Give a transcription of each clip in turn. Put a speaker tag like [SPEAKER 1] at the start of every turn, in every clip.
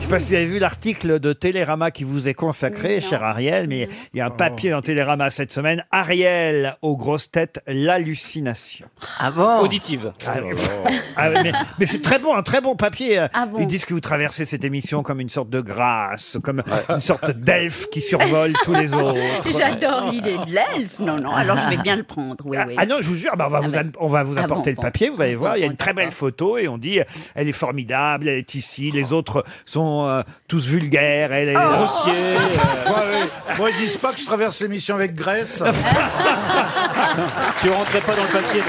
[SPEAKER 1] sais pas si vous avez vu l'article de Télérama qui vous est consacré, cher Ariel, mais il y a un papier
[SPEAKER 2] Oh.
[SPEAKER 1] dans Télérama cette semaine. Ariel aux grosses têtes, l'hallucination. Ah bon Auditive. mais mais c'est très bon, un très bon papier. Ils disent que vous traversez cette émission comme une sorte de grâce, comme une sorte d'elfe qui survole tous les autres.
[SPEAKER 2] J'adore l'idée de l'elfe. Non, non, alors je vais bien le prendre. Oui, oui.
[SPEAKER 1] Ah non, je vous jure, bah, on, va vous, am- on va vous
[SPEAKER 2] Ah
[SPEAKER 1] apporter
[SPEAKER 2] bon, bon.
[SPEAKER 1] le papier, vous allez
[SPEAKER 2] Bon,
[SPEAKER 1] voir, il y a
[SPEAKER 2] bon,
[SPEAKER 1] une très belle photo et on dit, euh, elle est formidable, elle est ici, les autres sont euh, tous vulgaires, elle est
[SPEAKER 3] Oh.
[SPEAKER 1] grossière.
[SPEAKER 3] Moi, oui. Moi, ils disent pas que je traverse l'émission avec Grèce.
[SPEAKER 1] tu rentrais pas dans le papier,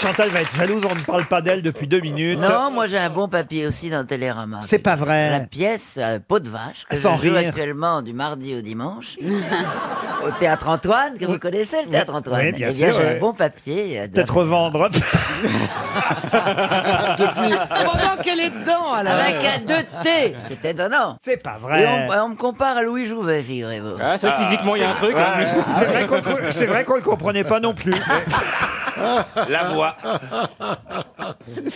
[SPEAKER 1] Chantal va être jalouse, on ne parle pas d'elle depuis deux minutes.
[SPEAKER 4] Non, moi j'ai un bon papier aussi dans Télérama.
[SPEAKER 1] C'est pas vrai.
[SPEAKER 4] La pièce euh, Peau de vache que
[SPEAKER 1] Sans
[SPEAKER 4] je joue
[SPEAKER 1] rire.
[SPEAKER 4] actuellement du mardi au dimanche au théâtre Antoine que vous connaissez le théâtre Antoine.
[SPEAKER 1] Oui, bien
[SPEAKER 4] Eh bien
[SPEAKER 1] sûr,
[SPEAKER 4] j'ai
[SPEAKER 1] ouais.
[SPEAKER 4] un bon papier. euh, de-
[SPEAKER 1] Peut-être revendre.
[SPEAKER 4] Pendant qu'elle est dedans,
[SPEAKER 5] alors.
[SPEAKER 2] Ah.
[SPEAKER 4] Avec un 2T Ah C'est étonnant
[SPEAKER 1] C'est pas
[SPEAKER 5] vrai.
[SPEAKER 4] Et on, euh, on me compare à Louis Jouvet, figurez-vous.
[SPEAKER 5] Ah, c'est vrai que Ah. physiquement, il y a un truc, hein. Ouais.
[SPEAKER 1] C'est vrai qu'on c'est vrai qu'on le comprenait pas non plus.
[SPEAKER 6] La voix.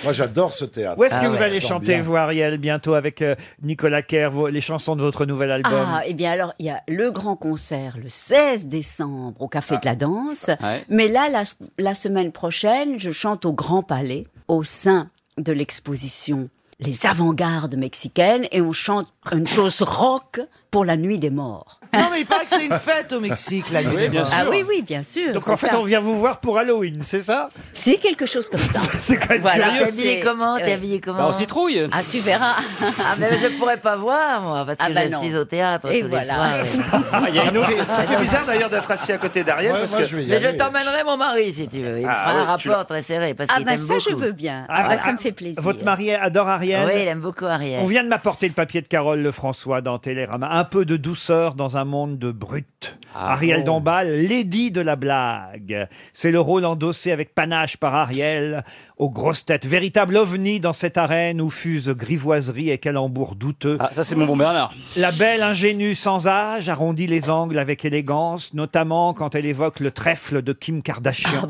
[SPEAKER 3] Moi, j'adore ce théâtre.
[SPEAKER 1] Où est-ce
[SPEAKER 2] Ah
[SPEAKER 5] Ah
[SPEAKER 1] que vous allez
[SPEAKER 3] Je sens
[SPEAKER 1] chanter,
[SPEAKER 3] bien.
[SPEAKER 1] vous, Ariel, bientôt avec euh, Nicolas Kerr, vos- les chansons de votre nouvel album
[SPEAKER 2] Ah, et bien alors, il y a le grand concert le 16 décembre au Café de la Danse. Mais là, la, la semaine prochaine, je chante au Grand Palais, au sein de l'exposition Les Avant-Gardes Mexicaines, et on chante une chose rock pour la Nuit des Morts.
[SPEAKER 7] Non, mais il paraît que c'est une fête au Mexique, la nuit.
[SPEAKER 2] Ah oui, oui, bien sûr.
[SPEAKER 1] Donc en fait, on vient vous voir pour Halloween, c'est ça
[SPEAKER 2] C'est quelque chose comme ça.
[SPEAKER 1] c'est quand même
[SPEAKER 4] Voilà,
[SPEAKER 1] curieux.
[SPEAKER 4] t'es habillé comment T'es
[SPEAKER 6] Euh.
[SPEAKER 2] ouais.
[SPEAKER 4] habillé comment
[SPEAKER 2] Bah, en
[SPEAKER 4] citrouille
[SPEAKER 2] Ah, tu verras.
[SPEAKER 4] Ah, mais je pourrais pas voir, moi, parce que
[SPEAKER 2] Ah, bah
[SPEAKER 4] je
[SPEAKER 2] non.
[SPEAKER 4] suis au théâtre
[SPEAKER 2] Et
[SPEAKER 4] tous
[SPEAKER 2] voilà.
[SPEAKER 4] les soirs.
[SPEAKER 6] Ah, il y a une autre- Ça fait- ça fait bizarre d'ailleurs d'être assis à côté d'Ariel.
[SPEAKER 4] Ouais,
[SPEAKER 6] parce
[SPEAKER 4] moi,
[SPEAKER 6] que...
[SPEAKER 4] je vais y Mais je aller. t'emmènerai mon mari si
[SPEAKER 5] euh,
[SPEAKER 4] tu veux. Il
[SPEAKER 1] Ah,
[SPEAKER 4] fera un rapport très serré parce
[SPEAKER 2] Ah,
[SPEAKER 4] qu'il
[SPEAKER 2] bah,
[SPEAKER 4] t'aime
[SPEAKER 2] ça, je
[SPEAKER 4] beaucoup.
[SPEAKER 2] veux bien. Ah, bah, ça me fait plaisir.
[SPEAKER 1] Votre mari adore Ariel
[SPEAKER 4] Oui, il aime beaucoup Ariel.
[SPEAKER 1] On vient de m'apporter le papier de Carole Lefrançois dans Télérama. Un peu de douceur dans un monde de brut. Ariel
[SPEAKER 8] bon.
[SPEAKER 1] Dombal, lady de la blague. C'est le rôle endossé avec panache par Ariel aux grosses têtes. Véritable ovni dans cette arène où fusent grivoiserie et calembours douteux. Ah, ça c'est mon bon Bernard. La belle ingénue sans âge arrondit les angles avec élégance, notamment quand elle évoque le trèfle de Kim Kardashian.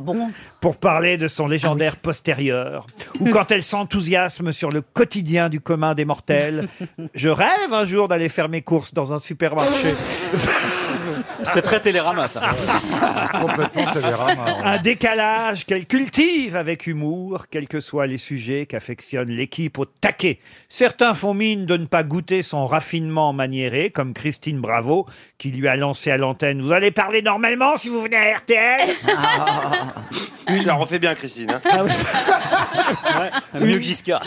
[SPEAKER 1] Pour parler de son légendaire postérieur. Ou quand elle s'enthousiasme sur le quotidien du commun des mortels. Je rêve un jour d'aller faire mes courses dans un supermarché.
[SPEAKER 5] C'est très télérama, ça.
[SPEAKER 3] Complètement Télérama, ouais.
[SPEAKER 1] Un décalage qu'elle cultive avec humour, quels que soient les sujets qu'affectionne l'équipe au taquet. Certains font mine de ne pas goûter son raffinement maniéré, comme Christine Bravo, qui lui a lancé à l'antenne Vous allez parler normalement si vous venez à RTL
[SPEAKER 6] Tu la refais bien, Christine. hein.
[SPEAKER 1] Ah Une-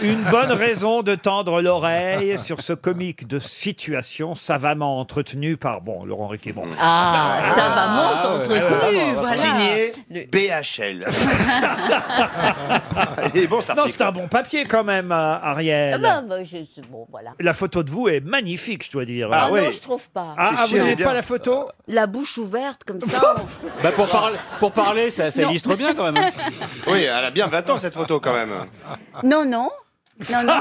[SPEAKER 1] Une bonne raison de tendre l'oreille sur ce comique de situation savamment entretenu par, bon, Laurent Riquet.
[SPEAKER 2] Ah, ça va monte
[SPEAKER 6] ouais,
[SPEAKER 2] entretenu,
[SPEAKER 6] ouais.
[SPEAKER 2] voilà.
[SPEAKER 6] Signé BHL. Et bon,
[SPEAKER 1] Non, c'est un bon papier quand même, euh,
[SPEAKER 2] Ah,
[SPEAKER 1] Ariel.
[SPEAKER 2] bah, bah, je- bon, voilà.
[SPEAKER 1] La photo de vous est magnifique, je dois dire.
[SPEAKER 2] Ah, non, je trouve pas.
[SPEAKER 1] Ah, ah, vous n'avez pas la photo
[SPEAKER 2] La bouche ouverte comme ça.
[SPEAKER 5] Bah, pour, par- pour parler, ça, ça
[SPEAKER 2] Non.
[SPEAKER 5] illustre bien quand même. hein.
[SPEAKER 6] Oui, elle a bien 20 ans cette photo quand même.
[SPEAKER 2] Non, non. Non, non.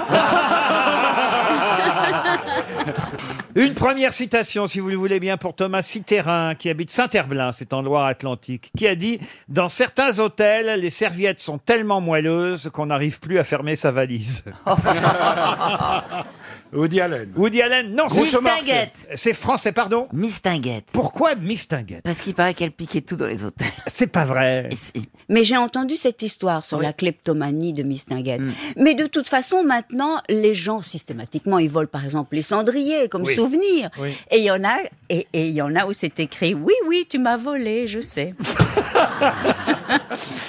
[SPEAKER 1] Une première citation, si vous le voulez bien, pour Thomas Citerin, qui habite Saint-Herblain, c'est en Loire-Atlantique, qui a dit « Dans certains hôtels, les serviettes sont tellement moelleuses qu'on n'arrive plus à fermer sa valise.
[SPEAKER 3] Woody Allen.
[SPEAKER 1] Woody Allen, non, c'est
[SPEAKER 3] Groucho Marx.
[SPEAKER 4] Mistinguette.
[SPEAKER 1] C'est français, pardon
[SPEAKER 4] Mistinguette.
[SPEAKER 1] Pourquoi Mistinguette
[SPEAKER 4] Parce qu'il paraît qu'elle piquait tout dans les hôtels.
[SPEAKER 1] C'est pas vrai.
[SPEAKER 2] Mais j'ai entendu cette histoire sur la kleptomanie de Mistinguette.
[SPEAKER 4] Hmm.
[SPEAKER 2] Mais de toute façon, maintenant, les gens, systématiquement, ils volent par exemple les cendriers comme
[SPEAKER 9] Oui.
[SPEAKER 2] souvenir.
[SPEAKER 9] Oui.
[SPEAKER 2] Et il y en a, et, et il y en a où c'est écrit, oui, oui, tu m'as volé, je sais.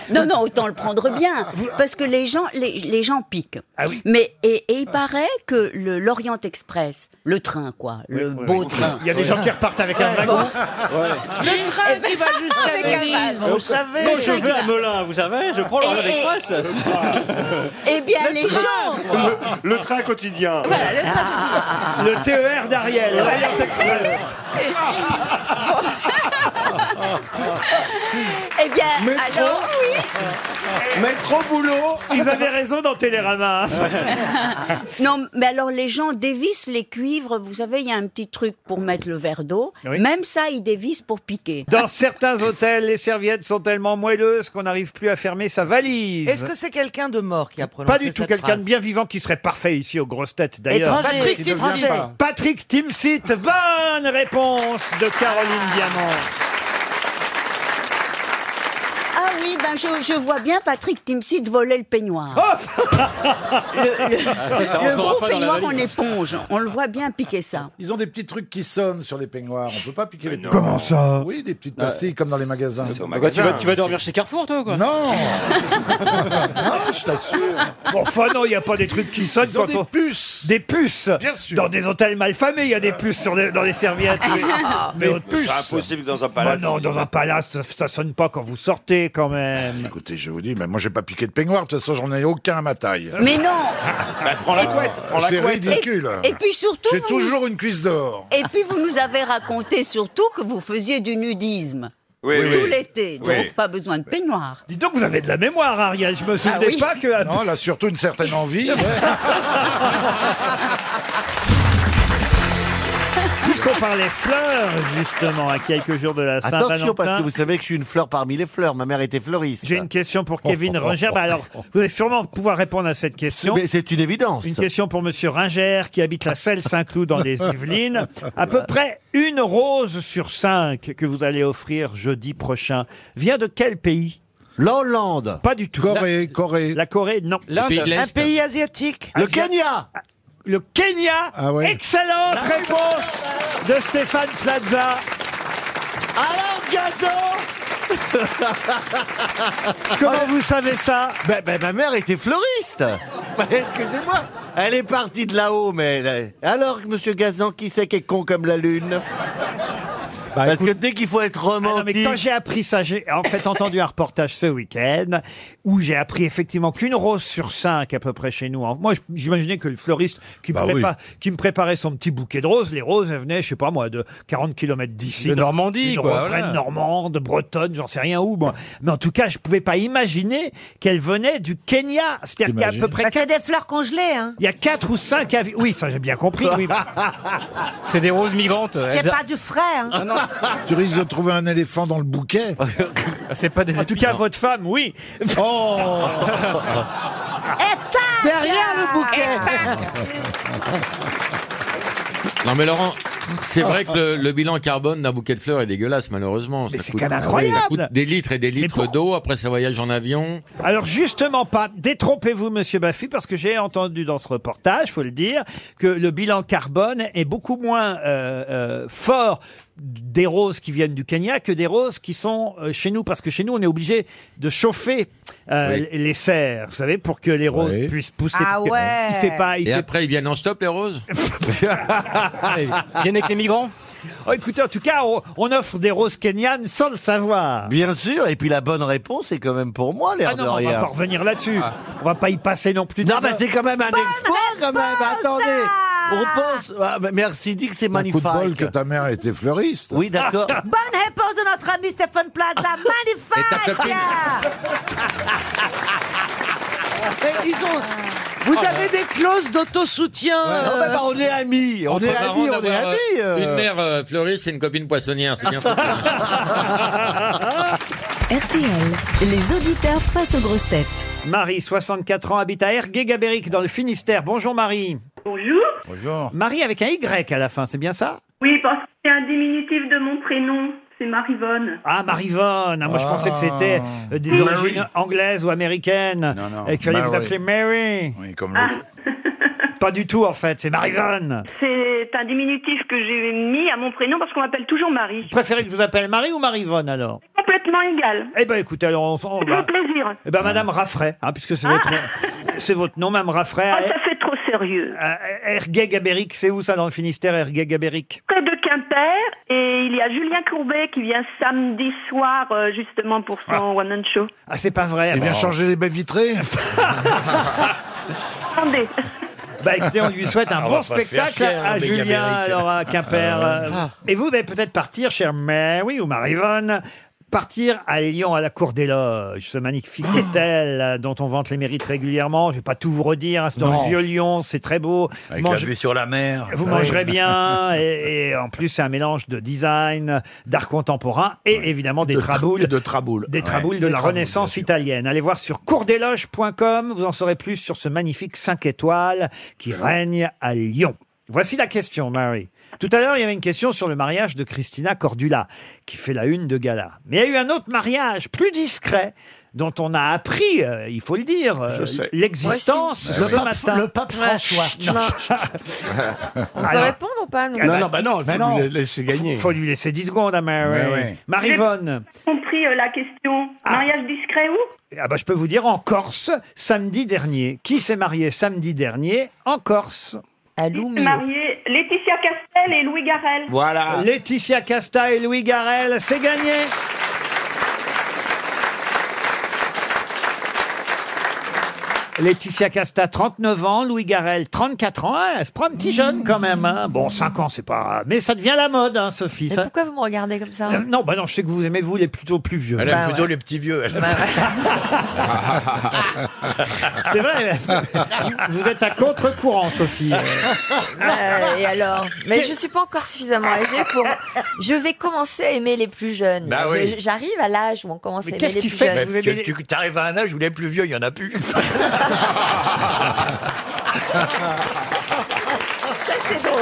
[SPEAKER 2] non, non, autant le prendre bien. Parce que les gens, les, les gens piquent.
[SPEAKER 1] Ah
[SPEAKER 2] Mais, et, et il paraît que le- l'Orient Express, le train, quoi, le beau train.
[SPEAKER 1] Il y a des gens qui repartent avec un wagon.
[SPEAKER 7] Le train qui va jusqu'à
[SPEAKER 2] Avec un
[SPEAKER 7] Venise,
[SPEAKER 2] vase.
[SPEAKER 7] vous savez.
[SPEAKER 5] Quand je vais à Melun, vous savez, je prends le
[SPEAKER 2] Et-
[SPEAKER 5] Orient Express.
[SPEAKER 2] Eh bien,
[SPEAKER 5] Le
[SPEAKER 2] les
[SPEAKER 5] train.
[SPEAKER 2] gens.
[SPEAKER 6] Le, le train quotidien.
[SPEAKER 1] E Le TER d'Ariel, l'Orient Express.
[SPEAKER 2] Eh bien,
[SPEAKER 10] Métro.
[SPEAKER 2] alors, oui.
[SPEAKER 10] Métro boulot
[SPEAKER 1] Ils avaient raison dans Télérama.
[SPEAKER 2] Non, mais alors les gens dévissent les cuivres. Vous savez, il y a un petit truc pour mettre le verre d'eau.
[SPEAKER 1] Oui.
[SPEAKER 2] Même ça, ils dévissent pour piquer.
[SPEAKER 1] Dans certains hôtels, les serviettes sont tellement moelleuses qu'on n'arrive plus à fermer sa valise.
[SPEAKER 11] Est-ce que c'est quelqu'un de mort qui a prononcé
[SPEAKER 1] Pas du tout
[SPEAKER 11] cette
[SPEAKER 1] quelqu'un de
[SPEAKER 11] phrase
[SPEAKER 1] bien vivant qui serait parfait ici aux grosses têtes d'ailleurs.
[SPEAKER 6] Étranger.
[SPEAKER 11] Patrick
[SPEAKER 6] Qui ne vient
[SPEAKER 11] Timsit.
[SPEAKER 6] pas.
[SPEAKER 1] Patrick Timsit, bonne réponse de Caroline Diamant.
[SPEAKER 2] Ah oui, ben je, je vois bien Patrick Timsit voler le peignoir.
[SPEAKER 1] Oh
[SPEAKER 5] Ah, ça, ça
[SPEAKER 2] le
[SPEAKER 5] rentrera
[SPEAKER 2] gros
[SPEAKER 5] pas dans la
[SPEAKER 2] peignoir en
[SPEAKER 5] valise.
[SPEAKER 2] éponge. On le voit bien piquer ça.
[SPEAKER 3] Ils ont des petits trucs qui sonnent sur les peignoirs. On peut pas piquer les
[SPEAKER 10] non.
[SPEAKER 3] peignoirs.
[SPEAKER 1] Comment ça
[SPEAKER 3] Oui, des petites pastilles comme dans les magasins.
[SPEAKER 10] C'est au
[SPEAKER 5] Bah, tu,
[SPEAKER 10] magasin.
[SPEAKER 5] vas, tu vas dormir chez Carrefour, toi, quoi
[SPEAKER 3] Non Non, je t'assure.
[SPEAKER 1] Bon, Enfin non, il n'y a pas des trucs qui sonnent
[SPEAKER 3] Ils ont
[SPEAKER 1] quand
[SPEAKER 3] des
[SPEAKER 1] on...
[SPEAKER 3] puces.
[SPEAKER 1] Des puces
[SPEAKER 3] Bien sûr.
[SPEAKER 1] Dans des hôtels malfamés, il y a des puces sur les- dans les serviettes. Mais-
[SPEAKER 3] Ah.
[SPEAKER 1] mais au-
[SPEAKER 10] C'est impossible dans un
[SPEAKER 1] Bah
[SPEAKER 10] palace.
[SPEAKER 1] non, dans un palace, ça, ça sonne pas quand vous sortez quand même.
[SPEAKER 3] Ah, Écoutez, je vous dis, mais moi j'ai pas piqué de peignoir, de toute façon j'en ai aucun à ma taille. Ah,
[SPEAKER 2] Mais non.
[SPEAKER 10] Bah, prends la couette, prends la
[SPEAKER 3] C'est
[SPEAKER 10] couette.
[SPEAKER 3] ridicule.
[SPEAKER 2] Et puis surtout,
[SPEAKER 3] J'ai
[SPEAKER 2] vous
[SPEAKER 3] toujours une cuisse d'or.
[SPEAKER 2] nous... et puis vous nous avez raconté surtout que vous faisiez du nudisme
[SPEAKER 10] Oui,
[SPEAKER 2] tout
[SPEAKER 10] oui.
[SPEAKER 2] l'été, donc
[SPEAKER 10] Oui.
[SPEAKER 2] pas besoin de peignoir.
[SPEAKER 1] Dis donc, vous avez de la mémoire, Ariel. Je me souvenais
[SPEAKER 2] oui.
[SPEAKER 1] pas que...
[SPEAKER 3] Non, elle a surtout une certaine envie.
[SPEAKER 1] Puisqu'on parlait fleurs, justement, à quelques jours de la
[SPEAKER 12] Attention, parce que
[SPEAKER 1] Saint-Valentin,
[SPEAKER 12] vous savez que je suis une fleur parmi les fleurs. Ma mère était fleuriste. Oh,
[SPEAKER 1] j'ai une question pour Kevin Ringer. Bah alors, vous allez sûrement pouvoir répondre à cette question.
[SPEAKER 12] Mais c'est une évidence.
[SPEAKER 1] Une question pour Monsieur Ringer, qui habite la Selle-Saint-Cloud dans les Yvelines. À peu près une rose sur cinq que vous allez offrir jeudi prochain vient de quel pays
[SPEAKER 12] L'Hollande.
[SPEAKER 1] Pas du tout.
[SPEAKER 3] Corée, Corée.
[SPEAKER 1] La Corée, non.
[SPEAKER 5] Le pays de
[SPEAKER 11] Un
[SPEAKER 5] l'Est.
[SPEAKER 11] pays asiatique.
[SPEAKER 12] Le
[SPEAKER 1] Asia-
[SPEAKER 12] Kenya.
[SPEAKER 1] Le Kenya.
[SPEAKER 3] Ah ouais.
[SPEAKER 1] Excellente réponse de Stéphane Plaza.
[SPEAKER 12] Alors, gazon
[SPEAKER 1] Comment vous savez ça
[SPEAKER 12] Oh, Ben, ben, ma mère était fleuriste. Ben, Excusez-moi. Elle est partie de là-haut, mais elle- alors, Monsieur Gazan, qui c'est qui est con comme la lune Parce que dès qu'il faut être
[SPEAKER 1] Bah, Ah non, mais
[SPEAKER 12] romantique,
[SPEAKER 1] quand j'ai appris ça, j'ai en fait entendu un reportage ce week-end où j'ai appris effectivement qu'une rose sur cinq à peu près chez nous. en- Moi, je- j'imaginais que le fleuriste qui, me
[SPEAKER 3] Bah oui.
[SPEAKER 1] prépa- qui me préparait son petit bouquet de roses, les roses, elles venaient, je sais pas moi, de 40 km d'ici.
[SPEAKER 5] De
[SPEAKER 1] Donc,
[SPEAKER 5] Normandie,
[SPEAKER 1] une
[SPEAKER 5] quoi,
[SPEAKER 1] rose
[SPEAKER 5] voilà.
[SPEAKER 1] reine normande, bretonne, j'en sais rien où. moi. Mais en tout cas, je pouvais pas imaginer qu'elle venait du Kenya. C'est-à-dire qu'il y a à peu
[SPEAKER 3] T'imagines
[SPEAKER 1] près...
[SPEAKER 11] c'est des fleurs congelées, hein.
[SPEAKER 1] Il y a quatre ou cinq avis. Oui, ça j'ai bien compris. Oui. bah.
[SPEAKER 5] C'est des roses migrantes. Elles a-
[SPEAKER 11] du frais,
[SPEAKER 13] Ah
[SPEAKER 11] hein.
[SPEAKER 3] Tu risques de trouver un éléphant dans le bouquet.
[SPEAKER 5] C'est pas des
[SPEAKER 1] En tout
[SPEAKER 5] épines,
[SPEAKER 1] cas,
[SPEAKER 5] hein.
[SPEAKER 1] votre femme, oui.
[SPEAKER 3] Oh
[SPEAKER 6] Derrière le bouquet.
[SPEAKER 13] Non mais Laurent, c'est vrai que le, le bilan carbone d'un bouquet de fleurs est dégueulasse malheureusement.
[SPEAKER 1] Mais
[SPEAKER 13] Ça
[SPEAKER 1] c'est
[SPEAKER 13] coûte-
[SPEAKER 1] quand même
[SPEAKER 13] Ah oui, ça
[SPEAKER 1] incroyable.
[SPEAKER 13] coûte des litres et des litres
[SPEAKER 1] pour-
[SPEAKER 13] d'eau, après ça voyage en avion.
[SPEAKER 1] Alors justement pas, détrompez-vous monsieur Baffy, parce que j'ai entendu dans ce reportage, faut le dire, que le bilan carbone est beaucoup moins euh, euh, fort des roses qui viennent du Kenya que des roses qui sont euh, chez nous, parce que chez nous on est obligé de chauffer euh,
[SPEAKER 13] Oui.
[SPEAKER 1] les serres, vous savez, pour que les roses
[SPEAKER 3] Oui.
[SPEAKER 1] puissent pousser.
[SPEAKER 11] Ah
[SPEAKER 1] parce que
[SPEAKER 11] ouais.
[SPEAKER 1] Il fait pas, il
[SPEAKER 13] Et
[SPEAKER 1] fait-
[SPEAKER 13] après ils viennent en stop les roses
[SPEAKER 5] Ah, oui. Ils viennent avec les migrants
[SPEAKER 1] Oh, écoutez, en tout cas, on, on offre des roses kenyanes sans le savoir.
[SPEAKER 12] bien sûr. Et puis la bonne réponse est quand même pour moi, l'air
[SPEAKER 1] Ah non,
[SPEAKER 12] de
[SPEAKER 1] on va
[SPEAKER 12] rien.
[SPEAKER 1] pas revenir là-dessus. On va pas y passer non plus.
[SPEAKER 12] Non,
[SPEAKER 1] des
[SPEAKER 12] mais
[SPEAKER 1] heures.
[SPEAKER 12] c'est quand même un exploit, quand même. Attendez. On pense. Ah, mais merci, dit que c'est
[SPEAKER 3] Un coup de bol que
[SPEAKER 12] magnifique.
[SPEAKER 3] ta mère était fleuriste.
[SPEAKER 12] Oui, d'accord.
[SPEAKER 11] Bonne réponse de notre ami Stéphane Plaza.
[SPEAKER 13] et ta copine.
[SPEAKER 11] ils ont...
[SPEAKER 7] Ah.
[SPEAKER 11] Vous avez des clauses d'autosoutien.
[SPEAKER 12] Ah. Non,
[SPEAKER 11] euh,
[SPEAKER 12] mais bah, on est amis. On
[SPEAKER 13] Entre
[SPEAKER 12] est
[SPEAKER 13] parents
[SPEAKER 12] amis, on est
[SPEAKER 13] d'avoir,
[SPEAKER 12] amis.
[SPEAKER 13] euh,
[SPEAKER 12] euh.
[SPEAKER 13] Une mère euh, fleuriste et une copine poissonnière, c'est bien
[SPEAKER 9] Ah,
[SPEAKER 13] ça.
[SPEAKER 14] RTL, les auditeurs face aux grosses têtes.
[SPEAKER 1] Marie, 64 ans, habite à Ergué-Gabéric dans le Finistère. Bonjour Marie.
[SPEAKER 7] Bonjour.
[SPEAKER 3] Bonjour.
[SPEAKER 1] Marie avec un Y à la fin, c'est bien ça
[SPEAKER 7] Oui, parce que c'est un diminutif de mon prénom. C'est Marivonne.
[SPEAKER 1] Ah, Marivonne. Ah, Moi, je
[SPEAKER 3] Ah.
[SPEAKER 1] pensais que c'était euh, des origines anglaises ou américaines.
[SPEAKER 3] Non, non,
[SPEAKER 1] Et qu'il fallait vous
[SPEAKER 3] Mary.
[SPEAKER 1] appeler Mary.
[SPEAKER 3] Oui, comme
[SPEAKER 7] Ah.
[SPEAKER 1] Pas du tout, en fait. C'est Marivonne.
[SPEAKER 7] C'est un diminutif que j'ai mis à mon prénom parce qu'on m'appelle toujours Marie.
[SPEAKER 1] Vous préférez que je vous appelle Marie ou Marivonne, alors
[SPEAKER 7] Complètement égal.
[SPEAKER 1] Eh ben, écoutez, alors, on s'en
[SPEAKER 7] C'est
[SPEAKER 12] Bah.
[SPEAKER 1] va.
[SPEAKER 7] mon plaisir.
[SPEAKER 1] Eh ben, Madame
[SPEAKER 5] Ah.
[SPEAKER 1] Raffray, hein, puisque c'est votre, c'est votre nom, Madame Raffray. Euh,
[SPEAKER 7] Ah,
[SPEAKER 1] à-
[SPEAKER 7] ça fait trop sérieux.
[SPEAKER 1] à Ergué-Gabéric, c'est où ça dans le Finistère, Ergué-Gabéric
[SPEAKER 7] Près de Quimper, et il y a Julien Courbet qui vient samedi soir euh, justement pour
[SPEAKER 9] Ah.
[SPEAKER 7] son one-man show.
[SPEAKER 1] Ah, c'est pas vrai.
[SPEAKER 3] Il vient
[SPEAKER 1] Bon.
[SPEAKER 3] changer les baies vitrées
[SPEAKER 7] Attendez.
[SPEAKER 1] Bah écoutez, on lui souhaite un
[SPEAKER 5] Ah, On
[SPEAKER 1] bon
[SPEAKER 5] va pas le faire
[SPEAKER 1] spectacle
[SPEAKER 5] chier, hein,
[SPEAKER 1] à
[SPEAKER 5] le mec
[SPEAKER 1] Julien,
[SPEAKER 5] d'Amérique.
[SPEAKER 1] alors à Quimper.
[SPEAKER 5] Ah.
[SPEAKER 1] Euh, Et vous, vous allez peut-être partir, cher Mary ou Marivonne, partir à Lyon, à la Cour des Loges, ce magnifique
[SPEAKER 5] Oh.
[SPEAKER 1] hôtel euh, dont on vante les mérites régulièrement. Je vais pas tout vous redire, hein, c'est dans
[SPEAKER 5] Non.
[SPEAKER 1] le vieux Lyon, c'est très beau.
[SPEAKER 5] Avec
[SPEAKER 1] Mange-
[SPEAKER 5] la vue sur la mer.
[SPEAKER 1] Vous
[SPEAKER 5] Ah
[SPEAKER 1] mangerez
[SPEAKER 5] oui.
[SPEAKER 1] bien, et, et en plus, c'est un mélange de design, d'art contemporain, et évidemment des traboules.
[SPEAKER 6] De traboules.
[SPEAKER 1] Des traboules de la Renaissance italienne. Allez voir sur courdeloge.com, vous en saurez plus sur ce magnifique 5 étoiles qui règne à Lyon. Voici la question, Mary. Tout à l'heure, il y avait une question sur le mariage de Christina Cordula, qui fait la une de gala. Mais il y a eu un autre mariage, plus discret, dont on a appris, euh, il faut le dire, euh,
[SPEAKER 5] Je sais.
[SPEAKER 1] l'existence
[SPEAKER 5] Voici. Le
[SPEAKER 1] ce
[SPEAKER 5] pape-
[SPEAKER 1] matin.
[SPEAKER 5] le pape François.
[SPEAKER 1] Euh, Non.
[SPEAKER 9] On peut
[SPEAKER 1] Alors-
[SPEAKER 9] répondre ou pas nous Bah
[SPEAKER 1] Ah
[SPEAKER 5] bah faut lui la- laisser gagner.
[SPEAKER 1] Faut, faut lui laisser 10 secondes à Mary.
[SPEAKER 5] Ouais, ouais.
[SPEAKER 1] Marivonne.
[SPEAKER 7] compris euh, la question. Mariage discret où
[SPEAKER 1] Ah bah, je peux vous dire en Corse, samedi dernier. Qui s'est marié samedi dernier en Corse À
[SPEAKER 7] Marié Laetitia Castel et Louis Garel.
[SPEAKER 1] Voilà. Laetitia Casta et Louis Garel, c'est gagné. Laetitia Casta, 39 ans, Louis Garel, 34 ans. Ah, elle se prend un petit jeune quand même. hein. Bon, 5 ans, c'est pas. Mais ça devient la mode, hein, Sophie.
[SPEAKER 9] Mais
[SPEAKER 1] ça-
[SPEAKER 9] pourquoi vous me regardez comme ça
[SPEAKER 1] Euh, non, bah non, je sais que vous aimez, vous, les plutôt plus vieux.
[SPEAKER 5] Elle aime Bah plutôt ouais. les petits vieux. elle.
[SPEAKER 1] C'est vrai. Vous êtes à contre-courant, Sophie.
[SPEAKER 9] Euh, Et alors Mais je suis pas encore suffisamment âgée pour. Je vais commencer à aimer les plus jeunes.
[SPEAKER 5] Bah
[SPEAKER 9] Je-
[SPEAKER 5] oui.
[SPEAKER 9] J'arrive à l'âge où on commence à aimer les plus jeunes.
[SPEAKER 5] Parce que Bah, tu arrives à un âge où les plus vieux, il n'y en a plus.
[SPEAKER 9] Ça c'est drôle.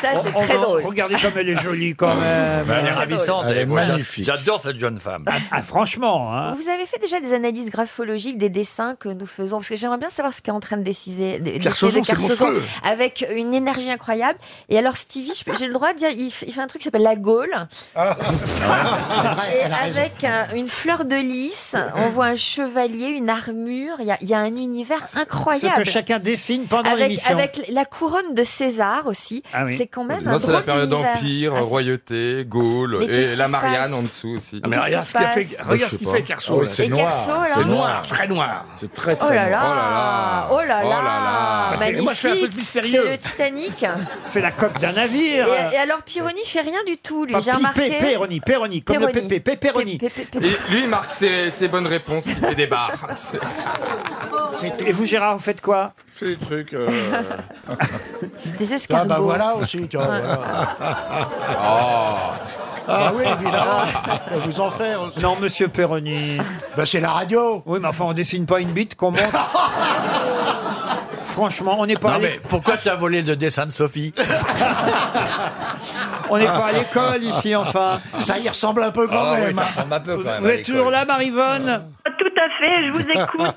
[SPEAKER 9] Ça
[SPEAKER 1] On-
[SPEAKER 9] c'est
[SPEAKER 1] on
[SPEAKER 9] très
[SPEAKER 1] va-
[SPEAKER 9] drôle.
[SPEAKER 1] Regardez comme elle est jolie quand même.
[SPEAKER 5] elle est ravissante, elle est moi, j'a-
[SPEAKER 1] magnifique.
[SPEAKER 5] J'adore cette jeune femme.
[SPEAKER 1] Ah, franchement, hein.
[SPEAKER 9] Vous avez fait déjà des analyses graphologiques des dessins que nous faisons parce que j'aimerais bien savoir ce qu'est en train de décider de- d'essayer
[SPEAKER 5] Kersozon,
[SPEAKER 9] de
[SPEAKER 5] c'est
[SPEAKER 9] Kersozon
[SPEAKER 5] monstrueux.
[SPEAKER 9] avec une énergie incroyable. Et alors Stevie, je peux- j'ai le droit de dire, il, f- il fait un truc qui s'appelle la Gaule. Et avec un- une fleur de lys, on voit un chevalier, une armure. Il y a, il y a un univers incroyable.
[SPEAKER 1] Ce que chacun dessine pendant
[SPEAKER 9] avec,
[SPEAKER 1] l'émission.
[SPEAKER 9] avec la couronne de César aussi.
[SPEAKER 1] Ah oui.
[SPEAKER 9] C'est quand même un Ah,
[SPEAKER 13] Moi, c'est la
[SPEAKER 9] drôle
[SPEAKER 13] période
[SPEAKER 9] d'univers.
[SPEAKER 13] Empire, Royauté, Gaule
[SPEAKER 9] Mais qu'est-ce
[SPEAKER 13] et
[SPEAKER 9] qui
[SPEAKER 13] la
[SPEAKER 9] se
[SPEAKER 13] Marianne
[SPEAKER 9] passe
[SPEAKER 13] en dessous aussi.
[SPEAKER 9] Ah, mais Mais regarde qu'est-ce ce
[SPEAKER 1] Bah,
[SPEAKER 9] qui qu'il se fait- passe Ah
[SPEAKER 5] regarde ce qu'il fait,
[SPEAKER 13] Ah
[SPEAKER 5] Carso, là. Et Carso, là C'est noir,
[SPEAKER 13] très noir. C'est très
[SPEAKER 9] Oh là là Oh là
[SPEAKER 13] Oh là
[SPEAKER 9] là
[SPEAKER 13] là.
[SPEAKER 9] Magnifique.
[SPEAKER 13] Bah, c'est- moi, je fais un truc
[SPEAKER 9] C'est le Titanic.
[SPEAKER 1] C'est la coque d'un
[SPEAKER 9] Et,
[SPEAKER 1] navire.
[SPEAKER 9] et alors Pironi fait rien du tout, lui.
[SPEAKER 1] euh, Pas
[SPEAKER 9] J'ai
[SPEAKER 1] Pi-
[SPEAKER 9] remarqué.
[SPEAKER 1] Pé- Péroni, Péroni, comme le
[SPEAKER 9] Péroni.
[SPEAKER 1] pépé, Pépéroni.
[SPEAKER 13] Et lui, il marque ses, ses bonnes réponses, il fait des barres. C'est-
[SPEAKER 1] Et vous, Gérard, vous faites quoi
[SPEAKER 6] Je fais des trucs. euh,
[SPEAKER 9] Des
[SPEAKER 6] Ah
[SPEAKER 9] escargots.
[SPEAKER 6] bah voilà aussi, tu vois.
[SPEAKER 9] Ouais.
[SPEAKER 6] voilà.
[SPEAKER 1] Ah
[SPEAKER 6] Ah oui, évidemment. Je vais vous en faire aussi.
[SPEAKER 1] Non, monsieur Perroni.
[SPEAKER 6] Bah c'est la radio.
[SPEAKER 1] Oui, mais enfin, on dessine pas une bite qu'on monte. Franchement, on n'est pas
[SPEAKER 5] Non
[SPEAKER 1] allé-
[SPEAKER 5] mais pourquoi tu as volé le dessin de Sophie
[SPEAKER 1] on n'est pas à l'école ici, enfin.
[SPEAKER 6] Ça y ressemble un peu quand
[SPEAKER 5] Ah oui,
[SPEAKER 6] même.
[SPEAKER 5] ça ressemble un peu
[SPEAKER 1] Vous,
[SPEAKER 5] quand même
[SPEAKER 1] vous
[SPEAKER 5] à
[SPEAKER 1] êtes
[SPEAKER 5] l'école. Ah.
[SPEAKER 1] toujours là, Marivonne
[SPEAKER 7] Tout à fait, je vous écoute.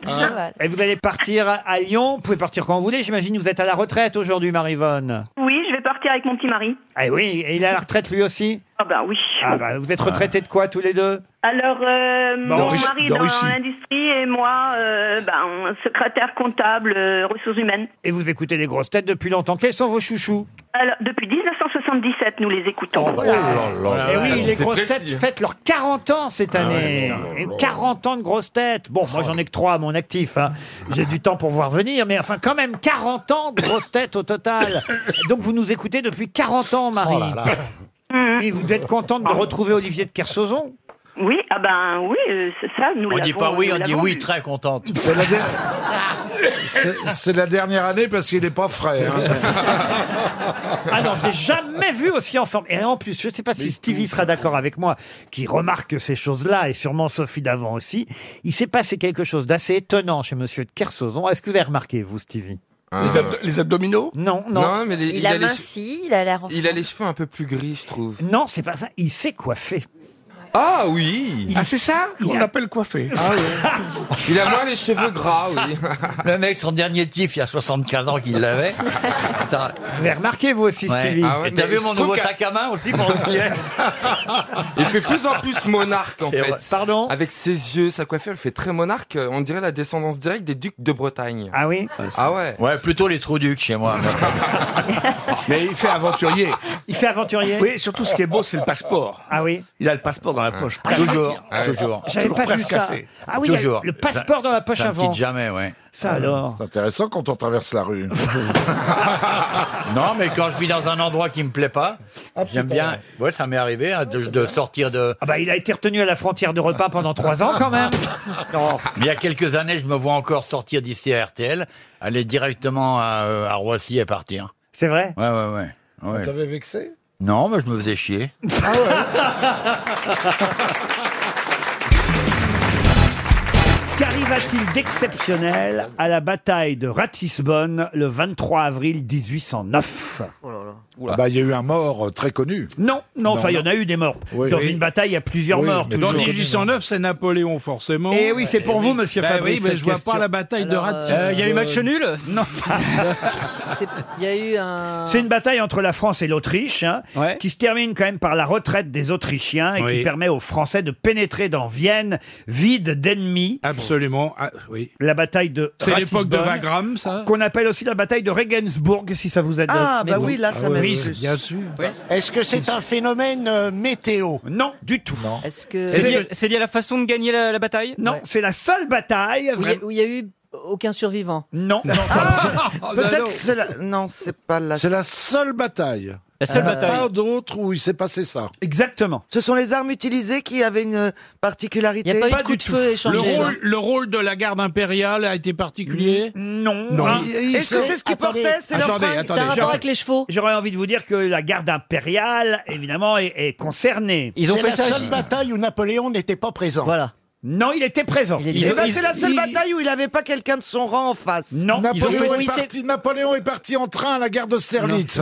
[SPEAKER 1] Et vous allez partir à- à Lyon. Vous pouvez partir quand vous voulez. J'imagine vous êtes à la retraite aujourd'hui, Marivonne.
[SPEAKER 7] Oui, je vais partir avec mon petit mari.
[SPEAKER 1] Eh oui, et il est à la retraite lui aussi
[SPEAKER 7] Ah bah oui.
[SPEAKER 1] Ah bah, vous êtes retraité de quoi tous les deux
[SPEAKER 7] Alors, euh,
[SPEAKER 1] Dans
[SPEAKER 7] mon
[SPEAKER 1] Russie-
[SPEAKER 7] mari
[SPEAKER 1] dans
[SPEAKER 7] dans
[SPEAKER 1] Russie.
[SPEAKER 7] l'industrie et moi, euh, ben, secrétaire comptable, euh, ressources humaines.
[SPEAKER 1] Et vous écoutez les grosses têtes depuis longtemps. Quels sont vos chouchous
[SPEAKER 7] Alors, depuis 1977, nous les écoutons.
[SPEAKER 5] Oh, bah,
[SPEAKER 1] Eh oui, les
[SPEAKER 5] C'est
[SPEAKER 1] grosses
[SPEAKER 5] précis,
[SPEAKER 1] têtes
[SPEAKER 5] hein. Ah
[SPEAKER 1] fêtent leurs 40 ans cette année.
[SPEAKER 5] oh
[SPEAKER 1] Et 40 ans de grosses têtes. Bon, moi j'en ai que 3 à mon actif. hein. J'ai du temps pour voir venir, mais enfin quand même 40 ans de grosses têtes au total. Donc vous nous écoutez depuis 40 ans, Marie.
[SPEAKER 5] Oh
[SPEAKER 1] Et vous êtes contente de retrouver Olivier de
[SPEAKER 7] Mm.
[SPEAKER 1] Kersauzon
[SPEAKER 7] Oh. Oui, ah ben oui, euh, c'est ça, nous
[SPEAKER 5] On dit
[SPEAKER 7] l'avons-
[SPEAKER 5] pas oui,
[SPEAKER 7] nous
[SPEAKER 5] on dit
[SPEAKER 7] l'avons
[SPEAKER 5] oui,
[SPEAKER 7] eu.
[SPEAKER 5] très contente.
[SPEAKER 6] C'est la, der- C'est- c'est la dernière année parce qu'il n'est pas frais. hein.
[SPEAKER 1] Ah non, j'ai jamais vu aussi en forme. Et en plus, je sais pas si Stevie sera d'accord avec moi, qui remarque ces choses-là, et sûrement Sophie d'avant aussi. Il s'est passé quelque chose d'assez étonnant chez Monsieur de Kersauzon. Est-ce que vous avez remarqué, vous, Stevie
[SPEAKER 3] Ah.
[SPEAKER 13] Les abdo-
[SPEAKER 1] abdominaux Non, non.
[SPEAKER 13] Non, mais les-
[SPEAKER 9] Il,
[SPEAKER 13] Il
[SPEAKER 9] a
[SPEAKER 13] a les che-
[SPEAKER 9] minci, il a l'air en
[SPEAKER 13] Il a les cheveux un peu plus gris, je trouve.
[SPEAKER 1] Non, c'est pas ça. Il s'est coiffé.
[SPEAKER 13] Ah oui
[SPEAKER 1] Ah, c'est ça qu'on Il Ah a-
[SPEAKER 13] appelle coiffé. Il a moins les cheveux gras, oui.
[SPEAKER 5] Le mec, son dernier tif, il y a 75 ans qu'il l'avait. Attends.
[SPEAKER 1] Vous avez remarqué, vous aussi,
[SPEAKER 5] Ouais.
[SPEAKER 1] Stevie
[SPEAKER 13] Ah
[SPEAKER 5] Et t'as vu mon nouveau sac à main aussi pour le dire
[SPEAKER 13] Il fait plus en plus monarque en
[SPEAKER 5] C'est
[SPEAKER 13] fait.
[SPEAKER 5] vrai.
[SPEAKER 1] Pardon
[SPEAKER 13] Avec ses yeux, sa coiffure, elle fait très monarque. euh, On dirait la descendance directe des ducs de Bretagne.
[SPEAKER 1] Ah oui
[SPEAKER 13] Ah ouais
[SPEAKER 5] Ouais, plutôt les trous ducs chez moi.
[SPEAKER 15] Mais il fait aventurier.
[SPEAKER 1] Il fait aventurier
[SPEAKER 15] Oui, surtout ce qui est beau, c'est le passeport.
[SPEAKER 1] Ah oui
[SPEAKER 15] Il a le passeport dans la
[SPEAKER 5] la poche.
[SPEAKER 1] Ah,
[SPEAKER 5] Toujours.
[SPEAKER 1] ah,
[SPEAKER 5] Toujours.
[SPEAKER 1] J'avais
[SPEAKER 5] Toujours
[SPEAKER 1] pas vu
[SPEAKER 5] presque
[SPEAKER 1] ça.
[SPEAKER 5] cassé.
[SPEAKER 1] Ah oui, il y a
[SPEAKER 5] Toujours.
[SPEAKER 1] le passeport dans la poche
[SPEAKER 5] ça me
[SPEAKER 1] avant.
[SPEAKER 5] quitte jamais, ouais.
[SPEAKER 1] Ça alors.
[SPEAKER 6] C'est intéressant quand on traverse la rue.
[SPEAKER 5] Non, mais quand je vis dans un endroit qui me plaît pas, j'aime bien. Ouais, ça m'est arrivé hein, de, de sortir de.
[SPEAKER 1] Ah bah il a été retenu à la frontière de repas pendant trois ans quand même. Non.
[SPEAKER 5] Mais il y a quelques années, je me vois encore sortir d'ici à RTL, aller directement à, euh, à Roissy et partir.
[SPEAKER 1] C'est vrai
[SPEAKER 5] Ouais, ouais, ouais. Ouais.
[SPEAKER 6] T'avais vexé
[SPEAKER 5] Non, mais je me faisais chier.
[SPEAKER 6] Ah
[SPEAKER 1] Qu'arriva-t-il d'exceptionnel à la bataille de Ratisbonne le 23 avril 1809
[SPEAKER 6] Ah bah, il y a eu un mort euh, très connu.
[SPEAKER 1] Non, non, enfin, il y en a eu des morts.
[SPEAKER 6] Oui.
[SPEAKER 1] Dans
[SPEAKER 6] Oui.
[SPEAKER 1] une bataille, il y a plusieurs
[SPEAKER 6] Oui,
[SPEAKER 1] morts.
[SPEAKER 6] mais dans
[SPEAKER 1] toujours.
[SPEAKER 3] 1809, c'est Napoléon, forcément.
[SPEAKER 1] Eh oui, c'est pour vous, monsieur
[SPEAKER 3] Bah
[SPEAKER 1] Fabrice,
[SPEAKER 3] oui, mais
[SPEAKER 1] cette
[SPEAKER 3] je vois
[SPEAKER 1] question.
[SPEAKER 3] pas la bataille
[SPEAKER 1] Alors,
[SPEAKER 3] de Ratis.
[SPEAKER 1] euh, il y a eu match
[SPEAKER 4] nul
[SPEAKER 1] Non.
[SPEAKER 16] C'est- Il y a eu un.
[SPEAKER 1] Ah. C'est une bataille entre la France et l'Autriche, hein, qui se termine quand même par la retraite des Autrichiens et qui
[SPEAKER 3] Oui.
[SPEAKER 1] permet aux Français de pénétrer dans Vienne, vide d'ennemis.
[SPEAKER 3] Absolument, Ah, oui.
[SPEAKER 1] La bataille de
[SPEAKER 3] C'est l'époque de
[SPEAKER 1] Ratisbonne,
[SPEAKER 3] Wagram, ça
[SPEAKER 1] Qu'on appelle aussi la bataille de Regensburg, si ça vous aide.
[SPEAKER 12] Ah, bah oui, là, ça m'aide
[SPEAKER 1] Oui,
[SPEAKER 12] plus.
[SPEAKER 3] Bien sûr.
[SPEAKER 12] Est-ce que c'est un phénomène euh, météo
[SPEAKER 1] Non, du tout. Non.
[SPEAKER 16] Est-ce que.
[SPEAKER 4] C'est lié, c'est lié à la façon de gagner la, la bataille
[SPEAKER 1] Non, c'est la seule bataille.
[SPEAKER 16] Où il y a- où il y a eu aucun survivant
[SPEAKER 1] Non.
[SPEAKER 12] Peut-être que c'est la... Non, c'est pas la...
[SPEAKER 6] C'est la seule bataille.
[SPEAKER 16] La seule
[SPEAKER 6] Il n'y en a
[SPEAKER 16] bataille.
[SPEAKER 6] Pas d'autre où il s'est passé ça.
[SPEAKER 1] Exactement.
[SPEAKER 12] Ce sont les armes utilisées qui avaient une particularité.
[SPEAKER 3] Le rôle, le rôle de la garde impériale a été particulier
[SPEAKER 1] Non.
[SPEAKER 3] Non.
[SPEAKER 1] Hein.
[SPEAKER 12] Ah, Est-ce que c'est ce qu'ils
[SPEAKER 1] Attendez.
[SPEAKER 12] portaient C'est leur
[SPEAKER 3] Attendez,
[SPEAKER 12] fringue
[SPEAKER 3] attendez. Ça a rapport
[SPEAKER 1] J'aurais-
[SPEAKER 3] avec
[SPEAKER 16] les chevaux
[SPEAKER 1] J'aurais envie de vous dire que la garde impériale, évidemment, est, est concernée.
[SPEAKER 12] C'est la seule
[SPEAKER 1] bataille où Napoléon n'était pas présent. Voilà. Non, il était présent.
[SPEAKER 12] Eh ben, c'est la seule bataille où il n'avait pas quelqu'un de son rang en face.
[SPEAKER 1] Non,
[SPEAKER 6] Napoléon, est parti, Napoléon est parti en train à la gare d'Austerlitz.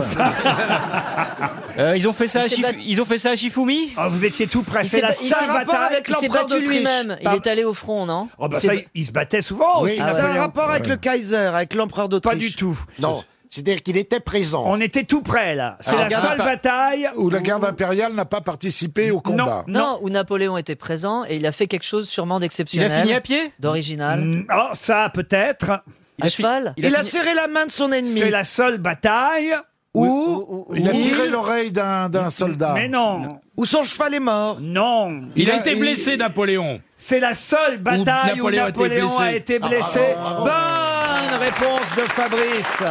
[SPEAKER 4] Euh, ils ont fait ça. À
[SPEAKER 16] Il s'est
[SPEAKER 4] Shif-
[SPEAKER 16] battu-
[SPEAKER 4] Ils ont fait ça à Chifumi.
[SPEAKER 1] Ah, vous étiez tout près.
[SPEAKER 16] Il
[SPEAKER 1] C'est
[SPEAKER 16] s'est
[SPEAKER 1] la
[SPEAKER 16] ba- il
[SPEAKER 1] seule
[SPEAKER 16] s'est-
[SPEAKER 1] bataille
[SPEAKER 16] Il s'est battu lui-même. Il
[SPEAKER 1] Par-
[SPEAKER 16] est allé au front, non
[SPEAKER 1] Oh bah
[SPEAKER 16] Il s'est
[SPEAKER 1] ça,
[SPEAKER 16] ba-
[SPEAKER 1] il- il se battait souvent
[SPEAKER 16] Oui,
[SPEAKER 1] aussi.
[SPEAKER 16] ça a un
[SPEAKER 12] rapport avec le Kaiser, avec l'empereur d'Autriche.
[SPEAKER 1] Pas du tout.
[SPEAKER 12] Non,
[SPEAKER 1] c'est-à-dire qu'il était présent. On était tout près là. C'est
[SPEAKER 6] Ah,
[SPEAKER 1] la
[SPEAKER 6] garde
[SPEAKER 1] seule
[SPEAKER 6] impa-
[SPEAKER 1] bataille
[SPEAKER 6] Où la garde impériale n'a pas participé au combat.
[SPEAKER 16] Non, où Napoléon était présent et il a fait quelque chose sûrement d'exceptionnel.
[SPEAKER 1] fini à pied
[SPEAKER 16] D'original.
[SPEAKER 1] Mm, Oh, ça peut-être.
[SPEAKER 16] À cheval
[SPEAKER 12] Il, a, serré la main de son ennemi.
[SPEAKER 1] C'est la seule bataille où
[SPEAKER 6] Il a tiré
[SPEAKER 1] où-
[SPEAKER 6] l'oreille d'un d'un soldat.
[SPEAKER 1] Mais non.
[SPEAKER 12] Où son cheval est mort.
[SPEAKER 1] Non.
[SPEAKER 3] Il, a, été blessé, Napoléon.
[SPEAKER 1] C'est la seule bataille où
[SPEAKER 3] Napoléon a été
[SPEAKER 1] Napoléon a
[SPEAKER 3] blessé.
[SPEAKER 1] été
[SPEAKER 3] Ah,
[SPEAKER 1] blessé.
[SPEAKER 3] bravo,
[SPEAKER 1] Bonne réponse de Fabrice.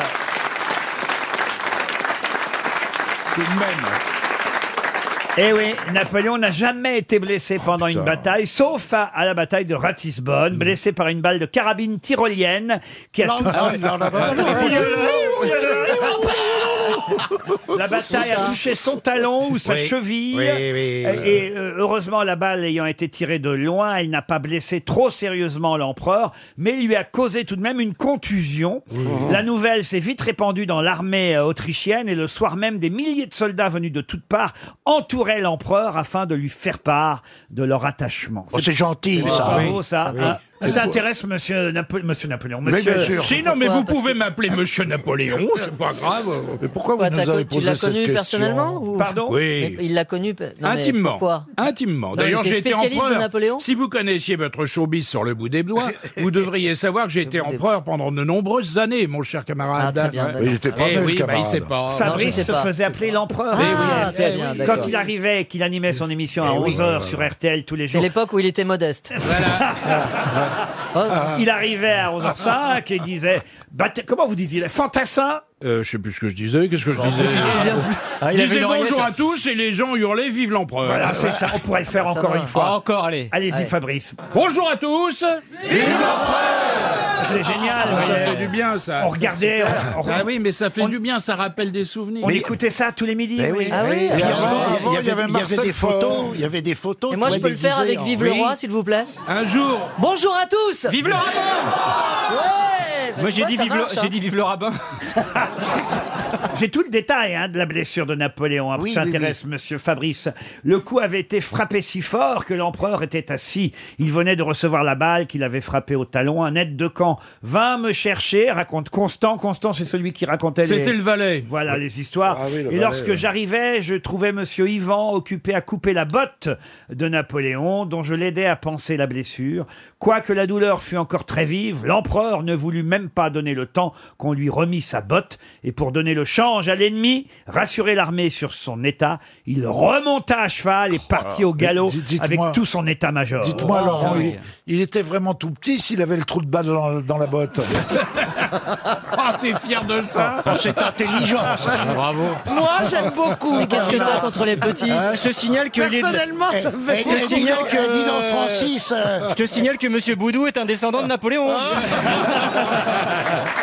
[SPEAKER 3] Tout de même.
[SPEAKER 1] Eh oui, Napoléon n'a jamais été blessé pendant une bataille, sauf à, à la bataille de
[SPEAKER 6] Mm.
[SPEAKER 1] Ratisbonne, blessé par une balle de carabine tyrolienne qui a tout...
[SPEAKER 6] Ah ouais.
[SPEAKER 1] La bataille a touché son talon ou sa
[SPEAKER 5] Oui.
[SPEAKER 1] cheville.
[SPEAKER 5] Oui, oui, oui.
[SPEAKER 1] Et euh, heureusement, la balle ayant été tirée de loin, elle n'a pas blessé trop sérieusement l'empereur, mais lui a causé tout de même une contusion. La nouvelle s'est vite répandue dans l'armée euh, autrichienne et le soir même, des milliers de soldats venus de toutes parts entouraient l'empereur afin de lui faire part de leur attachement.
[SPEAKER 12] Oh, c'est gentil,
[SPEAKER 1] c'est
[SPEAKER 12] ça.
[SPEAKER 1] pas
[SPEAKER 12] Oui.
[SPEAKER 1] beau, ça.
[SPEAKER 12] Oui.
[SPEAKER 1] hein
[SPEAKER 12] Et
[SPEAKER 1] ça
[SPEAKER 12] pour-
[SPEAKER 1] intéresse monsieur, Napo- monsieur Napoléon.
[SPEAKER 3] Mais
[SPEAKER 1] monsieur-
[SPEAKER 3] bien sûr. Sinon, mais vous pouvez m'appeler
[SPEAKER 12] Ah,
[SPEAKER 3] Monsieur Napoléon, c'est pas grave.
[SPEAKER 6] Mais pourquoi
[SPEAKER 16] Quoi, t'as co- tu l'as connu personnellement ou-
[SPEAKER 1] Pardon
[SPEAKER 3] Oui.
[SPEAKER 16] Mais Il l'a connu. pe- non, mais
[SPEAKER 3] Intimement.
[SPEAKER 16] Pourquoi
[SPEAKER 3] Intimement.
[SPEAKER 16] Non,
[SPEAKER 3] D'ailleurs,
[SPEAKER 16] j'étais
[SPEAKER 3] j'ai été
[SPEAKER 16] spécialiste de
[SPEAKER 3] empereur.
[SPEAKER 16] Napoléon.
[SPEAKER 3] si vous connaissiez votre showbiz sur le bout des doigts, vous devriez savoir que j'ai été empereur pendant de nombreuses années, mon cher camarade.
[SPEAKER 16] Ah, très bien,
[SPEAKER 3] Eh
[SPEAKER 16] d'accord.
[SPEAKER 3] oui,
[SPEAKER 16] Il était pas
[SPEAKER 3] eh
[SPEAKER 16] nul,
[SPEAKER 3] oui, bah, il
[SPEAKER 16] camarade.
[SPEAKER 3] sait pas.
[SPEAKER 1] Fabrice se faisait appeler l'empereur.
[SPEAKER 16] Ah, Ah, très bien, d'accord.
[SPEAKER 1] Quand il arrivait et qu'il animait son émission à
[SPEAKER 16] Eh oui.
[SPEAKER 1] 11h sur RTL tous les
[SPEAKER 16] C'est
[SPEAKER 1] jours,
[SPEAKER 16] l'époque où il était modeste. Oh. Voilà.
[SPEAKER 1] il arrivait à 11h05 et disait Batte- Comment vous disiez Fantassin
[SPEAKER 3] Euh, je sais plus ce que je disais. Qu'est-ce que je disais
[SPEAKER 4] Ah, il
[SPEAKER 3] Je
[SPEAKER 4] avait
[SPEAKER 3] disais
[SPEAKER 4] une oreillette.
[SPEAKER 3] bonjour à tous et les gens hurlaient Vive l'empereur.
[SPEAKER 1] Voilà, c'est ça. On pourrait le faire
[SPEAKER 4] Ah, ça
[SPEAKER 1] encore
[SPEAKER 4] va.
[SPEAKER 1] une fois.
[SPEAKER 4] Ah, encore, allez.
[SPEAKER 1] Allez-y,
[SPEAKER 4] Ouais.
[SPEAKER 1] Fabrice.
[SPEAKER 3] Bonjour à tous.
[SPEAKER 1] C'est génial.
[SPEAKER 3] Ah, ça
[SPEAKER 1] ouais.
[SPEAKER 3] fait du bien ça.
[SPEAKER 1] On regardait, on- on-
[SPEAKER 3] Ah oui, mais ça fait du bien, ça rappelle des souvenirs.
[SPEAKER 1] On écoutait ça tous les midis. oui.
[SPEAKER 16] Ah oui,
[SPEAKER 6] Et
[SPEAKER 16] ah,
[SPEAKER 6] avant,
[SPEAKER 16] ouais.
[SPEAKER 6] avant, il y avait Marcel Faure.
[SPEAKER 12] Il y avait des photos.
[SPEAKER 16] Et moi, je peux le faire avec Vive le Roi, s'il vous plaît.
[SPEAKER 3] Un jour.
[SPEAKER 16] Bonjour à tous
[SPEAKER 4] Vive le
[SPEAKER 16] Ouais hein.
[SPEAKER 4] Moi j'ai dit, vive le- j'ai dit vive le rabbin.
[SPEAKER 1] J'ai tout le détail hein, de la blessure de Napoléon. hein,
[SPEAKER 12] Oui,
[SPEAKER 1] ça
[SPEAKER 12] oui,
[SPEAKER 1] intéresse Monsieur Fabrice. Le coup avait été frappé si fort que l'empereur était assis. Il venait de recevoir la balle qu'il avait frappée au talon. Un aide de camp vint me chercher, raconte Constant. Constant, c'est celui qui racontait. les-
[SPEAKER 3] C'était le valet.
[SPEAKER 1] Voilà les histoires.
[SPEAKER 6] Ah oui, le
[SPEAKER 1] Et
[SPEAKER 6] valet,
[SPEAKER 1] lorsque
[SPEAKER 6] ouais.
[SPEAKER 1] j'arrivais, je trouvais Monsieur Ivan occupé à couper la botte de Napoléon, dont je l'aidais à panser la blessure. Quoique la douleur fût encore très vive, l'empereur ne voulut même même pas donné le temps qu'on lui remit sa botte. Et pour donner le change à l'ennemi, rassurer l'armée sur son état, il remonta à cheval
[SPEAKER 7] Oh.
[SPEAKER 1] et partit au galop
[SPEAKER 3] Mais dites-
[SPEAKER 1] avec
[SPEAKER 3] dites-moi-
[SPEAKER 1] tout son état-major.
[SPEAKER 3] Dites-moi, Laurent,
[SPEAKER 1] Ah oui.
[SPEAKER 3] il, il était vraiment tout petit s'il avait le trou de balle dans, dans la botte.
[SPEAKER 17] Ah, t'es fier de ça Ah,
[SPEAKER 3] Oh, c'est intelligent, ça.
[SPEAKER 18] Bravo.
[SPEAKER 19] Moi, j'aime beaucoup. Euh,
[SPEAKER 20] Mais qu'est-ce que t'as contre les petits
[SPEAKER 18] Je te signale que... les-
[SPEAKER 19] Personnellement, ça
[SPEAKER 12] Eh,
[SPEAKER 19] me fait
[SPEAKER 18] Je te
[SPEAKER 19] plaisir.
[SPEAKER 18] signale
[SPEAKER 19] Eh, Dis donc, euh, dis donc, Francis, euh.
[SPEAKER 18] Je te signale que Monsieur Boudou est un descendant de Napoléon.
[SPEAKER 19] Ah.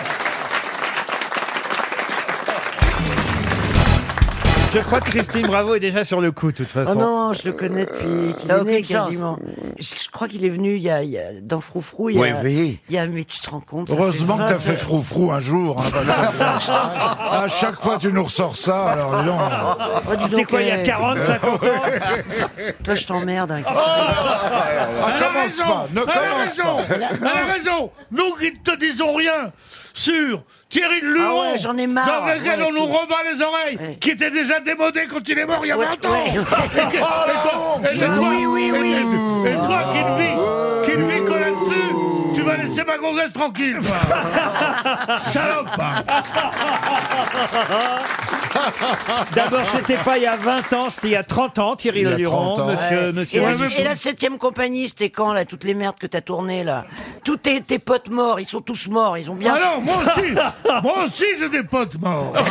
[SPEAKER 1] Je crois que Christine Bravo est déjà sur le coup, de toute façon.
[SPEAKER 7] Oh non, je le connais depuis qu'il
[SPEAKER 1] T'as
[SPEAKER 7] est né
[SPEAKER 1] aucune chance.
[SPEAKER 7] quasiment. Je, je crois qu'il est venu il y a, il y a- dans Froufrou. Il y a,
[SPEAKER 3] Ouais, oui.
[SPEAKER 7] il y a, mais tu te rends compte. ça Ah,
[SPEAKER 3] Heureusement que t'as
[SPEAKER 7] 20
[SPEAKER 3] fait froufrou un jour. hein,
[SPEAKER 7] bah,
[SPEAKER 3] parce que- à chaque fois, tu nous ressors ça. Alors, dis donc.
[SPEAKER 7] Oh, dis donc, eh. Toi, je t'emmerde.
[SPEAKER 1] Oh
[SPEAKER 7] hein, qu'est-ce
[SPEAKER 3] Ah,
[SPEAKER 6] Elle a
[SPEAKER 3] commence
[SPEAKER 6] raison,
[SPEAKER 3] pas, ne
[SPEAKER 6] elle a
[SPEAKER 3] commence
[SPEAKER 6] raison,
[SPEAKER 3] pas.
[SPEAKER 6] elle a raison. Nous qui ne te disons rien sur Thierry Luron,
[SPEAKER 7] Ah ouais, j'en ai marre,
[SPEAKER 6] dans lequel
[SPEAKER 7] ouais,
[SPEAKER 6] on nous
[SPEAKER 7] tout.
[SPEAKER 6] rebat les oreilles, qui était déjà démodé quand il est mort il y a
[SPEAKER 7] Ouais,
[SPEAKER 6] 20 ans.
[SPEAKER 7] ouais.
[SPEAKER 6] Et que- et toi- et toi-
[SPEAKER 7] Oui, oui,
[SPEAKER 6] et-
[SPEAKER 7] oui.
[SPEAKER 6] et- Et toi qui ne vis, qui ne vis que là-dessus, tu vas laisser ma gonzesse tranquille. quoi. Salope.
[SPEAKER 1] D'abord, c'était pas il y a 20 ans, c'était il y a 30 ans, Thierry
[SPEAKER 7] Il
[SPEAKER 1] Le
[SPEAKER 7] y a
[SPEAKER 1] Luron,
[SPEAKER 7] 30 ans.
[SPEAKER 1] monsieur,
[SPEAKER 7] Ouais.
[SPEAKER 1] monsieur.
[SPEAKER 7] Et, la, et la septième compagnie, c'était quand, là, toutes les merdes que t'as tournées, là Tous tes, tes potes morts, ils sont tous morts, ils ont bien...
[SPEAKER 6] Ah non, moi aussi, moi aussi j'ai des potes morts. hein.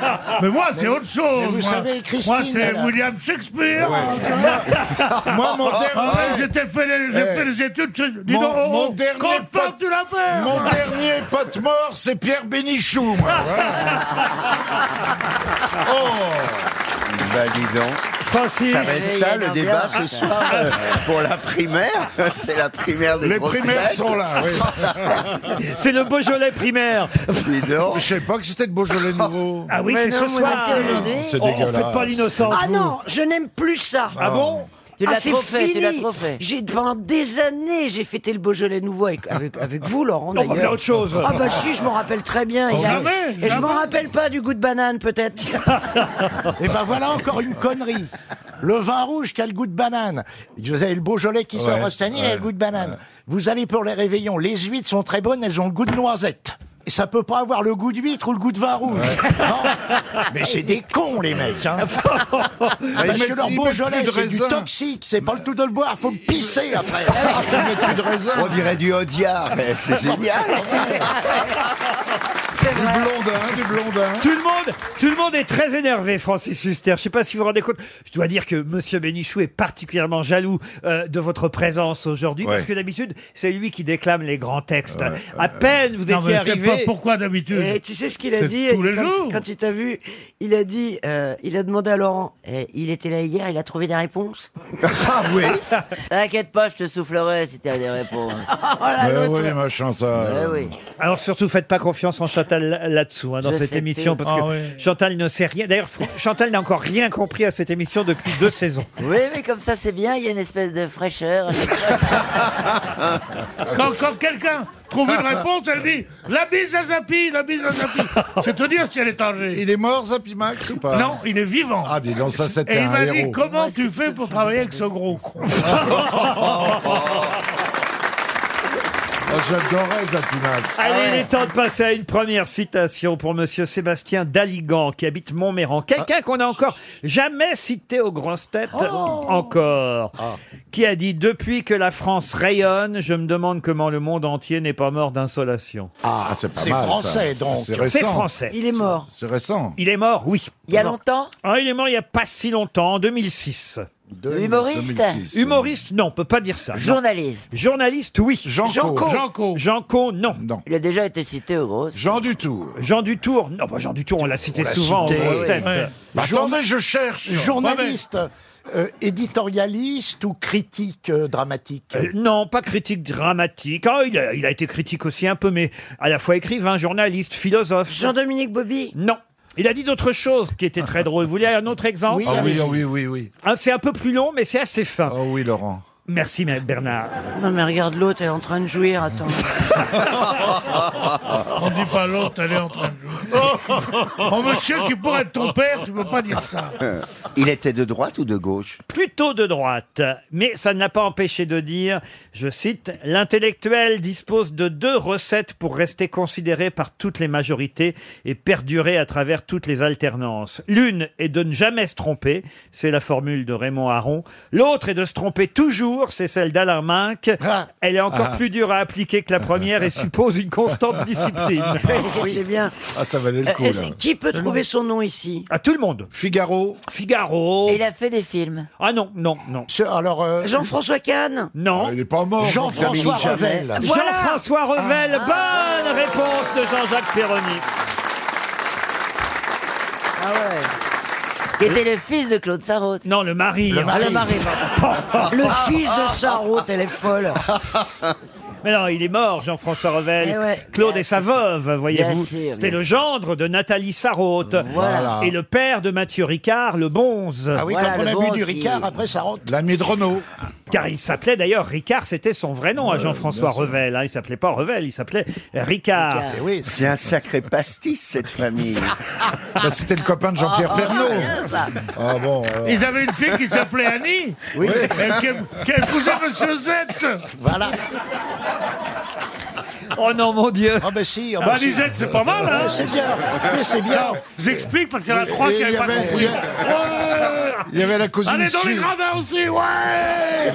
[SPEAKER 6] Mais moi c'est autre chose.
[SPEAKER 7] mais vous
[SPEAKER 6] moi.
[SPEAKER 7] savez, Christine,
[SPEAKER 6] Moi c'est
[SPEAKER 7] elle a-
[SPEAKER 6] William Shakespeare.
[SPEAKER 3] Moi, mon dernier-
[SPEAKER 6] Ah ouais, J'étais fait les, j'ai
[SPEAKER 3] Eh.
[SPEAKER 6] fait les études. chez- Dis
[SPEAKER 3] Mon-
[SPEAKER 6] donc, oh,
[SPEAKER 3] mon
[SPEAKER 6] oh,
[SPEAKER 3] dernier
[SPEAKER 6] compte pas
[SPEAKER 3] pote-
[SPEAKER 6] que tu l'as fait.
[SPEAKER 3] Mon dernier pote mort, c'est Pierre Bénichou. moi, voilà.
[SPEAKER 6] Oh.
[SPEAKER 5] Bah dis donc.
[SPEAKER 1] Francis.
[SPEAKER 5] Ça va être ça le débat ce soir euh, pour la primaire. C'est la primaire des
[SPEAKER 3] Les
[SPEAKER 5] grosses
[SPEAKER 3] primaires
[SPEAKER 5] têtes.
[SPEAKER 3] sont là,
[SPEAKER 1] C'est le Beaujolais primaire.
[SPEAKER 3] Je savais pas que c'était de Beaujolais nouveau.
[SPEAKER 1] Ah oui,
[SPEAKER 7] Mais
[SPEAKER 1] c'est ce
[SPEAKER 7] non, moi,
[SPEAKER 1] soir.
[SPEAKER 7] c'est aujourd'hui.
[SPEAKER 3] C'est
[SPEAKER 1] On-
[SPEAKER 3] dégueulasse.
[SPEAKER 1] On fait pas l'innocence.
[SPEAKER 7] Ah
[SPEAKER 1] vous.
[SPEAKER 7] non, je n'aime plus ça.
[SPEAKER 1] Ah bon
[SPEAKER 7] Tu
[SPEAKER 1] Tu
[SPEAKER 7] l'as
[SPEAKER 1] l'as
[SPEAKER 7] c'est
[SPEAKER 1] trop fait, tu
[SPEAKER 7] fini.
[SPEAKER 1] l'as trop fait.
[SPEAKER 7] J'ai pendant des années, j'ai fêté le Beaujolais nouveau avec, avec, avec vous, Laurent.
[SPEAKER 1] Non, on va
[SPEAKER 7] d'ailleurs.
[SPEAKER 1] faire autre chose.
[SPEAKER 7] Ah bah si, je m'en rappelle très bien.
[SPEAKER 1] Oh,
[SPEAKER 7] Il a-
[SPEAKER 1] jamais,
[SPEAKER 7] et je
[SPEAKER 1] jamais.
[SPEAKER 7] m'en rappelle pas du goût de banane, peut-être.
[SPEAKER 12] Et ben voilà encore une connerie. Le vin rouge qui a le goût de banane. Vous avez le Beaujolais qui sort
[SPEAKER 3] Ouais,
[SPEAKER 12] au Stanil, il
[SPEAKER 3] ouais,
[SPEAKER 12] a le goût de banane. Vous allez pour les réveillons, les huîtres sont très bonnes, elles ont le goût de noisette. Et ça peut pas avoir le goût d'huître ou le goût de vin rouge. Non. Mais c'est des cons, les mecs. hein. Parce
[SPEAKER 3] mettent-
[SPEAKER 12] que leur
[SPEAKER 3] ils mettent
[SPEAKER 12] Beaujolais,
[SPEAKER 3] plus de
[SPEAKER 12] c'est du
[SPEAKER 3] raisin.
[SPEAKER 12] toxique. C'est pas le tout de le boire, faut le pisser après.
[SPEAKER 5] On dirait du Audiard. Eh, C'est génial.
[SPEAKER 3] Du blondin, du blondin.
[SPEAKER 1] Tout le monde, tout le monde est très énervé, Francis Huster. Je sais pas si vous vous rendez compte. Je dois dire que Monsieur Bénichou est particulièrement jaloux euh, de votre présence aujourd'hui, parce
[SPEAKER 6] Ouais.
[SPEAKER 1] que d'habitude, c'est lui qui déclame les grands textes. à peine vous étiez
[SPEAKER 6] Non, mais je sais
[SPEAKER 1] arrivé.
[SPEAKER 6] pas pourquoi d'habitude.
[SPEAKER 7] Et Eh, tu sais ce qu'il a
[SPEAKER 6] C'est
[SPEAKER 7] dit
[SPEAKER 6] tous les
[SPEAKER 7] quand,
[SPEAKER 6] jours.
[SPEAKER 7] quand il t'a vu Il a dit, euh, il a demandé à Laurent. eh, il était là hier, il a trouvé des réponses. ah
[SPEAKER 3] oui.
[SPEAKER 4] T'inquiète pas, je te soufflerai si t'as des réponses.
[SPEAKER 2] Ah,
[SPEAKER 4] Eh
[SPEAKER 3] Mais oui, les machins,
[SPEAKER 7] Eh
[SPEAKER 3] ça.
[SPEAKER 1] Alors surtout, faites pas confiance en Chantal là- là-dessous, hein, dans
[SPEAKER 3] Je
[SPEAKER 1] cette
[SPEAKER 3] sais
[SPEAKER 1] émission,
[SPEAKER 3] plus.
[SPEAKER 1] parce que
[SPEAKER 3] Ah ouais.
[SPEAKER 1] Chantal ne sait rien. D'ailleurs, fr- Chantal n'a encore rien compris à cette émission depuis deux saisons.
[SPEAKER 4] Oui, mais comme ça c'est bien, il y a une espèce de fraîcheur.
[SPEAKER 3] Hein
[SPEAKER 6] Quand, quand quelqu'un trouve une réponse, elle dit la bise à Zapi, la bise à Zapi. C'est te dire si elle est en danger.
[SPEAKER 3] Il est mort, Zapi Max, ou pas
[SPEAKER 6] Non, il est vivant.
[SPEAKER 3] Ah, dis donc, ça, c'était
[SPEAKER 6] Et il
[SPEAKER 3] un
[SPEAKER 6] m'a dit
[SPEAKER 3] héros.
[SPEAKER 6] comment tu fais pour travailler avec ce gros con.
[SPEAKER 3] Oh, J'adorais Zapi Max.
[SPEAKER 4] Ah
[SPEAKER 1] Allez, il est temps de passer à une première citation pour monsieur Sébastien Daligan, qui habite Montméran. Quelqu'un qu'on a encore jamais cité aux grosses têtes,
[SPEAKER 4] Oh.
[SPEAKER 1] encore.
[SPEAKER 4] Ah.
[SPEAKER 1] Qui a dit Depuis que la France rayonne, je me demande comment le monde entier n'est pas mort d'insolation.
[SPEAKER 3] Ah, c'est pas
[SPEAKER 1] C'est
[SPEAKER 3] mal, ça.
[SPEAKER 1] français, donc.
[SPEAKER 3] C'est récent.
[SPEAKER 1] C'est français. Il est mort.
[SPEAKER 3] C'est récent.
[SPEAKER 1] Il est mort, oui.
[SPEAKER 4] Il y a longtemps
[SPEAKER 1] Ah, il est mort il n'y a pas si longtemps, en 2006.
[SPEAKER 4] Humoriste 2006.
[SPEAKER 1] Humoriste, non, on peut pas dire ça. non.
[SPEAKER 4] Journaliste.
[SPEAKER 1] Journaliste, oui.
[SPEAKER 4] Janco.
[SPEAKER 1] Janco. Janco, non.
[SPEAKER 4] Il a déjà été cité au gros.
[SPEAKER 3] Jean Dutour.
[SPEAKER 1] Jean Dutour, non, bah Jean Dutour, on l'a cité
[SPEAKER 12] On l'a
[SPEAKER 1] souvent
[SPEAKER 12] cité,
[SPEAKER 1] en grosses
[SPEAKER 12] oui.
[SPEAKER 1] têtes.
[SPEAKER 12] Ouais. Bah,
[SPEAKER 1] Journal-
[SPEAKER 12] attendez, je cherche. Journaliste, euh, éditorialiste ou critique euh, dramatique
[SPEAKER 1] Euh, non, pas critique dramatique. Ah, il, a, il a été critique aussi un peu, mais à la fois écrivain, journaliste, philosophe.
[SPEAKER 7] Jean-Dominique Bobby
[SPEAKER 1] Non. Il a dit d'autres choses qui étaient
[SPEAKER 3] Ah
[SPEAKER 1] très drôles. Vous voulez un autre exemple
[SPEAKER 3] Oui, Ah oui, allez-y. ah oui, oui, oui.
[SPEAKER 1] Ah, c'est un peu plus long, mais c'est assez fin.
[SPEAKER 3] Oh oui, Laurent.
[SPEAKER 1] Merci, Mme Bernard.
[SPEAKER 7] Non, mais regarde l'autre, elle est en train de jouir, attends.
[SPEAKER 3] On dit pas l'autre, elle est en train de jouer. Oh monsieur, tu pourrais être ton père, tu peux pas dire ça.
[SPEAKER 21] Euh, Il était de droite ou de gauche
[SPEAKER 1] plutôt de droite. Mais ça ne l'a pas empêché de dire, je cite, L'intellectuel dispose de deux recettes pour rester considéré par toutes les majorités et perdurer à travers toutes les alternances. L'une est de ne jamais se tromper, c'est la formule de Raymond Aron. L'autre est de se tromper toujours, c'est celle d'Alain Minck. Elle est encore
[SPEAKER 3] Ah.
[SPEAKER 1] plus dure à appliquer que la première et suppose une constante discipline.
[SPEAKER 7] Oui, c'est bien.
[SPEAKER 1] Ah, ça valait
[SPEAKER 7] Euh,
[SPEAKER 3] hein.
[SPEAKER 7] est-ce- qui peut trouver son nom ici
[SPEAKER 1] À tout le monde. Figaro. Figaro.
[SPEAKER 13] Il a fait des films.
[SPEAKER 1] Ah non, non, non.
[SPEAKER 6] Alors,
[SPEAKER 3] euh,
[SPEAKER 7] Jean-François Kahn
[SPEAKER 1] Non.
[SPEAKER 3] Ah,
[SPEAKER 6] il n'est pas mort. Jean-François
[SPEAKER 1] Jean-François
[SPEAKER 6] Revel.
[SPEAKER 1] Jean-François Revel,
[SPEAKER 4] Ah.
[SPEAKER 1] bonne réponse de Jean-Jacques Perroni.
[SPEAKER 13] Ah ouais. Qui était le fils de Claude Sarraute.
[SPEAKER 1] Non, le mari.
[SPEAKER 13] Le
[SPEAKER 1] hein.
[SPEAKER 13] mari.
[SPEAKER 7] Le fils de Sarraute, elle est folle.
[SPEAKER 1] Mais non, il est mort, Jean-François Revel.
[SPEAKER 7] Eh ouais.
[SPEAKER 1] Claude est sa veuve, voyez-vous.
[SPEAKER 7] Bien sûr,
[SPEAKER 1] C'était
[SPEAKER 7] bien
[SPEAKER 1] le
[SPEAKER 7] sûr.
[SPEAKER 1] gendre de Nathalie Sarraute.
[SPEAKER 6] Voilà.
[SPEAKER 1] Et le père de Mathieu Ricard, le bonze.
[SPEAKER 6] Ah oui, quand on a bu du Ricard, après ça rentre.
[SPEAKER 1] L'ami de Renault. Car il s'appelait d'ailleurs Ricard, c'était son vrai nom à Jean-François Revel. hein. Il s'appelait pas Revel, il s'appelait Ricard.
[SPEAKER 21] C'est un sacré pastis, cette famille.
[SPEAKER 22] C'était le copain de Jean-Pierre
[SPEAKER 21] Ah, ah,
[SPEAKER 22] Pernaut.
[SPEAKER 21] bien,
[SPEAKER 3] ça.
[SPEAKER 22] Ah bon.
[SPEAKER 3] Ils avaient une fille qui s'appelait Annie
[SPEAKER 22] Oui.
[SPEAKER 3] Elle qui qui épousait Monsieur Z
[SPEAKER 6] Voilà.
[SPEAKER 1] Oh non, mon Dieu.
[SPEAKER 6] Ah ben si.
[SPEAKER 3] Bah, dis Z, c'est pas mal, hein
[SPEAKER 6] Ouais, C'est bien. Mais c'est bien.
[SPEAKER 3] Non, J'explique parce qu'il y en a trois
[SPEAKER 6] Et
[SPEAKER 3] qui
[SPEAKER 6] il y
[SPEAKER 3] n'avaient pas
[SPEAKER 6] avait-
[SPEAKER 3] compris.
[SPEAKER 6] il y
[SPEAKER 3] Ouais
[SPEAKER 6] Il y avait la cousine
[SPEAKER 3] Allez dans les
[SPEAKER 6] Sue.
[SPEAKER 3] gradins aussi, ouais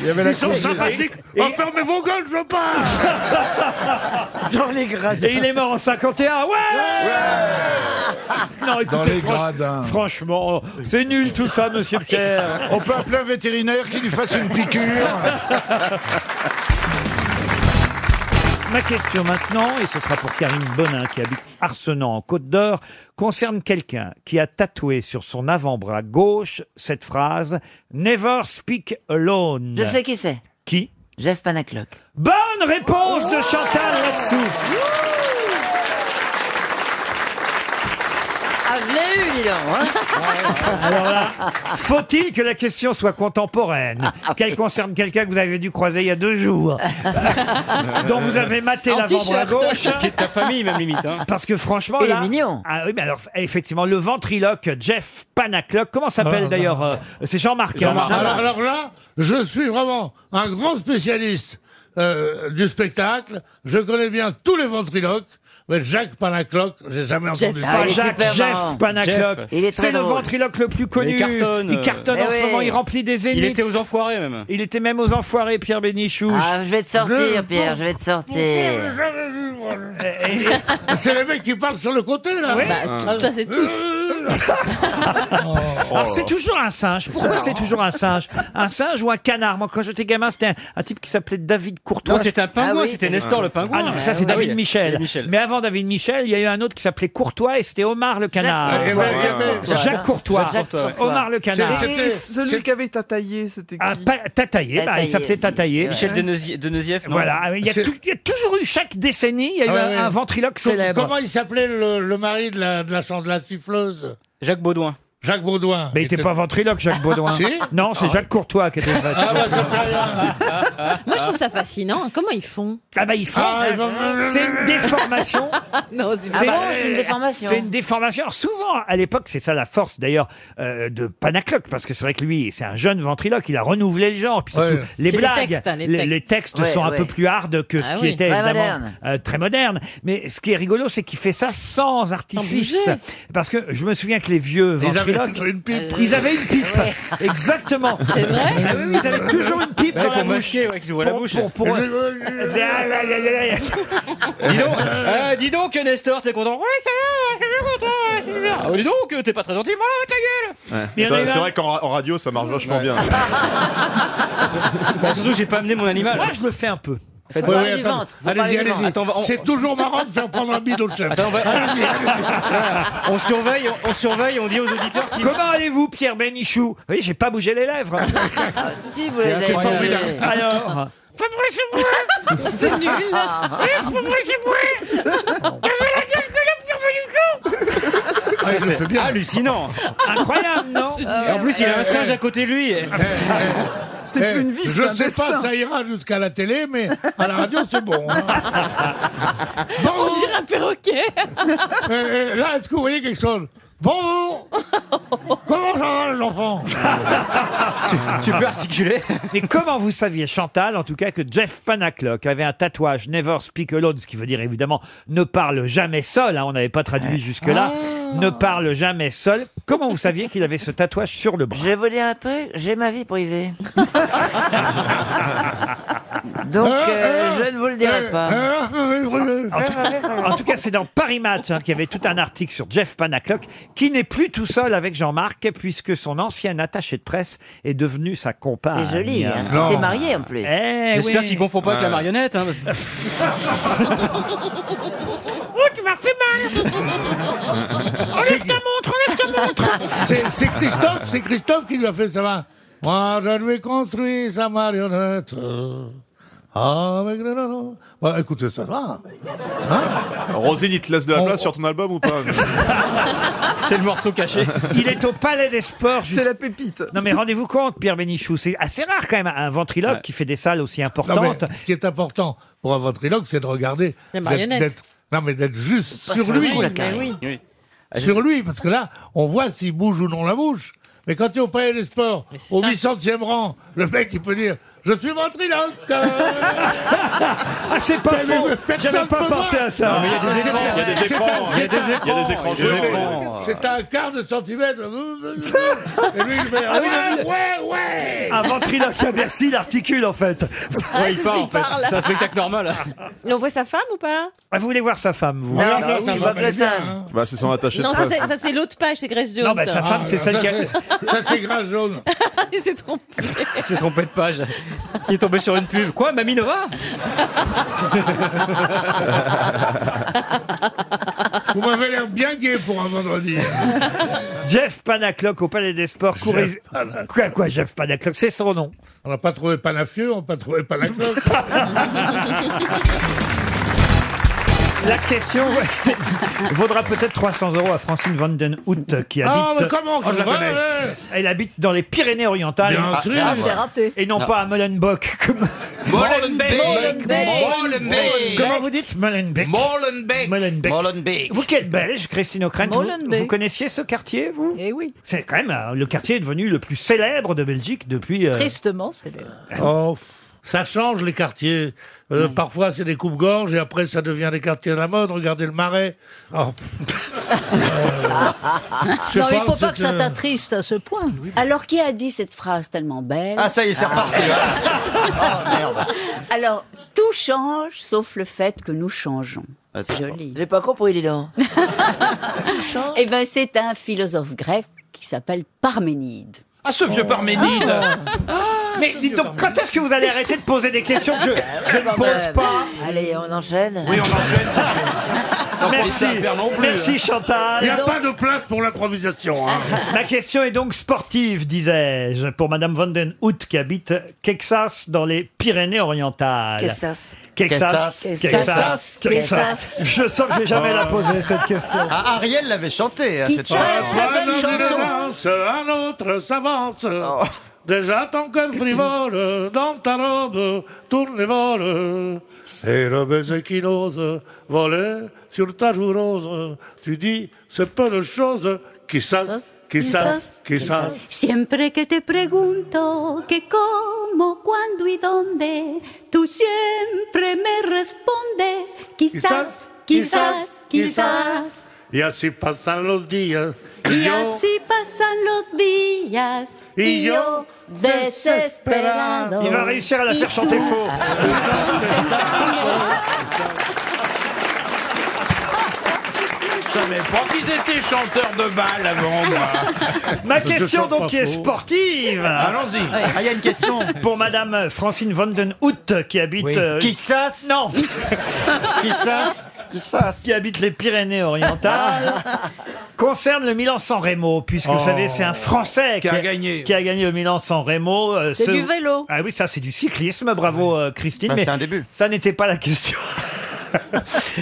[SPEAKER 6] Il y avait la
[SPEAKER 3] Ils sont
[SPEAKER 6] cousine-
[SPEAKER 3] sympathiques.
[SPEAKER 12] Oh,
[SPEAKER 1] Et- et-
[SPEAKER 3] Enfermez vos gueules, je pars
[SPEAKER 1] Dans les grades. Et il est mort en 51. Ouais, Non, écoutez,
[SPEAKER 22] Dans les
[SPEAKER 1] franch-
[SPEAKER 22] gradins.
[SPEAKER 1] franchement, oh, c'est nul tout ça, monsieur Pierre.
[SPEAKER 22] On peut appeler un vétérinaire qui lui fasse une piqûre.
[SPEAKER 1] Ma question maintenant, et ce sera pour Karine Bonin qui habite Arcenant en Côte d'Or, concerne quelqu'un qui a tatoué sur son avant-bras gauche cette phrase Never speak alone.
[SPEAKER 13] Je sais qui c'est.
[SPEAKER 1] Qui
[SPEAKER 13] Jeff Panaclock.
[SPEAKER 1] Bonne réponse de Chantal là-dessous.
[SPEAKER 13] Ah, je l'ai eu, dis donc.
[SPEAKER 2] hein.
[SPEAKER 1] Alors là, faut-il que la question soit contemporaine Qu'elle concerne quelqu'un que vous avez dû croiser il y a deux jours, dont vous avez maté
[SPEAKER 12] En
[SPEAKER 1] l'avant-bras
[SPEAKER 12] t-shirt.
[SPEAKER 1] gauche.
[SPEAKER 12] Qui est de ta famille, même limite, hein.
[SPEAKER 1] Parce que franchement,
[SPEAKER 12] Il est
[SPEAKER 1] là... mignon. Ah oui, mais alors, effectivement, le ventriloque Jeff Panaclock, comment s'appelle
[SPEAKER 3] Ah,
[SPEAKER 1] d'ailleurs euh, C'est Jean-Marc. hein.
[SPEAKER 3] Alors,
[SPEAKER 12] Ah,
[SPEAKER 3] alors là, je suis vraiment un grand spécialiste euh, du spectacle. Je connais bien tous les ventriloques. Mais Jacques Panacloc, j'ai jamais
[SPEAKER 1] Jeff,
[SPEAKER 3] entendu
[SPEAKER 12] Ah
[SPEAKER 1] pas
[SPEAKER 3] parler.
[SPEAKER 1] Jacques, Jeff Panacloc. C'est le ventriloque le plus connu.
[SPEAKER 12] Il cartonne,
[SPEAKER 1] Il cartonne
[SPEAKER 12] euh.
[SPEAKER 1] en
[SPEAKER 12] Eh
[SPEAKER 1] ce
[SPEAKER 12] oui.
[SPEAKER 1] moment, il remplit des zéniths.
[SPEAKER 12] Il était aux enfoirés, même.
[SPEAKER 1] Il était même aux enfoirés, Pierre Bénichouche.
[SPEAKER 13] Ah, je vais te sortir, Pierre, je vais te sortir.
[SPEAKER 3] C'est les mecs qui parlent sur le côté, là.
[SPEAKER 1] Oui. Bah,
[SPEAKER 12] Ah,
[SPEAKER 1] tout- ça, c'est tous.
[SPEAKER 3] Oh.
[SPEAKER 1] Alors c'est toujours un singe. Pourquoi c'est toujours un singe Un singe ou un canard Moi quand j'étais gamin c'était un, un type qui s'appelait David Courtois.
[SPEAKER 12] Non, c'était un pingouin, Ah oui. c'était Nestor le pingouin.
[SPEAKER 1] Ah non, mais ça c'est
[SPEAKER 12] Ah oui.
[SPEAKER 1] David Michel.
[SPEAKER 12] David Michel.
[SPEAKER 1] Mais avant David Michel, il y a eu un autre qui s'appelait Courtois et c'était Omar le canard.
[SPEAKER 3] Jacques- Ah, ouais, ouais, ouais.
[SPEAKER 1] Jacques,
[SPEAKER 3] Jacques
[SPEAKER 1] Courtois.
[SPEAKER 3] Jacques Courtois, ouais.
[SPEAKER 1] Omar le canard.
[SPEAKER 3] C'était-
[SPEAKER 1] C'est-
[SPEAKER 16] Celui qui avait tataillé, c'était qui
[SPEAKER 1] Ah, pas- Tataillé, bah, il s'appelait Tataillé.
[SPEAKER 12] Michel Deneuzi- Deneuzief, non
[SPEAKER 1] Voilà, Ah il y, a
[SPEAKER 12] C'est-
[SPEAKER 1] tout- il y a toujours eu chaque décennie, il y a eu un, un ventriloque célèbre.
[SPEAKER 3] Comment il s'appelait le, le mari de la, de la, chan- de la siffleuse
[SPEAKER 12] Jacques Baudouin.
[SPEAKER 3] Jacques Baudouin.
[SPEAKER 1] Mais il n'était pas ventriloque, Jacques Baudouin.
[SPEAKER 3] Si
[SPEAKER 1] non, c'est Jacques Courtois qui était le
[SPEAKER 3] Ah bah ça
[SPEAKER 1] ventriloque.
[SPEAKER 3] fait rien.
[SPEAKER 4] Moi, je trouve ça fascinant. Comment ils font
[SPEAKER 1] Ah bah ils font.
[SPEAKER 3] Ah, ils vont-
[SPEAKER 1] C'est une déformation.
[SPEAKER 4] Non, Ah bah, c'est
[SPEAKER 1] C'est-
[SPEAKER 13] c'est une déformation.
[SPEAKER 1] C'est une déformation. Alors, souvent, à l'époque, c'est ça la force d'ailleurs euh, de Panacloc, parce que c'est vrai que lui, c'est un jeune ventriloque, il a renouvelé le genre. Puis surtout,
[SPEAKER 3] Ouais.
[SPEAKER 1] les
[SPEAKER 4] C'est les
[SPEAKER 1] blagues,
[SPEAKER 4] textes, hein, les textes.
[SPEAKER 1] textes
[SPEAKER 4] Ouais,
[SPEAKER 1] sont un
[SPEAKER 4] ouais.
[SPEAKER 1] peu plus hard que ce
[SPEAKER 4] Ah
[SPEAKER 1] qui
[SPEAKER 4] oui.
[SPEAKER 1] était
[SPEAKER 4] Très
[SPEAKER 1] évidemment
[SPEAKER 4] moderne.
[SPEAKER 1] euh, très moderne. Mais ce qui est rigolo, c'est qu'il fait ça sans artifice.
[SPEAKER 4] bouger.
[SPEAKER 1] parce que je me souviens que les vieux
[SPEAKER 3] Ils avaient
[SPEAKER 1] ventriloques,
[SPEAKER 3] une pipe.
[SPEAKER 1] ils avaient une pipe. Exactement.
[SPEAKER 4] Ah C'est vrai
[SPEAKER 1] Ah oui, Ils avaient toujours une pipe
[SPEAKER 12] Ouais,
[SPEAKER 1] dans la
[SPEAKER 12] pour
[SPEAKER 1] bouche.
[SPEAKER 12] masquer, ouais, qu'ils ouvrent la bouche.
[SPEAKER 1] Pour, pour-
[SPEAKER 12] Dis donc, euh, dis donc, Nestor, t'es content Ouais, ça va, je suis content. Ah, dis donc, t'es pas très gentil, voilà, ta gueule
[SPEAKER 1] Mais il y en a
[SPEAKER 23] Ça-
[SPEAKER 1] eu
[SPEAKER 23] C'est
[SPEAKER 1] un-
[SPEAKER 23] vrai qu'en ra- en radio, ça marche vachement bien.
[SPEAKER 1] Ah,
[SPEAKER 12] Bah, surtout, j'ai pas amené mon animal.
[SPEAKER 1] Moi, je le fais un peu.
[SPEAKER 12] Faites-
[SPEAKER 3] Ouais,
[SPEAKER 12] Ouais,
[SPEAKER 3] ouais, attends. Allez-y, allez-y.
[SPEAKER 12] Attends, on va- on-
[SPEAKER 3] C'est toujours marrant de faire prendre un bide au chef.
[SPEAKER 12] Attends, on va- Ah,
[SPEAKER 3] Allez-y, allez-y.
[SPEAKER 12] on surveille, on, on surveille, on dit aux auditeurs si.
[SPEAKER 1] Comment allez-vous, Pierre Bénichou Vous voyez, j'ai pas bougé les lèvres.
[SPEAKER 13] Ah, Si vous
[SPEAKER 3] C'est
[SPEAKER 13] les avez
[SPEAKER 3] incroyable.
[SPEAKER 13] fait.
[SPEAKER 1] Alors,
[SPEAKER 3] Fabrice Eboué
[SPEAKER 4] C'est nul.
[SPEAKER 3] Eh, Fabrice Eboué T'avais la gueule que la Pierre Bénichou
[SPEAKER 12] Ah, c'est hallucinant.
[SPEAKER 4] Ah,
[SPEAKER 12] Ah
[SPEAKER 1] incroyable, Ah, non
[SPEAKER 6] Euh,
[SPEAKER 3] Eh,
[SPEAKER 12] Et en plus, il a un singe à côté de lui.
[SPEAKER 3] C'est
[SPEAKER 24] plus une vie, c'est
[SPEAKER 3] Eh, Je
[SPEAKER 24] un
[SPEAKER 3] sais
[SPEAKER 24] destin.
[SPEAKER 3] pas, ça ira jusqu'à la télé, mais à la radio, c'est bon. hein.
[SPEAKER 25] On dirait un perroquet.
[SPEAKER 3] Eh, eh, là, est-ce que vous voyez quelque chose Bonjour Comment ça va, les enfants
[SPEAKER 1] tu peux articuler. Mais comment vous saviez, Chantal, en tout cas, que Jeff Panaclock avait un tatouage Never Speak Alone, ce qui veut dire évidemment ne parle jamais seul. hein, on n'avait pas traduit jusque-là. Ne parle jamais seul. Comment vous saviez qu'il avait ce tatouage sur le bras
[SPEAKER 4] Je vais vous dire un truc, j'ai ma vie privée. Donc, euh, je ne vous le dirai pas.
[SPEAKER 1] En tout, en tout cas, c'est dans Paris Match hein, qu'il y avait tout un article sur Jeff Panaclock, qui n'est plus tout seul avec Jean-Marc, puisque son ancien attaché de presse est devenu sa compagne.
[SPEAKER 4] C'est joli,
[SPEAKER 3] Ah,
[SPEAKER 4] hein. Il s'est marié, en
[SPEAKER 25] Eh,
[SPEAKER 4] plus.
[SPEAKER 1] Eh
[SPEAKER 6] J'espère qu'il confond pas avec la
[SPEAKER 1] Ouais.
[SPEAKER 6] marionnette. Hein, parce-
[SPEAKER 25] Oh, tu m'as fait mal Enlève ta montre, enlève ta montre
[SPEAKER 3] C'est c'est Christophe, c'est Christophe qui lui a fait ça. va. Moi, je lui ai construit sa marionnette. Ah, Avec le nano. Bah, écoutez, ça va.
[SPEAKER 26] Rosine, il te laisse de la place sur ton album ou pas
[SPEAKER 6] C'est le morceau caché.
[SPEAKER 1] Il est au Palais des Sports.
[SPEAKER 6] C'est
[SPEAKER 1] la pépite. Non mais rendez-vous compte, Pierre Bénichou, c'est assez rare quand même un ventriloque qui fait des salles aussi
[SPEAKER 3] Non, mais
[SPEAKER 1] importantes.
[SPEAKER 3] ce qui est important pour un ventriloque, c'est de regarder.
[SPEAKER 1] Les
[SPEAKER 3] d'être-
[SPEAKER 1] marionnettes.
[SPEAKER 3] d'être- Non, mais d'être juste
[SPEAKER 1] Pas
[SPEAKER 3] sur
[SPEAKER 1] sur
[SPEAKER 3] lui.
[SPEAKER 1] vous, la carrière. Oui, Ah,
[SPEAKER 3] Sur lui, parce que là, on voit s'il bouge ou non la bouche. Mais quand tu es au palais des sports, au 800e rang, le mec, il peut dire Je suis ventriloque
[SPEAKER 1] Ah, c'est pas faux. J'avais pas pensé à ça. Non, mais il y a des écrans, il y a des écrans, il y a des écrans, il y a des écrans.
[SPEAKER 3] C'est à un quart de centimètre. Et lui, il fait
[SPEAKER 1] Ah oui,
[SPEAKER 3] Ouais,
[SPEAKER 1] le-
[SPEAKER 3] ouais, ouais
[SPEAKER 1] Un ventriloque à Bercy, il articule en fait.
[SPEAKER 25] Ah, Ouais, il c'est part, ça, en il fait. parle. C'est un spectacle
[SPEAKER 1] normal.
[SPEAKER 25] Et on voit sa femme ou pas
[SPEAKER 1] Ah, vous voulez voir sa femme, vous
[SPEAKER 25] Non, Ah, bah oui, sa il femme, voit que elle est ça.
[SPEAKER 3] hein.
[SPEAKER 25] bien,
[SPEAKER 26] Bah, c'est son attaché
[SPEAKER 25] Non,
[SPEAKER 26] de
[SPEAKER 25] ça
[SPEAKER 26] presse.
[SPEAKER 25] c'est, ça, c'est l'autre page, c'est Grace Jones.
[SPEAKER 1] Non, bah, sa femme, c'est celle qui a.
[SPEAKER 3] Ah. Ça, c'est grâce jaune.
[SPEAKER 25] Il s'est trompé.
[SPEAKER 6] Il s'est trompé de page. Il est tombé sur une pub. Quoi, Mamie Nova
[SPEAKER 3] Vous m'avez l'air bien gai pour un vendredi.
[SPEAKER 1] Jeff Panaclock au Palais des Sports. Courez... Quoi, quoi, Jeff Panaclock C'est
[SPEAKER 27] Oh
[SPEAKER 1] son nom.
[SPEAKER 3] On n'a pas trouvé Panafieux, on n'a pas trouvé Panaclock.
[SPEAKER 1] La question vaudra peut-être 300 euros à Francine Van Den Hout qui habite. Oh,
[SPEAKER 3] Ah, mais comment,
[SPEAKER 1] je la
[SPEAKER 3] comment,
[SPEAKER 1] connais.
[SPEAKER 3] ouais.
[SPEAKER 1] Elle habite dans les Pyrénées-Orientales.
[SPEAKER 3] Bien Ah, sûr. ah, j'ai raté.
[SPEAKER 1] Et non
[SPEAKER 3] Ah.
[SPEAKER 1] pas à Molenbeek. comme-
[SPEAKER 5] Molenbeek. Molenbeek.
[SPEAKER 1] Molenbeek. Oh, Comment vous dites Molenbeek
[SPEAKER 5] Molenbeek.
[SPEAKER 1] Molenbeek. Vous qui êtes belge, Christine O'Krent, vous,
[SPEAKER 25] Molenbeek.
[SPEAKER 1] vous connaissiez ce quartier, vous
[SPEAKER 25] Eh oui.
[SPEAKER 1] C'est quand même euh, le quartier est devenu le plus célèbre de Belgique depuis. euh,
[SPEAKER 25] Tristement, c'est des...
[SPEAKER 3] Oh, ça change les quartiers. Euh, Parfois, c'est des coupes-gorges et après, ça devient des quartiers de la mode. Regardez le marais. Oh, Je sais
[SPEAKER 2] non, il
[SPEAKER 3] pas,
[SPEAKER 2] faut pas
[SPEAKER 3] c'est
[SPEAKER 2] que ça
[SPEAKER 3] que-
[SPEAKER 2] t'attriste à ce point. Ah. Alors, qui a dit cette phrase tellement belle
[SPEAKER 5] Ah, ça y est, c'est reparti.
[SPEAKER 2] Alors, tout change sauf le fait que nous changeons. C'est joli. J'ai pas compris, dis donc. Eh ben, c'est un philosophe grec qui s'appelle Parménide.
[SPEAKER 1] Ah, ce vieux Parménide Ah. Mais dites donc, quand est-ce que vous allez arrêter de poser des questions que je, je ne pose pas
[SPEAKER 4] Allez, on enchaîne.
[SPEAKER 1] Oui,
[SPEAKER 4] on enchaîne.
[SPEAKER 1] Merci,
[SPEAKER 4] hein.
[SPEAKER 1] merci Chantal.
[SPEAKER 3] hein. Il n'y a pas de place pour l'improvisation. hein.
[SPEAKER 1] Ma question est donc sportive, disais-je, pour Madame Van Den Hout qui habite Kexas dans les Pyrénées-Orientales.
[SPEAKER 5] Kexas.
[SPEAKER 1] Kexas.
[SPEAKER 5] Kexas.
[SPEAKER 1] Kexas.
[SPEAKER 5] Kexas.
[SPEAKER 1] Kexas. Je sens que j'ai
[SPEAKER 3] Ah.
[SPEAKER 1] jamais la posé cette question.
[SPEAKER 5] Ah, Ariel l'avait
[SPEAKER 1] hein,
[SPEAKER 5] chanté à cette
[SPEAKER 3] Soit
[SPEAKER 5] chanson.
[SPEAKER 3] l'un avance, un autre s'avance. Déjà ton cœur frivole, dans ta robe, tourne et vole. Et le baiser qui n'ose voler sur ta joue rose. Tu dis, c'est peu de choses qui sassent, qui sassent, qui sassent.
[SPEAKER 2] Siempre que te pregunto que cómo, cuándo y dónde, tú siempre me respondes quizás, quizás, quizás.
[SPEAKER 3] Y así pasan los días.
[SPEAKER 2] Y
[SPEAKER 3] yo-
[SPEAKER 2] así pasan los días
[SPEAKER 3] Y
[SPEAKER 2] y
[SPEAKER 3] yo
[SPEAKER 2] yo desesperado.
[SPEAKER 1] Il va réussir à la
[SPEAKER 2] Y
[SPEAKER 1] faire chanter
[SPEAKER 2] tú-
[SPEAKER 1] faux.
[SPEAKER 28] Je savais pas qu'ils étaient chanteurs de bal avant
[SPEAKER 1] Ma question donc qui est sportive.
[SPEAKER 28] Allons-y. Ouais. Ah, il y a une question.
[SPEAKER 1] Pour Madame Francine Van Den Hout qui habite.
[SPEAKER 5] Oui. Qui
[SPEAKER 1] sasse Non. qui sasse Qui habite les Pyrénées-Orientales. Concerne le Milan-San Remo, puisque vous
[SPEAKER 28] Oh.
[SPEAKER 1] savez, c'est un Français
[SPEAKER 28] Qui a gagné.
[SPEAKER 1] qui a gagné le Milan-San Remo. euh,
[SPEAKER 25] C'est
[SPEAKER 1] ce-
[SPEAKER 25] du vélo.
[SPEAKER 1] Ah oui, ça c'est du cyclisme. Bravo euh, Christine.
[SPEAKER 5] Bah,
[SPEAKER 1] mais
[SPEAKER 5] c'est un début.
[SPEAKER 1] Ça n'était pas la question.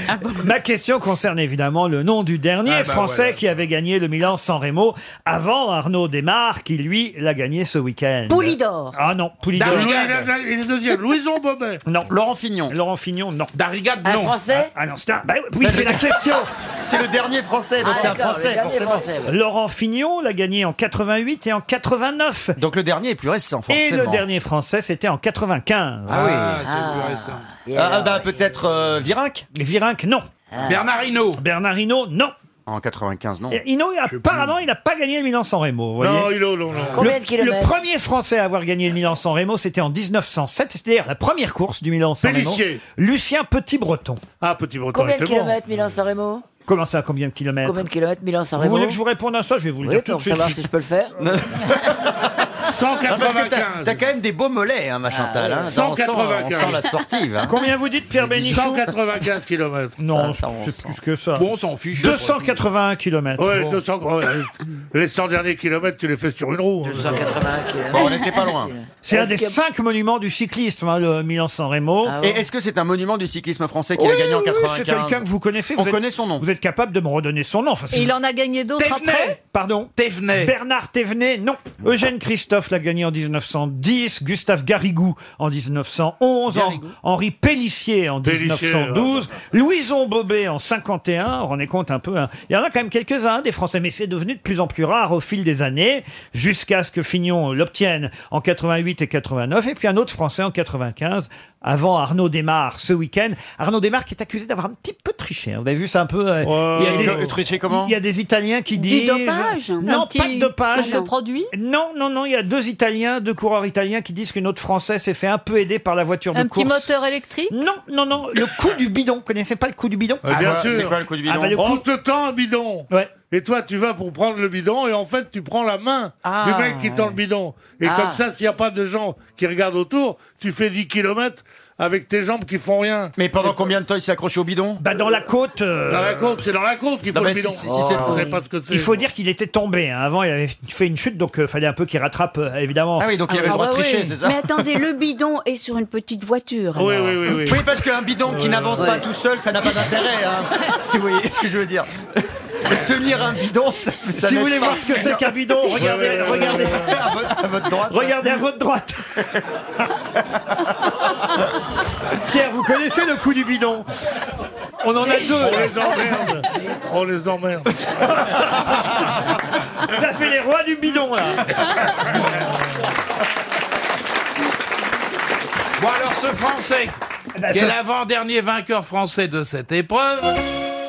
[SPEAKER 25] Ah
[SPEAKER 1] Ma question concerne évidemment le nom du dernier
[SPEAKER 29] Ah bah
[SPEAKER 1] Français
[SPEAKER 29] voilà.
[SPEAKER 1] qui avait gagné le Milan San Remo avant Arnaud Desmarres qui, lui, l'a gagné ce week-end.
[SPEAKER 3] Poulidor.
[SPEAKER 1] Ah non, Poulidor.
[SPEAKER 3] Il est deuxième. Louison Bobet.
[SPEAKER 1] Non. Laurent Fignon. Laurent Fignon, non. Darigade,
[SPEAKER 3] Un non. Français
[SPEAKER 1] Ah, ah non, c'est un. bah oui, c'est la question.
[SPEAKER 5] C'est le dernier français, donc
[SPEAKER 1] Ah,
[SPEAKER 5] c'est un
[SPEAKER 1] d'accord,
[SPEAKER 5] français,
[SPEAKER 1] le dernier
[SPEAKER 5] forcément.
[SPEAKER 1] Français, ouais. Laurent Fignon l'a gagné en 88 et en 89.
[SPEAKER 5] Donc le dernier est plus récent,
[SPEAKER 1] Et
[SPEAKER 5] forcément.
[SPEAKER 1] le dernier Français, c'était en 95.
[SPEAKER 5] Ah oui. Ah, c'est plus récent. Ah, bah peut-être euh, Virinck
[SPEAKER 1] Virinck, non.
[SPEAKER 5] Bernardino.
[SPEAKER 1] Bernardino, non.
[SPEAKER 5] En 95, non.
[SPEAKER 3] Ah.
[SPEAKER 1] Et Hino, il- apparemment, il n'a pas gagné le Milan-San Remo. vous
[SPEAKER 3] Non,
[SPEAKER 1] voyez.
[SPEAKER 3] il est long, non.
[SPEAKER 1] le, le premier Français à avoir gagné le Milan-San Remo, c'était en 1907, c'est-à-dire la première course du Milan-San Remo.
[SPEAKER 3] Pélissier.
[SPEAKER 1] Lucien Petit-Breton.
[SPEAKER 3] Ah, Petit-Breton
[SPEAKER 4] Combien de kilomètres, Milan-San Remo
[SPEAKER 1] Comment ça, combien de kilomètres
[SPEAKER 4] Combien de kilomètres, Milan-San
[SPEAKER 1] Vous
[SPEAKER 4] Remo
[SPEAKER 1] voulez que je vous réponde à ça Je vais vous le
[SPEAKER 4] Oui,
[SPEAKER 1] dire tout
[SPEAKER 4] pour
[SPEAKER 1] de suite.
[SPEAKER 4] savoir si je peux le faire.
[SPEAKER 5] Ah, parce que t'as-
[SPEAKER 1] 195.
[SPEAKER 5] T'as quand même des beaux mollets, hein, ma Chantal. hein. On sent- On sent la sportive. hein.
[SPEAKER 1] Combien vous dites, Pierre Bénichou
[SPEAKER 3] 195 km.
[SPEAKER 1] Non, c'est plus que ça.
[SPEAKER 3] Bon, on s'en fiche.
[SPEAKER 1] 281 km.
[SPEAKER 3] Ouais, 200, ouais, les 100 derniers kilomètres, tu les fais sur une roue. hein.
[SPEAKER 1] 281
[SPEAKER 5] kilomètres. Bon, on n'était pas loin.
[SPEAKER 1] C'est un
[SPEAKER 5] Est-ce
[SPEAKER 1] des
[SPEAKER 5] que-
[SPEAKER 1] cinq monuments du cyclisme, hein, le Milan-San Remo.
[SPEAKER 4] Ah
[SPEAKER 5] Et est-ce que c'est un monument du cyclisme français qui
[SPEAKER 1] Oui,
[SPEAKER 5] a gagné en
[SPEAKER 1] oui,
[SPEAKER 5] 95
[SPEAKER 1] c'est quelqu'un que vous connaissez.
[SPEAKER 5] On
[SPEAKER 1] vous êtes-
[SPEAKER 5] connaît son nom.
[SPEAKER 1] Vous êtes capable de me redonner son nom. Enfin, c'est-
[SPEAKER 30] Et il en a gagné d'autres après
[SPEAKER 1] Pardon
[SPEAKER 30] Thévenet.
[SPEAKER 1] Bernard Thévenet, non. Eugène Christophe l'a gagné en 1910, Gustave Garrigou en 1911, Hen- Henri Pélissier en
[SPEAKER 3] Pélissier,
[SPEAKER 1] 1912, Louison Bobet en 51, on en est compte un peu. hein. Il y en a quand même quelques-uns des Français, mais c'est devenu de plus en plus rare au fil des années, jusqu'à ce que Fignon l'obtienne en 88 et 89, et puis un autre Français en 95, avant Arnaud Desmarres ce week-end. Arnaud Desmarres qui est accusé d'avoir un petit peu triché. hein. Vous avez vu ça un peu euh,
[SPEAKER 5] il a triché comment
[SPEAKER 1] Il y a des Italiens qui
[SPEAKER 30] Du
[SPEAKER 1] disent...
[SPEAKER 30] dopage
[SPEAKER 1] Non,
[SPEAKER 30] Un petit-
[SPEAKER 1] pas de dopage.
[SPEAKER 30] quelques produits
[SPEAKER 1] Non, non, non, il y a deux Italiens, deux coureurs italiens qui disent qu'une autre Française s'est fait un peu aider par la voiture
[SPEAKER 30] Un
[SPEAKER 1] de
[SPEAKER 30] petit
[SPEAKER 1] course.
[SPEAKER 30] moteur électrique
[SPEAKER 1] Non, non, non, le coup du bidon. Vous connaissez pas le coup du bidon
[SPEAKER 3] Ah, bien sûr.
[SPEAKER 1] Ah, bah, le
[SPEAKER 3] On
[SPEAKER 1] coup-
[SPEAKER 3] te tend un bidon. Et toi, tu vas pour prendre le bidon et en fait, tu prends la main
[SPEAKER 1] Ah,
[SPEAKER 3] du mec qui tend le bidon. Et
[SPEAKER 1] Ah.
[SPEAKER 3] comme ça, s'il n'y a pas de gens qui regardent autour, tu fais 10 km avec tes jambes qui font rien.
[SPEAKER 5] Mais pendant combien de temps il s'est accroché au bidon
[SPEAKER 1] Bah dans la côte.
[SPEAKER 3] Dans la côte, c'est dans la côte qu'il
[SPEAKER 5] Non,
[SPEAKER 3] faut
[SPEAKER 5] mais
[SPEAKER 3] le bidon.
[SPEAKER 5] si- si- oh. si c'est-
[SPEAKER 3] Je sais pas ce que c'est.
[SPEAKER 1] Il faut dire qu'il était tombé. hein. Avant, il avait fait une chute, donc il fallait un peu qu'il rattrape, euh, évidemment.
[SPEAKER 5] Ah oui, donc il avait le droit
[SPEAKER 30] bah
[SPEAKER 1] bah
[SPEAKER 5] de tricher, c'est ça
[SPEAKER 2] Mais attendez, le bidon est sur une petite voiture. alors.
[SPEAKER 5] Oui, parce qu'un bidon qui n'avance pas tout seul, ça n'a pas d'intérêt. Hein. si vous voyez ce que je veux dire. Tenir un bidon, ça, ça
[SPEAKER 1] si vous
[SPEAKER 5] n'aide
[SPEAKER 1] voulez
[SPEAKER 5] pas.
[SPEAKER 1] voir ce que c'est qu'un bidon, regardez,
[SPEAKER 5] Ouais, ouais, ouais,
[SPEAKER 1] regardez.
[SPEAKER 5] ouais. À, vo- à votre droite.
[SPEAKER 1] Regardez à votre droite. Pierre, vous connaissez le coup du bidon On en a deux.
[SPEAKER 3] On les emmerde. On les emmerde.
[SPEAKER 1] T'as fait les rois du bidon, là.
[SPEAKER 31] Bon alors ce Français,
[SPEAKER 1] ben,
[SPEAKER 31] qui est
[SPEAKER 1] ça-
[SPEAKER 31] l'avant-dernier vainqueur français de cette épreuve.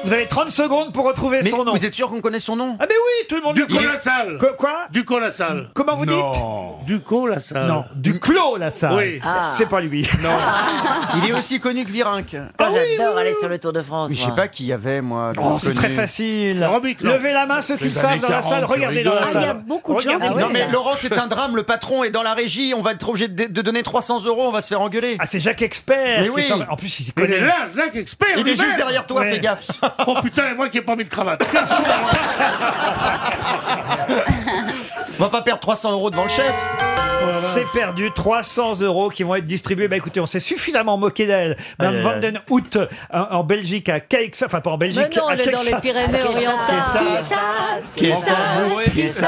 [SPEAKER 1] Vous avez 30 secondes pour retrouver
[SPEAKER 31] Mais
[SPEAKER 1] son nom.
[SPEAKER 31] vous
[SPEAKER 5] êtes sûr qu'on connaît son nom
[SPEAKER 1] Ah ben oui, tout le monde
[SPEAKER 3] Du
[SPEAKER 1] le connaît.
[SPEAKER 3] colossal.
[SPEAKER 1] Que- quoi
[SPEAKER 3] Du colossal.
[SPEAKER 1] Comment vous
[SPEAKER 3] dites Du colossal.
[SPEAKER 1] Non, du clos, là, ça.
[SPEAKER 3] Oui. Ah.
[SPEAKER 1] C'est pas lui.
[SPEAKER 5] Non. Il est aussi connu que Virinck.
[SPEAKER 4] Ah, J'adore aller sur le Tour de France.
[SPEAKER 5] Mais je sais
[SPEAKER 4] moi.
[SPEAKER 5] pas qui y avait, moi.
[SPEAKER 1] Oh, c'est
[SPEAKER 5] connu.
[SPEAKER 1] très facile. Levez la main ceux qui
[SPEAKER 5] Les
[SPEAKER 1] le savent
[SPEAKER 5] années
[SPEAKER 1] dans la
[SPEAKER 5] 40,
[SPEAKER 1] salle.
[SPEAKER 5] tu
[SPEAKER 1] Regardez dans la
[SPEAKER 5] rigoles.
[SPEAKER 1] salle. Regardez dans
[SPEAKER 5] Non,
[SPEAKER 1] la
[SPEAKER 5] mais
[SPEAKER 1] salle.
[SPEAKER 5] Laurent, c'est un drame. Le patron est dans la régie. On va être obligé de, de donner 300 euros. On va se faire engueuler.
[SPEAKER 1] Ah, c'est Jacques Expert.
[SPEAKER 5] Mais
[SPEAKER 1] qui est
[SPEAKER 5] oui.
[SPEAKER 1] en- En plus, il s'y
[SPEAKER 3] Il
[SPEAKER 1] connaît.
[SPEAKER 3] est là, Jacques Expert.
[SPEAKER 5] Il est
[SPEAKER 3] lui-même.
[SPEAKER 5] juste derrière toi,
[SPEAKER 1] Ouais.
[SPEAKER 5] fais gaffe.
[SPEAKER 3] Oh putain, et moi qui n'ai pas mis de cravate. Quel sourd, moi.
[SPEAKER 5] On va pas perdre 300 euros devant le chef.
[SPEAKER 1] C'est perdu, 300 euros qui vont être distribués. Bah écoutez, on s'est suffisamment moqué d'elle. Madame
[SPEAKER 5] Aïe,
[SPEAKER 1] Van
[SPEAKER 5] aïe,
[SPEAKER 1] den Hout, en, en Belgique, à Caix, enfin pas en Belgique,
[SPEAKER 30] Mais non,
[SPEAKER 1] à
[SPEAKER 30] elle est dans
[SPEAKER 1] Texas.
[SPEAKER 30] les Pyrénées-Orientales.
[SPEAKER 2] Texas,
[SPEAKER 1] Qui est
[SPEAKER 2] Texas,
[SPEAKER 1] encore bourré.
[SPEAKER 2] Texas.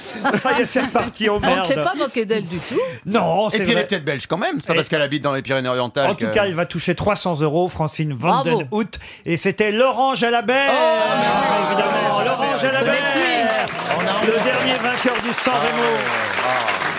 [SPEAKER 1] Ça y est, c'est parti,
[SPEAKER 4] Ah,
[SPEAKER 1] oh
[SPEAKER 30] On ne
[SPEAKER 1] merde.
[SPEAKER 30] s'est pas moqué d'elle du tout.
[SPEAKER 1] Non,
[SPEAKER 5] Et
[SPEAKER 1] c'est
[SPEAKER 5] puis elle
[SPEAKER 1] vrai.
[SPEAKER 5] est peut-être belge quand même. C'est pas parce qu'elle habite dans les Pyrénées-Orientales.
[SPEAKER 1] En tout
[SPEAKER 5] que-
[SPEAKER 1] cas, elle va toucher 300 euros, Francine Van
[SPEAKER 5] Bravo.
[SPEAKER 1] den Hout. Et c'était Laurent Jalabert.
[SPEAKER 30] Oh,
[SPEAKER 1] évidemment, Laurent Jalabert. Le dernier vainqueur du San Remo.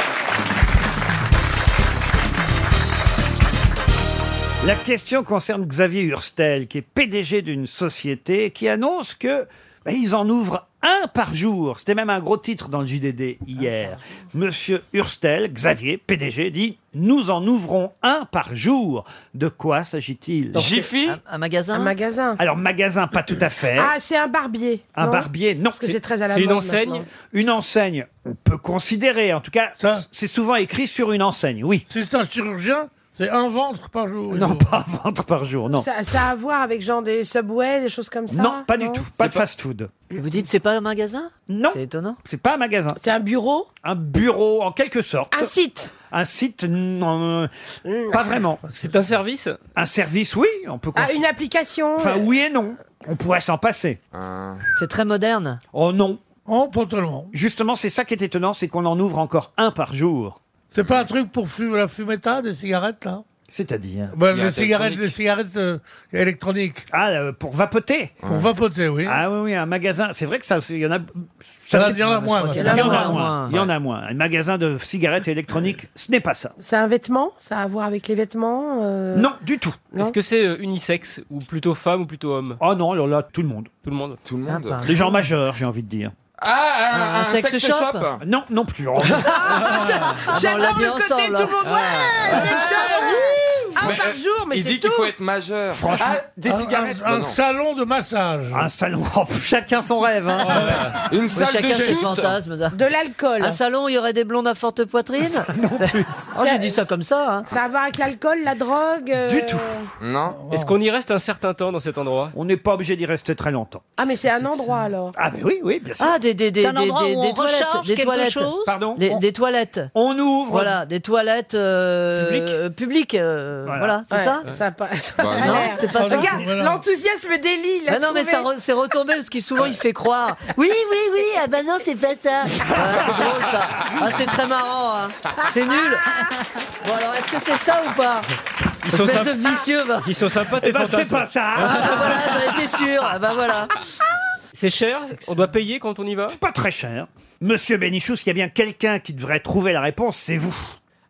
[SPEAKER 1] La question concerne Xavier Hurstel, qui est PDG d'une société qui annonce que ben, ils en ouvrent un par jour. C'était même un gros titre dans le JDD hier. Monsieur Hurstel, Xavier, PDG, dit Nous en ouvrons un par jour. De quoi s'agit-il
[SPEAKER 32] Un, un magasin
[SPEAKER 7] Un magasin.
[SPEAKER 1] Alors, magasin, pas tout à fait.
[SPEAKER 7] Ah, c'est un barbier.
[SPEAKER 1] Eh. Un
[SPEAKER 7] non
[SPEAKER 1] barbier, non.
[SPEAKER 7] Parce que c'est très à la mode maintenant.
[SPEAKER 1] Une enseigne, on peut considérer, en tout cas, c'est souvent écrit sur une enseigne, oui.
[SPEAKER 3] C'est un chirurgien
[SPEAKER 27] C'est un ventre par jour.
[SPEAKER 1] Non, pas un ventre par jour, non.
[SPEAKER 27] Ça, ça a à voir avec genre des Subway, des choses comme ça
[SPEAKER 1] Non, pas du tout. Pas de fast-food.
[SPEAKER 16] Vous dites c'est pas un magasin
[SPEAKER 1] Non.
[SPEAKER 16] C'est étonnant.
[SPEAKER 1] C'est pas un magasin.
[SPEAKER 27] C'est un bureau
[SPEAKER 1] Un bureau, en quelque sorte.
[SPEAKER 27] Un site
[SPEAKER 1] Un site, non, euh, pas vraiment. C'est un service Un service, oui. On peut
[SPEAKER 27] Ah,
[SPEAKER 1] cons-
[SPEAKER 27] une application
[SPEAKER 1] Enfin, oui et non. On pourrait s'en passer.
[SPEAKER 16] C'est très moderne.
[SPEAKER 1] Oh non.
[SPEAKER 27] Oh, pas tellement.
[SPEAKER 1] Justement, c'est ça qui est étonnant, c'est qu'on en ouvre encore un par jour.
[SPEAKER 27] C'est pas un truc pour fumer la fumetta des cigarettes, là
[SPEAKER 1] C'est-à-dire
[SPEAKER 27] Bah, les cigarettes, les cigarettes euh, électroniques.
[SPEAKER 1] Ah, euh, pour vapoter
[SPEAKER 27] Pour vapoter, oui.
[SPEAKER 1] Ah oui, oui, un magasin. C'est vrai que ça, il y en a.
[SPEAKER 27] Ça,
[SPEAKER 1] c'est-
[SPEAKER 27] il y en a moins,
[SPEAKER 1] Il y
[SPEAKER 27] maintenant. Il
[SPEAKER 1] en a moins. Il y en a moins. Un magasin de cigarettes électroniques, ce n'est pas ça.
[SPEAKER 27] C'est un vêtement Ça a à voir avec les vêtements euh,
[SPEAKER 1] Non, du tout.
[SPEAKER 12] Est-ce que c'est euh, unisexe ou plutôt femme ou plutôt homme
[SPEAKER 1] Oh non, alors là, tout le monde.
[SPEAKER 12] Tout le monde.
[SPEAKER 1] Tout le
[SPEAKER 12] monde.
[SPEAKER 1] Les gens majeurs, j'ai envie de dire.
[SPEAKER 27] Ah,
[SPEAKER 12] un sex sex shop shop
[SPEAKER 1] Non, non plus. Oh.
[SPEAKER 27] J'adore le côté
[SPEAKER 16] ensemble,
[SPEAKER 27] tout le monde. Ouais, c'est top. Un
[SPEAKER 5] Mais,
[SPEAKER 27] par
[SPEAKER 5] euh,
[SPEAKER 27] jour, mais
[SPEAKER 5] il
[SPEAKER 27] c'est
[SPEAKER 5] dit
[SPEAKER 27] tout.
[SPEAKER 5] qu'il faut être majeur.
[SPEAKER 1] Franchement.
[SPEAKER 5] Ah, des cigarettes. Bah non.
[SPEAKER 27] salon de massage.
[SPEAKER 1] Un salon. oh, chacun son rêve. hein.
[SPEAKER 5] Une
[SPEAKER 16] Oui,
[SPEAKER 5] salle de
[SPEAKER 16] chacun ses
[SPEAKER 5] shoot.
[SPEAKER 16] fantasmes. De
[SPEAKER 27] l'alcool.
[SPEAKER 16] Un salon, il y aurait des blondes à forte poitrine Oh, J'ai dit ça comme ça. hein.
[SPEAKER 27] Ça va avec l'alcool, la drogue euh,
[SPEAKER 1] Du tout.
[SPEAKER 12] Non. Est-ce qu'on y reste un certain temps dans cet endroit
[SPEAKER 1] On n'est pas obligé d'y rester très longtemps.
[SPEAKER 27] Ah, mais c'est un endroit alors.
[SPEAKER 1] Ah, mais oui, oui, bien sûr.
[SPEAKER 16] Ah, des, des, des,
[SPEAKER 27] C'est un
[SPEAKER 16] des-
[SPEAKER 27] endroit
[SPEAKER 16] des-
[SPEAKER 27] où
[SPEAKER 16] des
[SPEAKER 27] on
[SPEAKER 16] toilettes.
[SPEAKER 27] recharge
[SPEAKER 16] Des
[SPEAKER 27] quelque
[SPEAKER 16] toilettes.
[SPEAKER 27] chose
[SPEAKER 1] Pardon
[SPEAKER 16] des,
[SPEAKER 1] On-
[SPEAKER 16] des toilettes.
[SPEAKER 1] On ouvre.
[SPEAKER 16] Voilà, des toilettes euh, publiques. euh, voilà, c'est
[SPEAKER 27] Ouais,
[SPEAKER 16] ça
[SPEAKER 27] ça a pas- ça a
[SPEAKER 16] Bah,
[SPEAKER 27] pas
[SPEAKER 16] non,
[SPEAKER 27] l'air.
[SPEAKER 16] c'est pas ça.
[SPEAKER 27] Regarde,
[SPEAKER 16] Voilà.
[SPEAKER 27] l'enthousiasme d'Elie, il a
[SPEAKER 16] Bah non,
[SPEAKER 27] trouvé.
[SPEAKER 16] mais ça re- c'est retombé parce qu'il souvent il fait croire. Oui, oui, oui. Ah bah non, c'est pas ça. Ah, c'est drôle ça. Ah, c'est très marrant. hein. C'est nul. Bon alors, est-ce que c'est ça ou pas
[SPEAKER 12] Ils sont
[SPEAKER 16] Espèce
[SPEAKER 12] sympas.
[SPEAKER 16] de vicieux. va.
[SPEAKER 12] Ils sont sympas tes
[SPEAKER 16] Eh ben, c'est
[SPEAKER 12] fantasmes.
[SPEAKER 16] pas ça. Ah, bah, voilà, j'en étais sûr. Ah, bah voilà.
[SPEAKER 12] Hein C'est cher On doit payer quand on y va
[SPEAKER 1] Pas très cher. Monsieur Bénichou, s'il y a bien quelqu'un qui devrait trouver la réponse, c'est vous.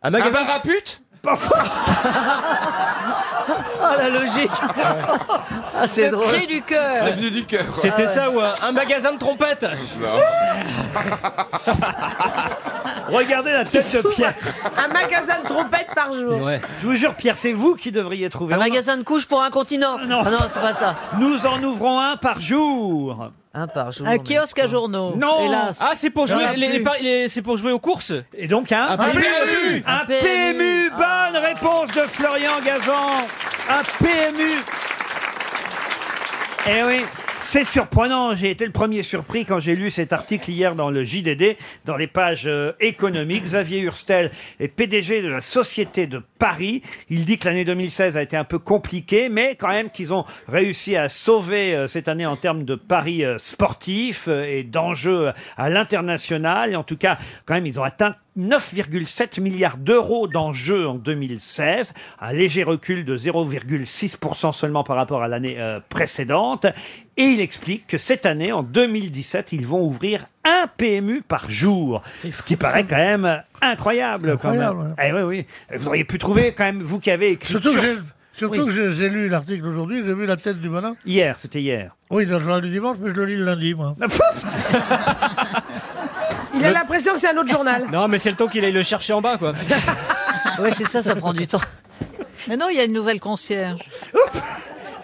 [SPEAKER 1] Ah.
[SPEAKER 12] Un magasin
[SPEAKER 1] à pute Oh
[SPEAKER 16] la logique Ah,
[SPEAKER 12] c'est
[SPEAKER 27] Le
[SPEAKER 12] drôle.
[SPEAKER 27] cri du cœur.
[SPEAKER 12] C'est
[SPEAKER 27] venu
[SPEAKER 5] du cœur.
[SPEAKER 12] C'était ça ou un, un magasin de trompettes
[SPEAKER 1] Regardez la tête de Pierre.
[SPEAKER 27] Un magasin de trompettes par jour.
[SPEAKER 1] Je vous jure, Pierre, c'est vous qui devriez trouver.
[SPEAKER 16] Un
[SPEAKER 1] On-
[SPEAKER 16] magasin de couches pour un continent.
[SPEAKER 1] Non.
[SPEAKER 16] Ah non, c'est pas ça.
[SPEAKER 1] Nous en ouvrons un par jour.
[SPEAKER 16] Un par jour.
[SPEAKER 33] Un kiosque à journaux.
[SPEAKER 1] Non.
[SPEAKER 33] Hélas.
[SPEAKER 12] Ah, c'est pour
[SPEAKER 1] Il y en
[SPEAKER 12] jouer
[SPEAKER 1] a
[SPEAKER 12] les-
[SPEAKER 1] plus.
[SPEAKER 12] les par- les- c'est pour jouer aux courses.
[SPEAKER 1] Et donc un,
[SPEAKER 12] Un PMU.
[SPEAKER 1] Un PMU. Bonne réponse de Florian Gazan. Un PMU. Eh oui. C'est surprenant, j'ai été le premier surpris quand j'ai lu cet article hier dans le JDD, dans les pages euh, économiques. Xavier Hurstel est PDG de la Société de Paris. Il dit que l'année 2016 a été un peu compliquée, mais quand même qu'ils ont réussi à sauver euh, cette année en termes de paris euh, sportifs euh, et d'enjeux à l'international. Et En tout cas, quand même, ils ont atteint 9,7 milliards d'euros d'enjeux en 2016, un léger recul de 0,6% seulement par rapport à l'année euh, précédente. Et il explique que cette année, en 2017, ils vont ouvrir un PMU par jour, ce qui paraît quand même incroyable. Quand même.
[SPEAKER 27] Incroyable,
[SPEAKER 1] Eh oui, oui. Vous auriez pu trouver quand même, vous qui avez écrit...
[SPEAKER 27] Surtout que
[SPEAKER 1] Turf-
[SPEAKER 27] j'ai, surtout
[SPEAKER 1] Oui.
[SPEAKER 27] que j'ai- j'ai lu l'article aujourd'hui, j'ai vu la tête du bonhomme.
[SPEAKER 1] Hier, c'était hier.
[SPEAKER 27] Oui, dans le journal du dimanche, mais je le lis le lundi, moi. Il a l'impression que c'est un autre journal.
[SPEAKER 12] Non, mais c'est le temps qu'il aille le chercher en bas, quoi.
[SPEAKER 16] Ouais, c'est ça, ça prend du temps.
[SPEAKER 33] Mais non, il y a une nouvelle concierge.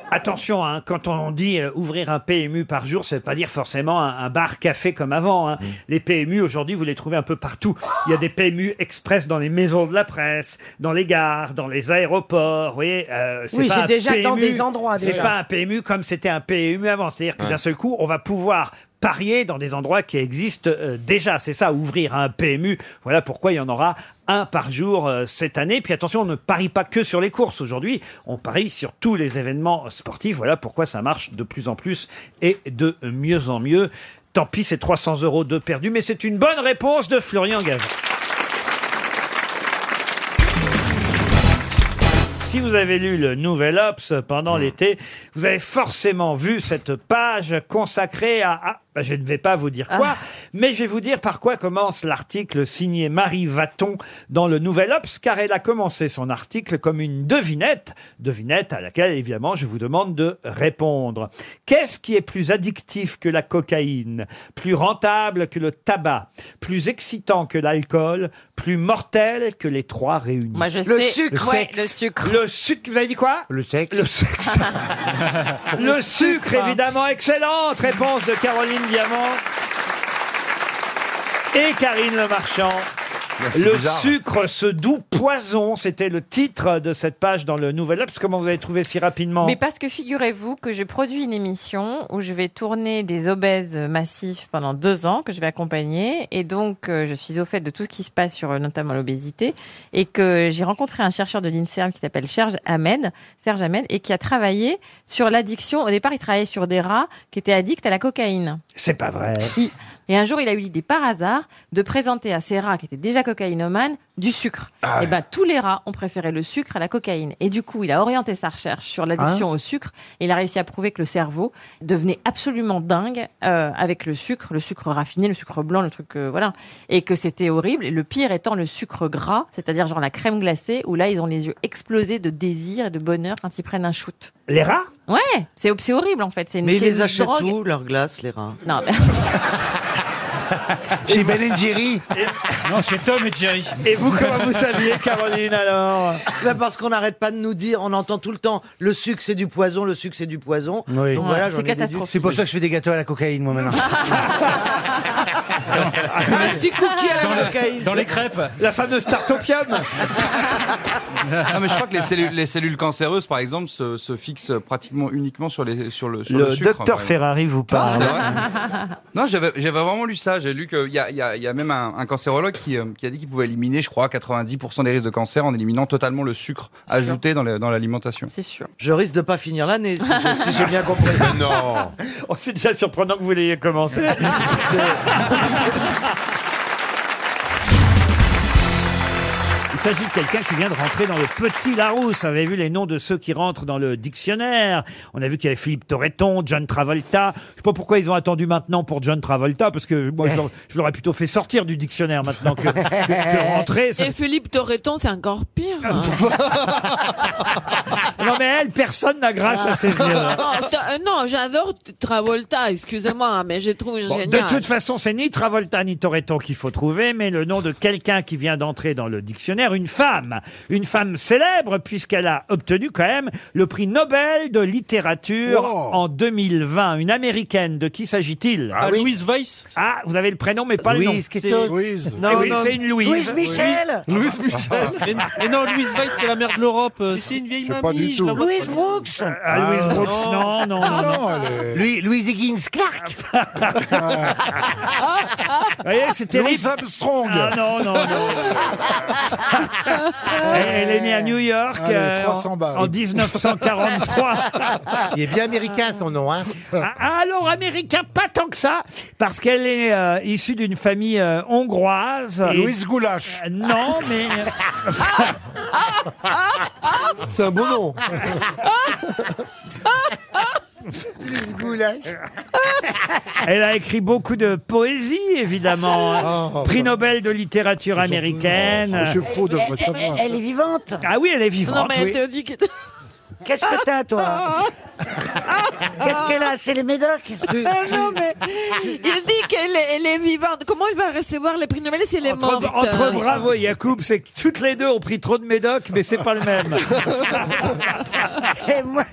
[SPEAKER 1] Attention, hein, quand on dit euh, ouvrir un PMU par jour, ça ne veut pas dire forcément un, bar-café comme avant. hein. Les PMU, aujourd'hui, vous les trouvez un peu partout. Il y a des PMU express dans les maisons de la presse, dans les gares, dans les aéroports. Vous voyez, euh, c'est
[SPEAKER 27] Oui,
[SPEAKER 1] pas
[SPEAKER 27] c'est
[SPEAKER 1] un
[SPEAKER 27] déjà dans
[SPEAKER 1] PMU
[SPEAKER 27] des endroits,
[SPEAKER 1] C'est
[SPEAKER 27] déjà.
[SPEAKER 1] pas un PMU comme c'était un PMU avant. C'est-à-dire que
[SPEAKER 5] Ouais.
[SPEAKER 1] d'un seul coup, on va pouvoir parier dans des endroits qui existent euh, déjà. C'est ça, ouvrir un PMU. Voilà pourquoi il y en aura un par jour euh, cette année. Puis attention, on ne parie pas que sur les courses aujourd'hui. On parie sur tous les événements sportifs. Voilà pourquoi ça marche de plus en plus et de mieux en mieux. Tant pis, c'est 300 euros de perdu, mais c'est une bonne réponse de Florian Gazan. Si vous avez lu le Nouvel Obs
[SPEAKER 25] Hmm.
[SPEAKER 1] pendant l'été, vous avez forcément vu cette page consacrée à... à- bah, je ne vais pas vous dire
[SPEAKER 25] Ah.
[SPEAKER 1] quoi, mais je vais vous dire par quoi commence l'article signé Marie Vaton dans le Nouvel Obs, car elle a commencé son article comme une devinette, devinette à laquelle évidemment je vous demande de répondre. Qu'est-ce qui est plus addictif que la cocaïne, plus rentable que le tabac, plus excitant que l'alcool, plus mortel que les trois réunis
[SPEAKER 25] Moi, je sais. Le Ouais, sexe. le sucre.
[SPEAKER 1] Le sucre, vous avez dit quoi Le sexe. Le sexe. le sucre, évidemment. Excellente réponse de Caroline Diamant et Karine Le Marchand.
[SPEAKER 21] c'est
[SPEAKER 1] Le
[SPEAKER 21] bizarre.
[SPEAKER 1] sucre, ce doux poison, c'était le titre de cette page dans le Nouvel Obs. Comment vous avez trouvé si rapidement
[SPEAKER 25] Mais parce que figurez-vous que je produis une émission où je vais tourner des obèses massifs pendant deux ans que je vais accompagner et donc euh, je suis au fait de tout ce qui se passe sur euh, notamment l'obésité et que j'ai rencontré un chercheur de l'INSERM qui s'appelle Serge Ahmed, Serge Ahmed et qui a travaillé sur l'addiction. Au départ, il travaillait sur des rats qui étaient addicts à la cocaïne.
[SPEAKER 1] C'est pas vrai.
[SPEAKER 25] Si. Et un jour, il a eu l'idée par hasard de présenter à ces rats qui étaient déjà cocaïnomanes du sucre.
[SPEAKER 1] Ah ouais.
[SPEAKER 25] Et ben tous les rats ont préféré le sucre à la cocaïne. Et du coup, il a orienté sa recherche sur l'addiction
[SPEAKER 1] Hein
[SPEAKER 25] au sucre. Et il a réussi à prouver que le cerveau devenait absolument dingue euh, avec le sucre, le sucre raffiné, le sucre blanc, le truc euh, voilà, et que c'était horrible. Et le pire étant le sucre gras, c'est-à-dire genre la crème glacée, où là ils ont les yeux explosés de désir et de bonheur quand ils prennent un shoot.
[SPEAKER 1] Les rats
[SPEAKER 25] Ouais, c'est c'est horrible en fait. C'est une-
[SPEAKER 34] Mais ils
[SPEAKER 25] c'est
[SPEAKER 34] les
[SPEAKER 25] une
[SPEAKER 34] achètent
[SPEAKER 25] drogue.
[SPEAKER 34] où, leur glace, les rats
[SPEAKER 25] Non. mais-
[SPEAKER 34] Chez Ben Jerry
[SPEAKER 12] Non, c'est Tom et Jerry.
[SPEAKER 1] Et vous, comment vous saviez, Caroline, alors
[SPEAKER 34] Bah, Parce qu'on n'arrête pas de nous dire, on entend tout le temps, le sucre c'est du poison, le sucre c'est du poison.
[SPEAKER 9] Oui.
[SPEAKER 34] Donc voilà,
[SPEAKER 9] Ouais,
[SPEAKER 34] j'en
[SPEAKER 9] c'est
[SPEAKER 34] ai déduit-
[SPEAKER 9] catastrophique. C'est pour ça que je fais des gâteaux à la cocaïne, moi, maintenant.
[SPEAKER 34] Un petit cookie à
[SPEAKER 9] Dans
[SPEAKER 34] la
[SPEAKER 9] le-
[SPEAKER 34] cocaïne.
[SPEAKER 9] dans les
[SPEAKER 12] crêpes.
[SPEAKER 1] La fameuse tartopium
[SPEAKER 5] Non, mais je crois que les cellules, les cellules cancéreuses, par exemple, se, se fixent pratiquement uniquement sur, les, sur le, sur le,
[SPEAKER 1] Le
[SPEAKER 5] sucre. par
[SPEAKER 1] docteur
[SPEAKER 5] exemple.
[SPEAKER 1] Ferrari vous parle.
[SPEAKER 5] Non, j'avais j'avais vraiment lu ça. J'ai lu qu'il y a, il y a- il y a même un, un cancérologue qui, euh, qui a dit qu'il pouvait éliminer, je crois, 90% des risques de cancer en éliminant totalement le sucre ajouté dans le- dans l'alimentation.
[SPEAKER 25] C'est sûr.
[SPEAKER 34] Je risque de pas finir l'année, si je- si j'ai bien compris.
[SPEAKER 5] non
[SPEAKER 1] Oh, c'est déjà surprenant que vous l'ayez commencé. Il s'agit de quelqu'un qui vient de rentrer dans le petit Larousse. Vous avez vu les noms de ceux qui rentrent dans le dictionnaire. On a vu qu'il y avait Philippe Torreton, John Travolta. Je sais pas pourquoi ils ont attendu maintenant pour John Travolta, parce que moi, je l'aurais- je l'aurais plutôt fait sortir du dictionnaire maintenant que, que, que rentrer. Ça-
[SPEAKER 35] Et Philippe Torreton, c'est encore pire. hein.
[SPEAKER 1] Non mais elle, personne n'a grâce à ses
[SPEAKER 35] non,
[SPEAKER 1] yeux.
[SPEAKER 35] t'as- euh, non, j'adore Travolta, excusez-moi, hein, mais je trouve
[SPEAKER 1] Bon,
[SPEAKER 35] génial.
[SPEAKER 1] de toute façon, c'est ni Travolta ni Toretto qu'il faut trouver, mais le nom de quelqu'un qui vient d'entrer dans le dictionnaire, une femme. Une femme célèbre, puisqu'elle a obtenu quand même le prix Nobel de littérature
[SPEAKER 23] Wow.
[SPEAKER 1] en 2020. Une américaine, de qui s'agit-il
[SPEAKER 23] Ah oui. Louise
[SPEAKER 1] Weiss Ah, vous avez le prénom, mais pas le nom.
[SPEAKER 23] Louise, qu'est-ce que- C'est- Louise.
[SPEAKER 1] Eh
[SPEAKER 23] Non,
[SPEAKER 1] oui,
[SPEAKER 23] non.
[SPEAKER 1] c'est une Louise.
[SPEAKER 23] Louise Michel.
[SPEAKER 1] Oui.
[SPEAKER 23] Louise Michel.
[SPEAKER 1] Ah.
[SPEAKER 23] Et non, Louise Weiss, c'est la mère de l'Europe. C'est une vieille
[SPEAKER 6] sais pas du
[SPEAKER 23] mamie. je
[SPEAKER 6] tout.
[SPEAKER 23] la vois pas.
[SPEAKER 6] Louise Brooks.
[SPEAKER 1] Ah, Louise Brooks, non, non, non. non.
[SPEAKER 6] Louis- Louise Higgins Clark.
[SPEAKER 1] Vous voyez, c'est terrible.
[SPEAKER 6] Louis Armstrong.
[SPEAKER 1] Ah non, non, non. Elle est née à New York
[SPEAKER 9] Allez,
[SPEAKER 1] euh,
[SPEAKER 9] 300
[SPEAKER 1] en,
[SPEAKER 9] balles.
[SPEAKER 1] en 1943.
[SPEAKER 9] Il est bien américain, son nom. Hein.
[SPEAKER 1] Ah, Alors américain, pas tant que ça, parce qu'elle est euh, issue d'une famille euh, hongroise.
[SPEAKER 22] Louise
[SPEAKER 1] Goulash. non, mais euh,
[SPEAKER 22] C'est un beau nom.
[SPEAKER 6] Louise Goulash.
[SPEAKER 1] elle a écrit beaucoup de poésie,
[SPEAKER 7] Ah,
[SPEAKER 1] évidemment. hein. Prix Nobel de littérature américaine.
[SPEAKER 6] Oh, c'est faux de-
[SPEAKER 7] bah Elle, elle- elle est vivante.
[SPEAKER 1] Ah oui, elle est vivante.
[SPEAKER 35] Non, mais elle
[SPEAKER 1] oui.
[SPEAKER 35] te dit que.
[SPEAKER 7] Qu'est-ce que t'as, toi Qu'est-ce qu'elle a C'est les médocs
[SPEAKER 35] Ah non, mais il dit qu'elle est, elle est vivante. Comment elle va recevoir les prix Nobel si elle est morte
[SPEAKER 1] Entre, entre Bravo et Yacoub, c'est que toutes les deux ont pris trop de médocs, mais c'est pas le même.
[SPEAKER 7] Eh, moi,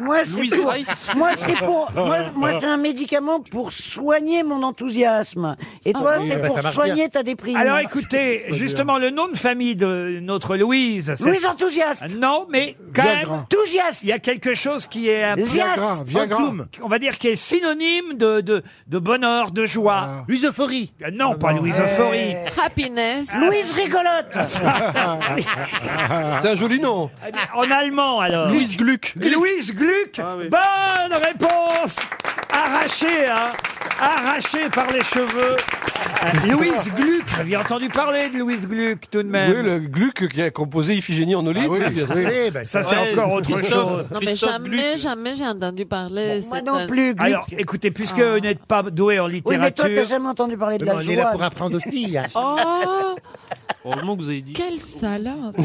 [SPEAKER 7] moi, c'est
[SPEAKER 1] Louise
[SPEAKER 7] pour,
[SPEAKER 1] Rice.
[SPEAKER 7] moi, c'est pour, moi, moi, c'est un médicament pour soigner mon enthousiasme. Et toi,
[SPEAKER 1] oui,
[SPEAKER 7] c'est
[SPEAKER 1] bah, ça
[SPEAKER 7] pour
[SPEAKER 1] marche
[SPEAKER 7] soigner
[SPEAKER 1] bien.
[SPEAKER 7] ta déprime.
[SPEAKER 1] Alors écoutez, justement, le nom de famille de notre Louise. c'est- Euh,
[SPEAKER 7] Louise enthousiaste.
[SPEAKER 1] Non, mais quand
[SPEAKER 7] Viagra.
[SPEAKER 1] même. Enthousiaste. Il y a quelque chose qui est. un peu-
[SPEAKER 7] Viagra, Viagra.
[SPEAKER 1] Entoum. On va dire qui est synonyme de, de, de bonheur, de joie. Louisophorie. Non,
[SPEAKER 7] Ah
[SPEAKER 1] pas
[SPEAKER 7] Eh.
[SPEAKER 1] louisophorie.
[SPEAKER 4] Euh,
[SPEAKER 35] Happiness.
[SPEAKER 7] Louise rigolote.
[SPEAKER 1] C'est un joli nom. Eh En allemand, alors.
[SPEAKER 23] Louise Ah
[SPEAKER 1] Gluck. Louise Gluck. Bonne réponse. Arrachée, hein. Arrachée par les cheveux. Euh, Louise Gluck. Vous aviez entendu parler de Louise Gluck, tout de même.
[SPEAKER 23] Oui, le Gluck qui a composé Iphigénie en olive.
[SPEAKER 1] Ah oui,
[SPEAKER 23] bien sûr.
[SPEAKER 1] oui, bah, Ça, c'est encore autre chose.
[SPEAKER 35] Non, mais jamais, jamais j'ai entendu parler. euh, moi non
[SPEAKER 1] Alors, écoutez, puisque
[SPEAKER 35] Ah.
[SPEAKER 1] vous n'êtes pas doué en
[SPEAKER 7] Oui, mais
[SPEAKER 1] littérature.
[SPEAKER 7] toi, t'as jamais entendu parler de la joie.
[SPEAKER 1] apprendre aussi.
[SPEAKER 35] Oh,
[SPEAKER 23] Heureusement que vous avez dit.
[SPEAKER 35] quelle salope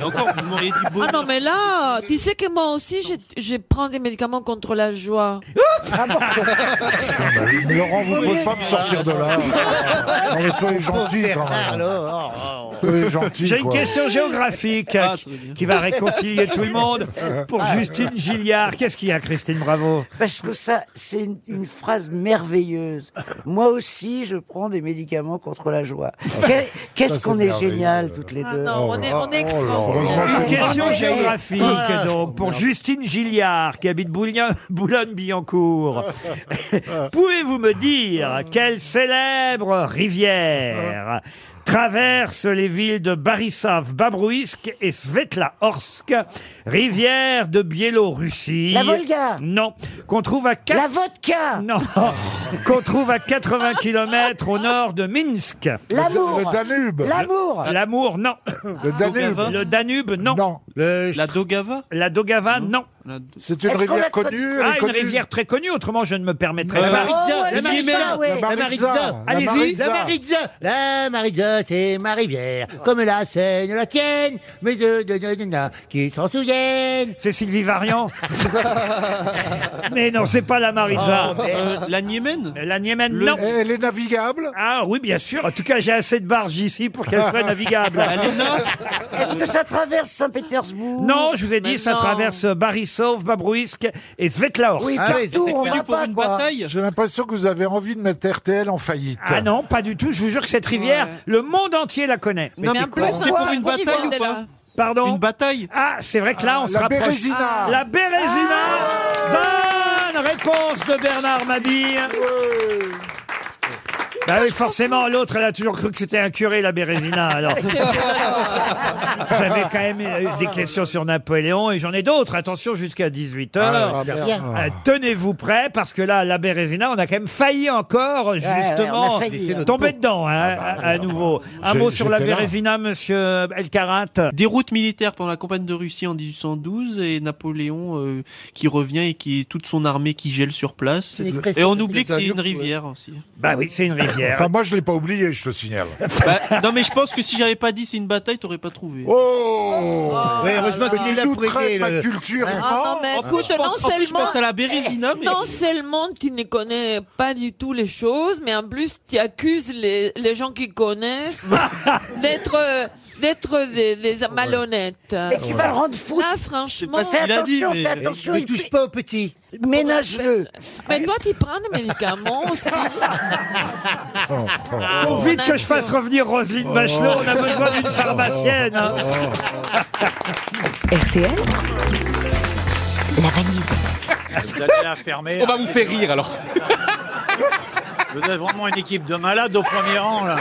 [SPEAKER 23] Et encore, vous m'auriez dit beau.
[SPEAKER 35] Ah non, mais là, tu sais que moi aussi, je, je prends des médicaments contre la joie.
[SPEAKER 27] Ah
[SPEAKER 6] Laurent, vous ne pouvez pas me sortir de là.
[SPEAKER 23] Non,
[SPEAKER 6] mais soyez gentil quand même. Alors,
[SPEAKER 1] Oui,
[SPEAKER 3] gentil,
[SPEAKER 1] J'ai une
[SPEAKER 3] quoi.
[SPEAKER 1] question géographique
[SPEAKER 23] Ah,
[SPEAKER 12] Ah,
[SPEAKER 1] euh, qui, qui va réconcilier tout le monde. Pour
[SPEAKER 3] Ah,
[SPEAKER 1] Justine Gilliard, qu'est-ce qu'il y a, hein, Christine Bravo
[SPEAKER 7] Parce que ça, c'est une, une phrase merveilleuse. Moi aussi, je prends des médicaments contre la joie. Qu'est-
[SPEAKER 2] Ça,
[SPEAKER 7] Qu'est-ce
[SPEAKER 2] c'est
[SPEAKER 7] qu'on est,
[SPEAKER 2] merveilleux, Oh
[SPEAKER 7] génial toutes
[SPEAKER 25] Ah
[SPEAKER 7] les deux.
[SPEAKER 2] non, on est- on est extraordinaire.
[SPEAKER 1] Une question
[SPEAKER 2] Oh,
[SPEAKER 1] géographique
[SPEAKER 25] Ah,
[SPEAKER 2] voilà.
[SPEAKER 1] donc
[SPEAKER 7] Ah,
[SPEAKER 1] pour Justine Gilliard qui habite Boulign- Boulogne-Billancourt.
[SPEAKER 7] Ah.
[SPEAKER 1] Pouvez-vous me dire quelle célèbre
[SPEAKER 7] Ah.
[SPEAKER 1] rivière traverse les villes de Barisov, Babrouisk et Svetlaorsk, rivière de Biélorussie.
[SPEAKER 7] La Volga.
[SPEAKER 1] Non, qu'on trouve à La
[SPEAKER 7] vodka.
[SPEAKER 1] Non, qu'on trouve à 80 km au nord de Minsk.
[SPEAKER 7] L'amour. Le Danube. L'amour.
[SPEAKER 1] L'amour, non. Le
[SPEAKER 7] Danube.
[SPEAKER 1] Le Danube, non. La Dogava La Dogava, non. C'est
[SPEAKER 3] une Est-ce qu'on rivière la con- connue, elle est
[SPEAKER 1] Ah, une
[SPEAKER 3] connue.
[SPEAKER 1] rivière très connue, autrement je ne me permettrais
[SPEAKER 23] Euh,
[SPEAKER 12] La
[SPEAKER 1] pas.
[SPEAKER 7] Oh,
[SPEAKER 12] Maritza, la Maritza, ouais. la Maritza,
[SPEAKER 1] Maritza.
[SPEAKER 12] la
[SPEAKER 1] Allez-y.
[SPEAKER 12] Maritza, la Maritza, la Maritza, c'est ma rivière, comme la Seine la tienne, mais de, de, de, de, de- qui s'en souviennent.
[SPEAKER 1] C'est Sylvie Variant. Mais non, c'est pas la
[SPEAKER 23] Ah,
[SPEAKER 1] Maritza.
[SPEAKER 12] Oh,
[SPEAKER 23] euh,
[SPEAKER 5] euh,
[SPEAKER 12] merde.
[SPEAKER 1] la Niémen La Niémen, non.
[SPEAKER 23] Eh.
[SPEAKER 3] Elle est navigable
[SPEAKER 1] Ah oui, bien sûr. En tout cas, j'ai assez de barges ici pour qu'elle soit navigable.
[SPEAKER 7] Est-ce que ça traverse Saint-Pétersbourg
[SPEAKER 1] Non, je vous ai dit,
[SPEAKER 7] Mais
[SPEAKER 1] ça
[SPEAKER 7] non.
[SPEAKER 1] traverse Barisov, Babrouisk et Svetlaorsk.
[SPEAKER 7] Oui, Ah oui, partout, ça fait on connu va pour pas, une quoi. bataille.
[SPEAKER 3] J'ai l'impression que vous avez envie de mettre RTL en faillite.
[SPEAKER 1] Ah non, pas du tout. Je vous jure que cette rivière, le monde entier la connaît.
[SPEAKER 3] Mais Mais c'est pourquoi
[SPEAKER 5] C'est pour une bataille ou pas
[SPEAKER 1] Pardon
[SPEAKER 5] Une bataille
[SPEAKER 1] Ah, c'est vrai que là, on se
[SPEAKER 5] la
[SPEAKER 1] rapproche. Ah,
[SPEAKER 5] Bérésina.
[SPEAKER 1] La Bérésina
[SPEAKER 3] Ah.
[SPEAKER 1] Bonne réponse de Bernard Mabille Bah oui, forcément, l'autre, elle a toujours cru que c'était un curé, la Bérésina, alors. J'avais quand même eu des questions sur Napoléon et j'en ai d'autres. Attention, jusqu'à 18h.
[SPEAKER 36] Ah, merde. Ah.
[SPEAKER 1] Tenez-vous prêts, parce que là, la Bérésina, on a quand même failli encore, justement,
[SPEAKER 36] on a failli, hein.
[SPEAKER 1] tomber dedans, hein, à, à nouveau. Un
[SPEAKER 36] J'ai-
[SPEAKER 1] mot sur la
[SPEAKER 36] j'étais là.
[SPEAKER 1] Bérésina, monsieur Elkarat
[SPEAKER 5] Des routes militaires pendant la campagne de Russie en 1812 et Napoléon euh, qui revient et qui toute son armée qui gèle sur place.
[SPEAKER 3] C'est une
[SPEAKER 5] Et on
[SPEAKER 3] expression
[SPEAKER 5] oublie que c'est
[SPEAKER 3] militaire,
[SPEAKER 5] une rivière aussi.
[SPEAKER 1] Bah oui, c'est une rivière.
[SPEAKER 3] Enfin, moi, je l'ai pas oublié, je te signale.
[SPEAKER 5] Bah, non mais je pense que si j'avais pas dit c'est une bataille, t'aurais pas trouvé.
[SPEAKER 3] Oh
[SPEAKER 5] Ah,
[SPEAKER 12] Ouais, heureusement
[SPEAKER 3] Mais
[SPEAKER 12] qu'il est
[SPEAKER 3] tu
[SPEAKER 12] là pour
[SPEAKER 3] douterais
[SPEAKER 12] aider,
[SPEAKER 3] de ma
[SPEAKER 12] le-
[SPEAKER 3] culture.
[SPEAKER 12] Hein.
[SPEAKER 25] Ah, non, mais
[SPEAKER 5] En plus,
[SPEAKER 25] écoute,
[SPEAKER 5] je pense-
[SPEAKER 25] non
[SPEAKER 5] en plus, je
[SPEAKER 25] seulement.
[SPEAKER 5] pense à la Bérésina, mais-
[SPEAKER 25] Non seulement tu ne connais pas du tout les choses, mais en plus tu accuses les, les gens qui connaissent d'être. euh, D'être des, des malhonnêtes. Mais
[SPEAKER 7] tu vas le rendre
[SPEAKER 25] fou. Ah, franchement.
[SPEAKER 7] Fais attention, fais attention. il
[SPEAKER 12] touche pas aux petits.
[SPEAKER 7] Ménage-le.
[SPEAKER 25] Mais toi, tu prends des médicaments aussi.
[SPEAKER 36] Ah, bah.
[SPEAKER 1] Faut vite que je fasse revenir
[SPEAKER 36] Oh.
[SPEAKER 1] Roselyne Bachelot, on a besoin d'une pharmacienne. hein.
[SPEAKER 6] RTL La valise.
[SPEAKER 37] Vous allez la fermer.
[SPEAKER 6] On va vous faire rire,
[SPEAKER 37] alors. Vous êtes vraiment une équipe de malades au premier rang là.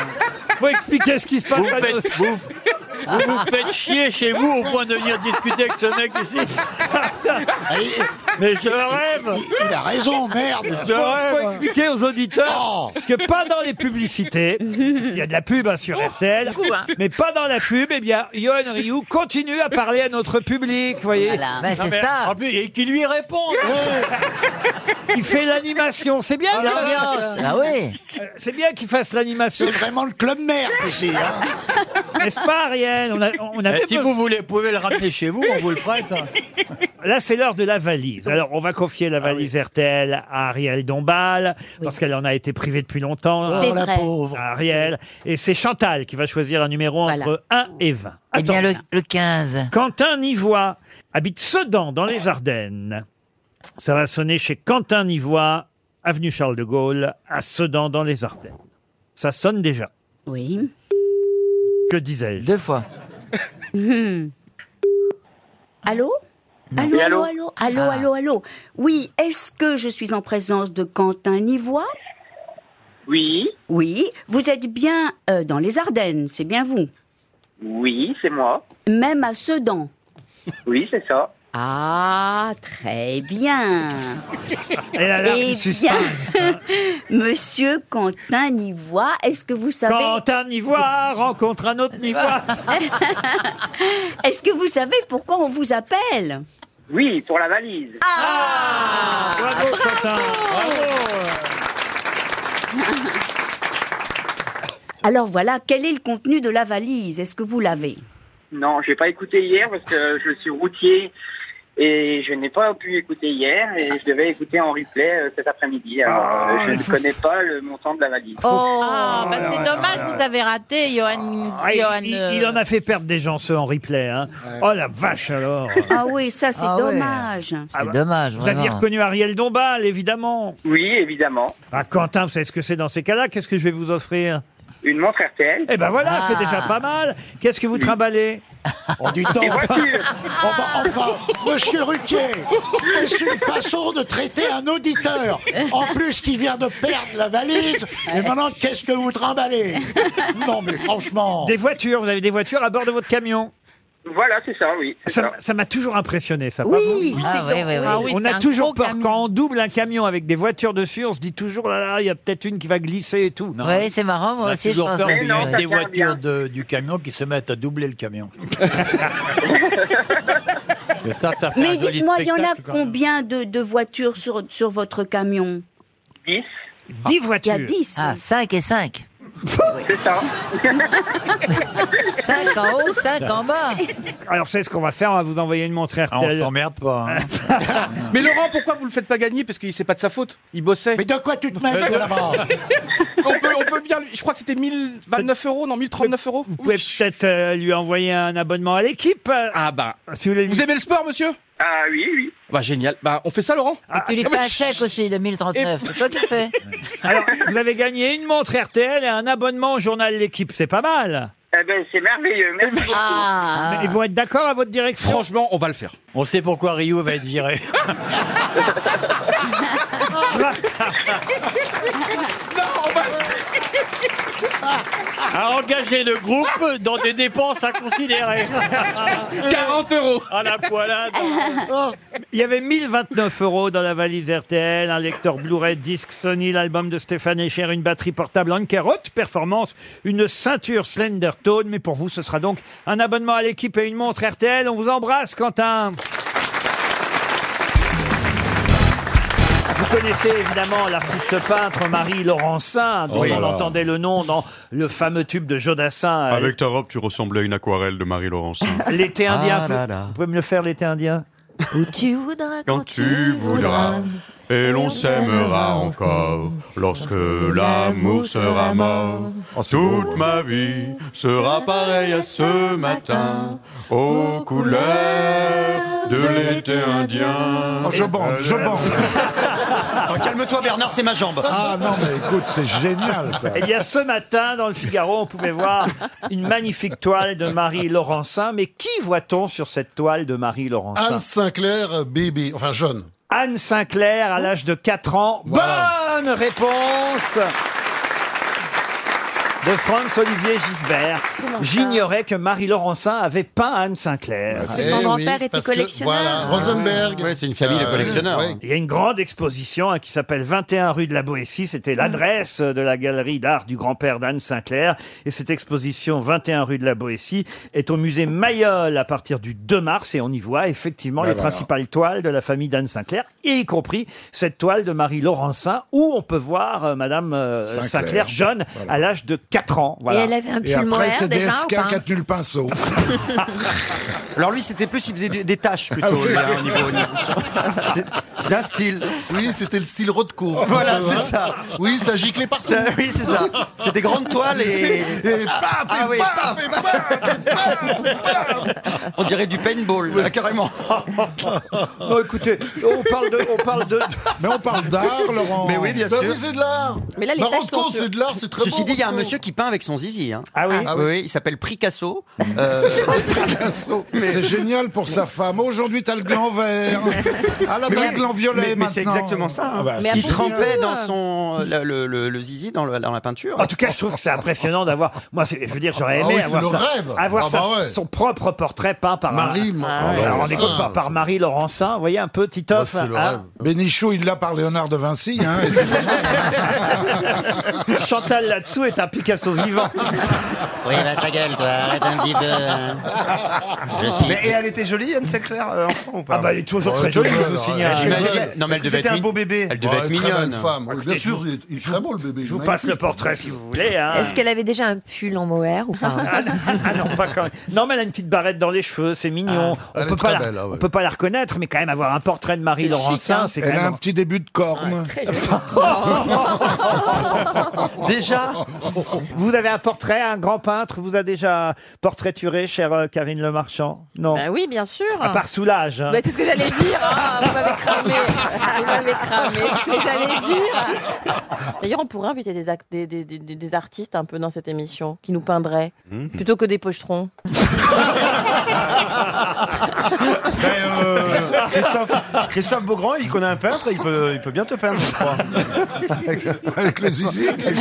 [SPEAKER 1] Faut expliquer ce qui se passe.
[SPEAKER 37] Vous faites, vous, vous vous faites chier chez vous au point de venir discuter avec ce mec ici. Mais je rêve.
[SPEAKER 38] Il, il a raison, merde. Oh.
[SPEAKER 1] Faut, faut expliquer aux auditeurs que pendant les publicités, parce qu'il y a de la pub hein, sur
[SPEAKER 37] Oh,
[SPEAKER 1] RTL,
[SPEAKER 6] beaucoup, hein.
[SPEAKER 1] mais pas dans la pub, eh bien, Yohan Ryu continue à parler à notre public, vous voyez.
[SPEAKER 6] Voilà.
[SPEAKER 1] Non, mais
[SPEAKER 37] En plus, et qui lui répond.
[SPEAKER 1] Il fait l'animation, c'est bien.
[SPEAKER 6] Ah,
[SPEAKER 1] qu'il fasse-
[SPEAKER 6] l'ambiance. Ah oui.
[SPEAKER 1] Euh, C'est bien qu'il fasse l'animation. C'est
[SPEAKER 38] vraiment le club merde ici, hein.
[SPEAKER 1] N'est-ce pas, Ariel on a, on a
[SPEAKER 37] Eh,
[SPEAKER 1] même
[SPEAKER 37] si
[SPEAKER 1] besoin-
[SPEAKER 37] vous voulez, pouvez le ramener chez vous, on vous le prête. hein.
[SPEAKER 1] Là, c'est l'heure de la valise. Alors, on va confier
[SPEAKER 6] Ah
[SPEAKER 1] la valise RTL à Ariel Dombal, parce qu'elle en a été privée depuis longtemps.
[SPEAKER 6] C'est Oh, la vrai. pauvre.
[SPEAKER 1] Ariel. Et c'est Chantal qui va choisir un numéro entre 1 et 20.
[SPEAKER 6] Eh bien,
[SPEAKER 1] Attends.
[SPEAKER 6] le, le 15.
[SPEAKER 1] Quentin Nivois habite Sedan, dans les Ardennes. Ça va sonner chez Quentin Nivois, avenue Charles de Gaulle, à Sedan, dans les Ardennes. Ça sonne déjà. Oui. Que disais-je Deux fois.
[SPEAKER 2] Allô
[SPEAKER 1] Oui,
[SPEAKER 2] Allô,
[SPEAKER 1] allô
[SPEAKER 2] allô, allô, allô,
[SPEAKER 1] Ah.
[SPEAKER 2] allô, allô. Oui, est-ce que je suis en présence de Quentin Nivois
[SPEAKER 39] Oui,
[SPEAKER 2] Oui, vous êtes bien euh, dans les Ardennes, c'est bien vous.
[SPEAKER 39] oui, c'est moi.
[SPEAKER 2] Même à Sedan.
[SPEAKER 39] Oui, c'est ça.
[SPEAKER 2] Ah, très bien.
[SPEAKER 1] Elle a l'air
[SPEAKER 2] Eh
[SPEAKER 1] du suspense,
[SPEAKER 2] bien, Monsieur Quentin Nivois, est-ce que vous savez...
[SPEAKER 1] Quentin Nivois rencontre un autre Nivois.
[SPEAKER 2] est-ce que vous savez pourquoi on vous appelle
[SPEAKER 39] Oui, pour la valise.
[SPEAKER 6] Ah.
[SPEAKER 1] Bravo, Quentin.
[SPEAKER 2] Alors voilà, quel est le contenu de la valise Est-ce que vous l'avez
[SPEAKER 39] Non, j'ai pas écouté hier parce que je suis routier
[SPEAKER 40] Et je n'ai pas pu écouter hier et je devais écouter en replay euh, cet après-midi. Alors, euh,
[SPEAKER 6] Ah,
[SPEAKER 40] je
[SPEAKER 1] mais
[SPEAKER 40] ne
[SPEAKER 1] faut-
[SPEAKER 40] connais pas le montant de la valise.
[SPEAKER 2] Oh,
[SPEAKER 5] Oh,
[SPEAKER 4] Ah, bah, c'est dommage,
[SPEAKER 1] là,
[SPEAKER 4] vous avez raté, Johan.
[SPEAKER 1] Ah, il,
[SPEAKER 4] Johan,
[SPEAKER 1] il-
[SPEAKER 4] euh,
[SPEAKER 1] il en a fait perdre des gens, ceux en replay. hein. Oh la vache alors
[SPEAKER 2] Ah oui, ça c'est
[SPEAKER 4] Ah ouais.
[SPEAKER 2] dommage.
[SPEAKER 1] Ah bah, Vous aviez reconnu Ariel Dombal, évidemment.
[SPEAKER 40] Oui, évidemment.
[SPEAKER 1] Ah, Quentin, vous savez ce que c'est dans ces cas-là Qu'est-ce que je vais vous offrir
[SPEAKER 40] Une montre RTL.
[SPEAKER 1] Eh ben voilà, c'est
[SPEAKER 40] Ah.
[SPEAKER 1] déjà pas mal. Qu'est-ce que vous trimballez
[SPEAKER 12] Oh, du temps. Enfin, Oh, bah, enfin, monsieur Ruquier, est-ce une façon de traiter un auditeur En plus, qui vient de perdre la valise, et maintenant, qu'est-ce que vous trimballez Non, mais franchement.
[SPEAKER 1] Des voitures, vous avez des voitures à bord de votre camion
[SPEAKER 40] Voilà, c'est ça, oui. c'est
[SPEAKER 1] Ça
[SPEAKER 40] ça.
[SPEAKER 1] m'a- ça m'a toujours impressionné, ça. pas
[SPEAKER 40] Oui,
[SPEAKER 1] vous
[SPEAKER 40] Ah, oui, oui, oui. Ah oui,
[SPEAKER 1] On
[SPEAKER 40] c'est
[SPEAKER 1] a
[SPEAKER 40] un
[SPEAKER 1] toujours
[SPEAKER 40] gros
[SPEAKER 1] peur quand on double un camion avec des voitures dessus, on se dit toujours là là, il y a peut-être une qui va glisser et tout.
[SPEAKER 41] Ouais, c'est marrant, moi
[SPEAKER 6] On a
[SPEAKER 41] aussi, je
[SPEAKER 6] toujours
[SPEAKER 41] pense.
[SPEAKER 6] peur
[SPEAKER 41] que
[SPEAKER 6] qu'il y
[SPEAKER 41] c'est
[SPEAKER 6] ait
[SPEAKER 41] vrai.
[SPEAKER 6] des voitures de- du camion qui se mettent à doubler le camion. Mais ça, ça fait un
[SPEAKER 2] Mais
[SPEAKER 6] joli
[SPEAKER 2] dites-moi, il y en a
[SPEAKER 6] spectacle, quand même.
[SPEAKER 2] combien de, de voitures sur, sur votre camion
[SPEAKER 40] 10.
[SPEAKER 1] 10
[SPEAKER 2] Il y a 10.
[SPEAKER 41] Ah, 5 et 5.
[SPEAKER 40] C'est ça.
[SPEAKER 41] 5 en haut, 5 en bas.
[SPEAKER 1] Alors, c'est ce qu'on va faire, on va vous envoyer une montre RTL.
[SPEAKER 6] Ah, on s'emmerde pas. hein.
[SPEAKER 5] Ah, Mais Laurent, pourquoi vous le faites pas gagner Parce que c'est pas de sa faute. Il bossait. Mais
[SPEAKER 12] de quoi tu te
[SPEAKER 5] mêles,
[SPEAKER 12] toi, là-bas
[SPEAKER 5] on, peut, on peut bien. lui- Je crois que c'était 1029 euros, non 1039 euros.
[SPEAKER 1] Vous pouvez peut-être euh, lui envoyer un abonnement à l'équipe. euh,
[SPEAKER 5] Ah ben.
[SPEAKER 1] Si vous, voulez lui-
[SPEAKER 5] Vous aimez le sport, monsieur
[SPEAKER 40] Ah oui, oui.
[SPEAKER 5] Bah génial. Bah on fait ça, Laurent.
[SPEAKER 41] Et tu lui
[SPEAKER 5] Ah,
[SPEAKER 41] fais
[SPEAKER 5] bah,
[SPEAKER 41] un chèque aussi de 1039. C'est toi qui fais.
[SPEAKER 1] Alors, vous avez gagné une montre RTL et un abonnement au journal L'équipe, c'est pas mal.
[SPEAKER 40] Eh ben, c'est merveilleux. Merci beaucoup.
[SPEAKER 1] Mais
[SPEAKER 6] Ah.
[SPEAKER 1] Ils vont être d'accord à votre direction
[SPEAKER 5] Franchement, on va le faire.
[SPEAKER 6] On sait pourquoi Rio va être viré. A engager le groupe dans des dépenses à considérer.
[SPEAKER 5] 40 euros.
[SPEAKER 6] À la poilade.
[SPEAKER 1] Il y avait 1029 euros dans la valise RTL, un lecteur Blu-ray, disque Sony, l'album de Stéphane Echer, une batterie portable Anker, haute performance, une ceinture Slender Tone. Mais pour vous, ce sera donc un abonnement à l'équipe et une montre RTL. On vous embrasse, Quentin. Vous connaissez évidemment l'artiste peintre Marie Laurencin, dont
[SPEAKER 42] Oh là
[SPEAKER 1] on
[SPEAKER 42] là.
[SPEAKER 1] entendait le nom dans le fameux tube de Jodassin. euh,
[SPEAKER 42] Avec ta robe, tu ressemblais à une aquarelle de Marie-Laurence.
[SPEAKER 1] L'été indien.
[SPEAKER 42] Ah
[SPEAKER 1] vous-
[SPEAKER 42] là là.
[SPEAKER 1] Vous pouvez me le faire, l'été indien
[SPEAKER 41] Où tu voudras,
[SPEAKER 42] Quand tu voudras, et l'on s'aimera encore, lorsque l'amour sera mort. Toute ma vie sera pareille à ce matin, aux couleurs de l'été indien.
[SPEAKER 12] Oh, je bande, je bande.
[SPEAKER 5] Oh, Calme-toi, Bernard, c'est ma jambe.
[SPEAKER 12] Ah non, mais écoute, c'est génial, ça.
[SPEAKER 1] Et Il y a Eh ce matin, dans le Figaro, on pouvait voir une magnifique toile de Marie Laurencin. Mais qui voit-on sur cette toile de Marie Laurencin
[SPEAKER 3] Anne Sinclair, euh, bébé, enfin jeune.
[SPEAKER 1] Anne Sinclair, à l'âge de 4 ans. Bonne réponse de Franz-Olivier Gisbert.
[SPEAKER 3] Comment ça
[SPEAKER 1] J'ignorais que Marie Laurencin avait peint Anne Sinclair.
[SPEAKER 3] Parce que son Eh grand-père oui, était parce que- collectionneur. voilà, Rosenberg. Ouais, c'est une
[SPEAKER 5] Ah
[SPEAKER 3] famille de Euh, collectionneurs. ouais.
[SPEAKER 1] Il y a une grande exposition hein, qui s'appelle 21 rue de la Boétie.
[SPEAKER 5] Hmm.
[SPEAKER 1] C'était l'adresse de la galerie d'art du grand-père d'Anne Sinclair. Et cette exposition 21 rue de la Boétie est au musée Mayol à partir du 2 mars. Et on y voit effectivement
[SPEAKER 5] Ah
[SPEAKER 12] Bah
[SPEAKER 1] les
[SPEAKER 12] voilà.
[SPEAKER 1] principales toiles de la famille d'Anne Sinclair, et y compris cette toile de Marie Laurencin, où on peut voir euh, Madame euh, Sinclair.
[SPEAKER 12] Sinclair.
[SPEAKER 1] jeune à l'âge de 4 ans. Voilà.
[SPEAKER 12] Et après, c'est des SK qui a tenu le pinceau.
[SPEAKER 5] Alors lui, c'était plus, il faisait du- des tâches plutôt.
[SPEAKER 12] Ah oui.
[SPEAKER 5] lui, hein, au niveau- au niveau-
[SPEAKER 3] C'est un style. Oui, c'était le style Rothko. Ah, hein.
[SPEAKER 5] Voilà, c'est ça.
[SPEAKER 3] Oui, ça giclait partout.
[SPEAKER 5] Ça- oui, c'est ça. C'est des grandes toiles et-
[SPEAKER 3] Et paf,
[SPEAKER 5] Ah
[SPEAKER 3] et
[SPEAKER 5] oui,
[SPEAKER 3] paf,
[SPEAKER 5] paf.
[SPEAKER 3] et paf, et paf.
[SPEAKER 5] On dirait du paintball, là, carrément.
[SPEAKER 1] Non, écoutez, on parle de. On parle de...
[SPEAKER 12] Mais on parle d'art, Laurent.
[SPEAKER 5] Mais oui, bien
[SPEAKER 3] Bah
[SPEAKER 5] sûr.
[SPEAKER 3] oui, c'est de l'art.
[SPEAKER 25] Mais là, les
[SPEAKER 3] Bah,
[SPEAKER 25] taches
[SPEAKER 3] Rothko,
[SPEAKER 25] sont sur-
[SPEAKER 3] c'est de l'art, c'est très
[SPEAKER 5] Ceci
[SPEAKER 3] beau,
[SPEAKER 5] dit, il y a un
[SPEAKER 3] Rothko.
[SPEAKER 5] monsieur qui peint avec son zizi. hein.
[SPEAKER 1] Ah oui
[SPEAKER 3] Ah
[SPEAKER 5] oui,
[SPEAKER 3] oui.
[SPEAKER 5] oui, il s'appelle Picasso. Euh,
[SPEAKER 12] C'est génial pour sa femme. Aujourd'hui, t'as le gland vert. Ah là,
[SPEAKER 5] Mais
[SPEAKER 12] t'as
[SPEAKER 5] oui,
[SPEAKER 12] le gland violet
[SPEAKER 5] mais-
[SPEAKER 12] maintenant.
[SPEAKER 5] mais c'est exactement ça. hein.
[SPEAKER 12] Ah bah,
[SPEAKER 5] il
[SPEAKER 12] c'est
[SPEAKER 5] trempait
[SPEAKER 12] génial.
[SPEAKER 5] dans son le, euh, le- le- le zizi dans, le- dans la peinture.
[SPEAKER 1] En tout cas, je trouve que c'est impressionnant d'avoir. Moi, c'est- je veux dire, j'aurais
[SPEAKER 3] Ah
[SPEAKER 1] aimé
[SPEAKER 3] oui, c'est
[SPEAKER 1] avoir,
[SPEAKER 3] le
[SPEAKER 1] ça-
[SPEAKER 3] rêve.
[SPEAKER 1] avoir
[SPEAKER 3] Ah
[SPEAKER 1] ça-
[SPEAKER 3] bah ouais.
[SPEAKER 1] son propre portrait peint par
[SPEAKER 3] Marie,
[SPEAKER 1] un-
[SPEAKER 3] moi.
[SPEAKER 1] Ah,
[SPEAKER 3] Ah bah
[SPEAKER 1] alors,
[SPEAKER 3] ouais.
[SPEAKER 1] on écoute par, par Marie Laurencin. Vous voyez un peu Titoff.
[SPEAKER 3] Bah, c'est le
[SPEAKER 1] hein.
[SPEAKER 3] rêve.
[SPEAKER 12] Bénichou, il l'a par Léonard de Vinci. Hein, et c'est-
[SPEAKER 1] Chantal là-dessous est un Picasso vivant.
[SPEAKER 16] Oui, va ta gueule, toi, arrête un petit peu. hein. Je suis-
[SPEAKER 5] Mais et elle était jolie, Anne Sinclair, euh, enfant ou pas
[SPEAKER 1] Ah bah, elle est toujours très jolie, je vous signale.
[SPEAKER 5] J'imagine.
[SPEAKER 16] Non,
[SPEAKER 5] Est-ce
[SPEAKER 16] mais elle
[SPEAKER 5] que
[SPEAKER 16] devait
[SPEAKER 5] C'était
[SPEAKER 16] être
[SPEAKER 5] un
[SPEAKER 16] mi-
[SPEAKER 5] beau bébé.
[SPEAKER 16] elle devait
[SPEAKER 5] Oh,
[SPEAKER 16] être
[SPEAKER 5] très
[SPEAKER 16] mignonne.
[SPEAKER 5] belle femme.
[SPEAKER 1] Ah,
[SPEAKER 5] Oui,
[SPEAKER 16] Écoutez, je vous-
[SPEAKER 5] il est- il est très beau le bébé.
[SPEAKER 1] Je vous passe le portrait si vous voulez. hein.
[SPEAKER 9] Est-ce qu'elle avait déjà un pull en mohair ou pas
[SPEAKER 1] Ah non, pas quand même. Non, mais elle a une petite barrette dans les cheveux, c'est mignon. on
[SPEAKER 3] Elle est
[SPEAKER 1] peut pas
[SPEAKER 3] très
[SPEAKER 1] la,
[SPEAKER 3] belle, ah ouais.
[SPEAKER 1] on peut pas la reconnaître, mais quand même avoir un portrait de Marie
[SPEAKER 3] Elle
[SPEAKER 1] Laurencin, c'est quand
[SPEAKER 3] a
[SPEAKER 1] même.
[SPEAKER 3] un petit début de
[SPEAKER 25] Ah,
[SPEAKER 3] corne.
[SPEAKER 1] Déjà, vous avez un portrait, un grand peintre, vous a déjà portraituré, chère euh, Karine Le Marchand Non.
[SPEAKER 25] Bah oui, bien sûr.
[SPEAKER 1] À part soulage. hein.
[SPEAKER 25] Bah, c'est ce que j'allais dire. Ah, vous m'avez cramé. Vous m'avez
[SPEAKER 6] Ah,
[SPEAKER 25] cramé. Ah, C'est ce que j'allais dire. D'ailleurs, on pourrait inviter des, ac- des, des- des- des artistes un peu dans cette émission qui nous peindraient
[SPEAKER 1] Mmh.
[SPEAKER 9] Mhm.
[SPEAKER 25] plutôt que des pochetrons.
[SPEAKER 5] Euh, Christophe, Christophe Beaugrand, il connaît un peintre, il peut, il peut bien te peindre, je crois. Avec les zizi, les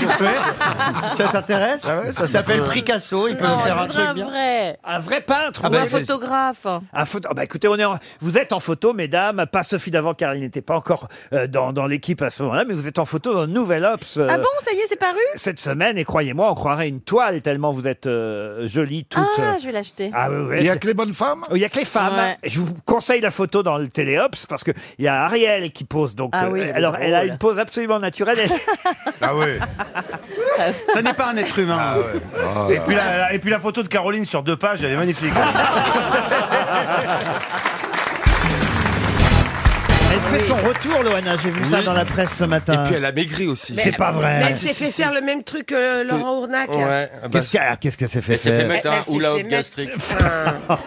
[SPEAKER 16] Ça t'intéresse
[SPEAKER 1] Ah
[SPEAKER 16] Ça s'appelle Picasso, il peut
[SPEAKER 25] non,
[SPEAKER 16] faire
[SPEAKER 25] je
[SPEAKER 16] un
[SPEAKER 25] voudrais
[SPEAKER 16] truc
[SPEAKER 25] un
[SPEAKER 16] bien.
[SPEAKER 25] vrai.
[SPEAKER 1] Un vrai peintre
[SPEAKER 16] Ah
[SPEAKER 1] ou
[SPEAKER 16] bah,
[SPEAKER 1] un
[SPEAKER 25] un photographe.
[SPEAKER 1] Un photo- ah bah écoutez, on est en- vous êtes en photo, mesdames. Pas Sophie d'avant, car elle n'était pas encore euh, dans, dans l'équipe à ce moment-là, mais vous êtes en photo dans le Nouvel Ops. euh,
[SPEAKER 9] Ah bon, ça y est, c'est paru
[SPEAKER 1] cette semaine, et croyez-moi, on croirait une toile tellement vous êtes euh, jolie, toute.
[SPEAKER 9] Ah,
[SPEAKER 1] euh,
[SPEAKER 9] je vais l'acheter.
[SPEAKER 1] ah oui, oui.
[SPEAKER 9] Il y a
[SPEAKER 1] que les bonnes femmes Il n'y a que les femmes.
[SPEAKER 9] Ouais.
[SPEAKER 1] Je vous conseille la photo dans le téléops parce qu'il y a Ariel qui pose. Donc,
[SPEAKER 9] Ah
[SPEAKER 1] euh,
[SPEAKER 9] oui, elle est
[SPEAKER 1] alors, elle a
[SPEAKER 9] drôle.
[SPEAKER 1] une pose absolument naturelle. ah oui
[SPEAKER 5] Ça n'est pas un être humain.
[SPEAKER 1] là
[SPEAKER 11] Oh
[SPEAKER 5] et, puis la, la- et puis la photo de Caroline sur deux pages, elle est magnifique.
[SPEAKER 1] Elle fait son retour, Loana. J'ai vu ça
[SPEAKER 13] Oui.
[SPEAKER 1] dans la presse ce matin.
[SPEAKER 13] Et puis elle a maigri aussi.
[SPEAKER 1] C'est pas vrai.
[SPEAKER 13] Mais
[SPEAKER 11] Elle s'est fait faire le même truc que Laurent Ournac.
[SPEAKER 13] Ouais. bah,
[SPEAKER 1] Qu'est-ce qu'elle qu'est-ce qu'elle s'est fait
[SPEAKER 13] Elle s'est fait
[SPEAKER 1] faire
[SPEAKER 13] mettre un
[SPEAKER 11] s'est
[SPEAKER 13] hula
[SPEAKER 11] fait
[SPEAKER 13] hoop
[SPEAKER 11] mettre-
[SPEAKER 13] gastrique.
[SPEAKER 11] Enfin,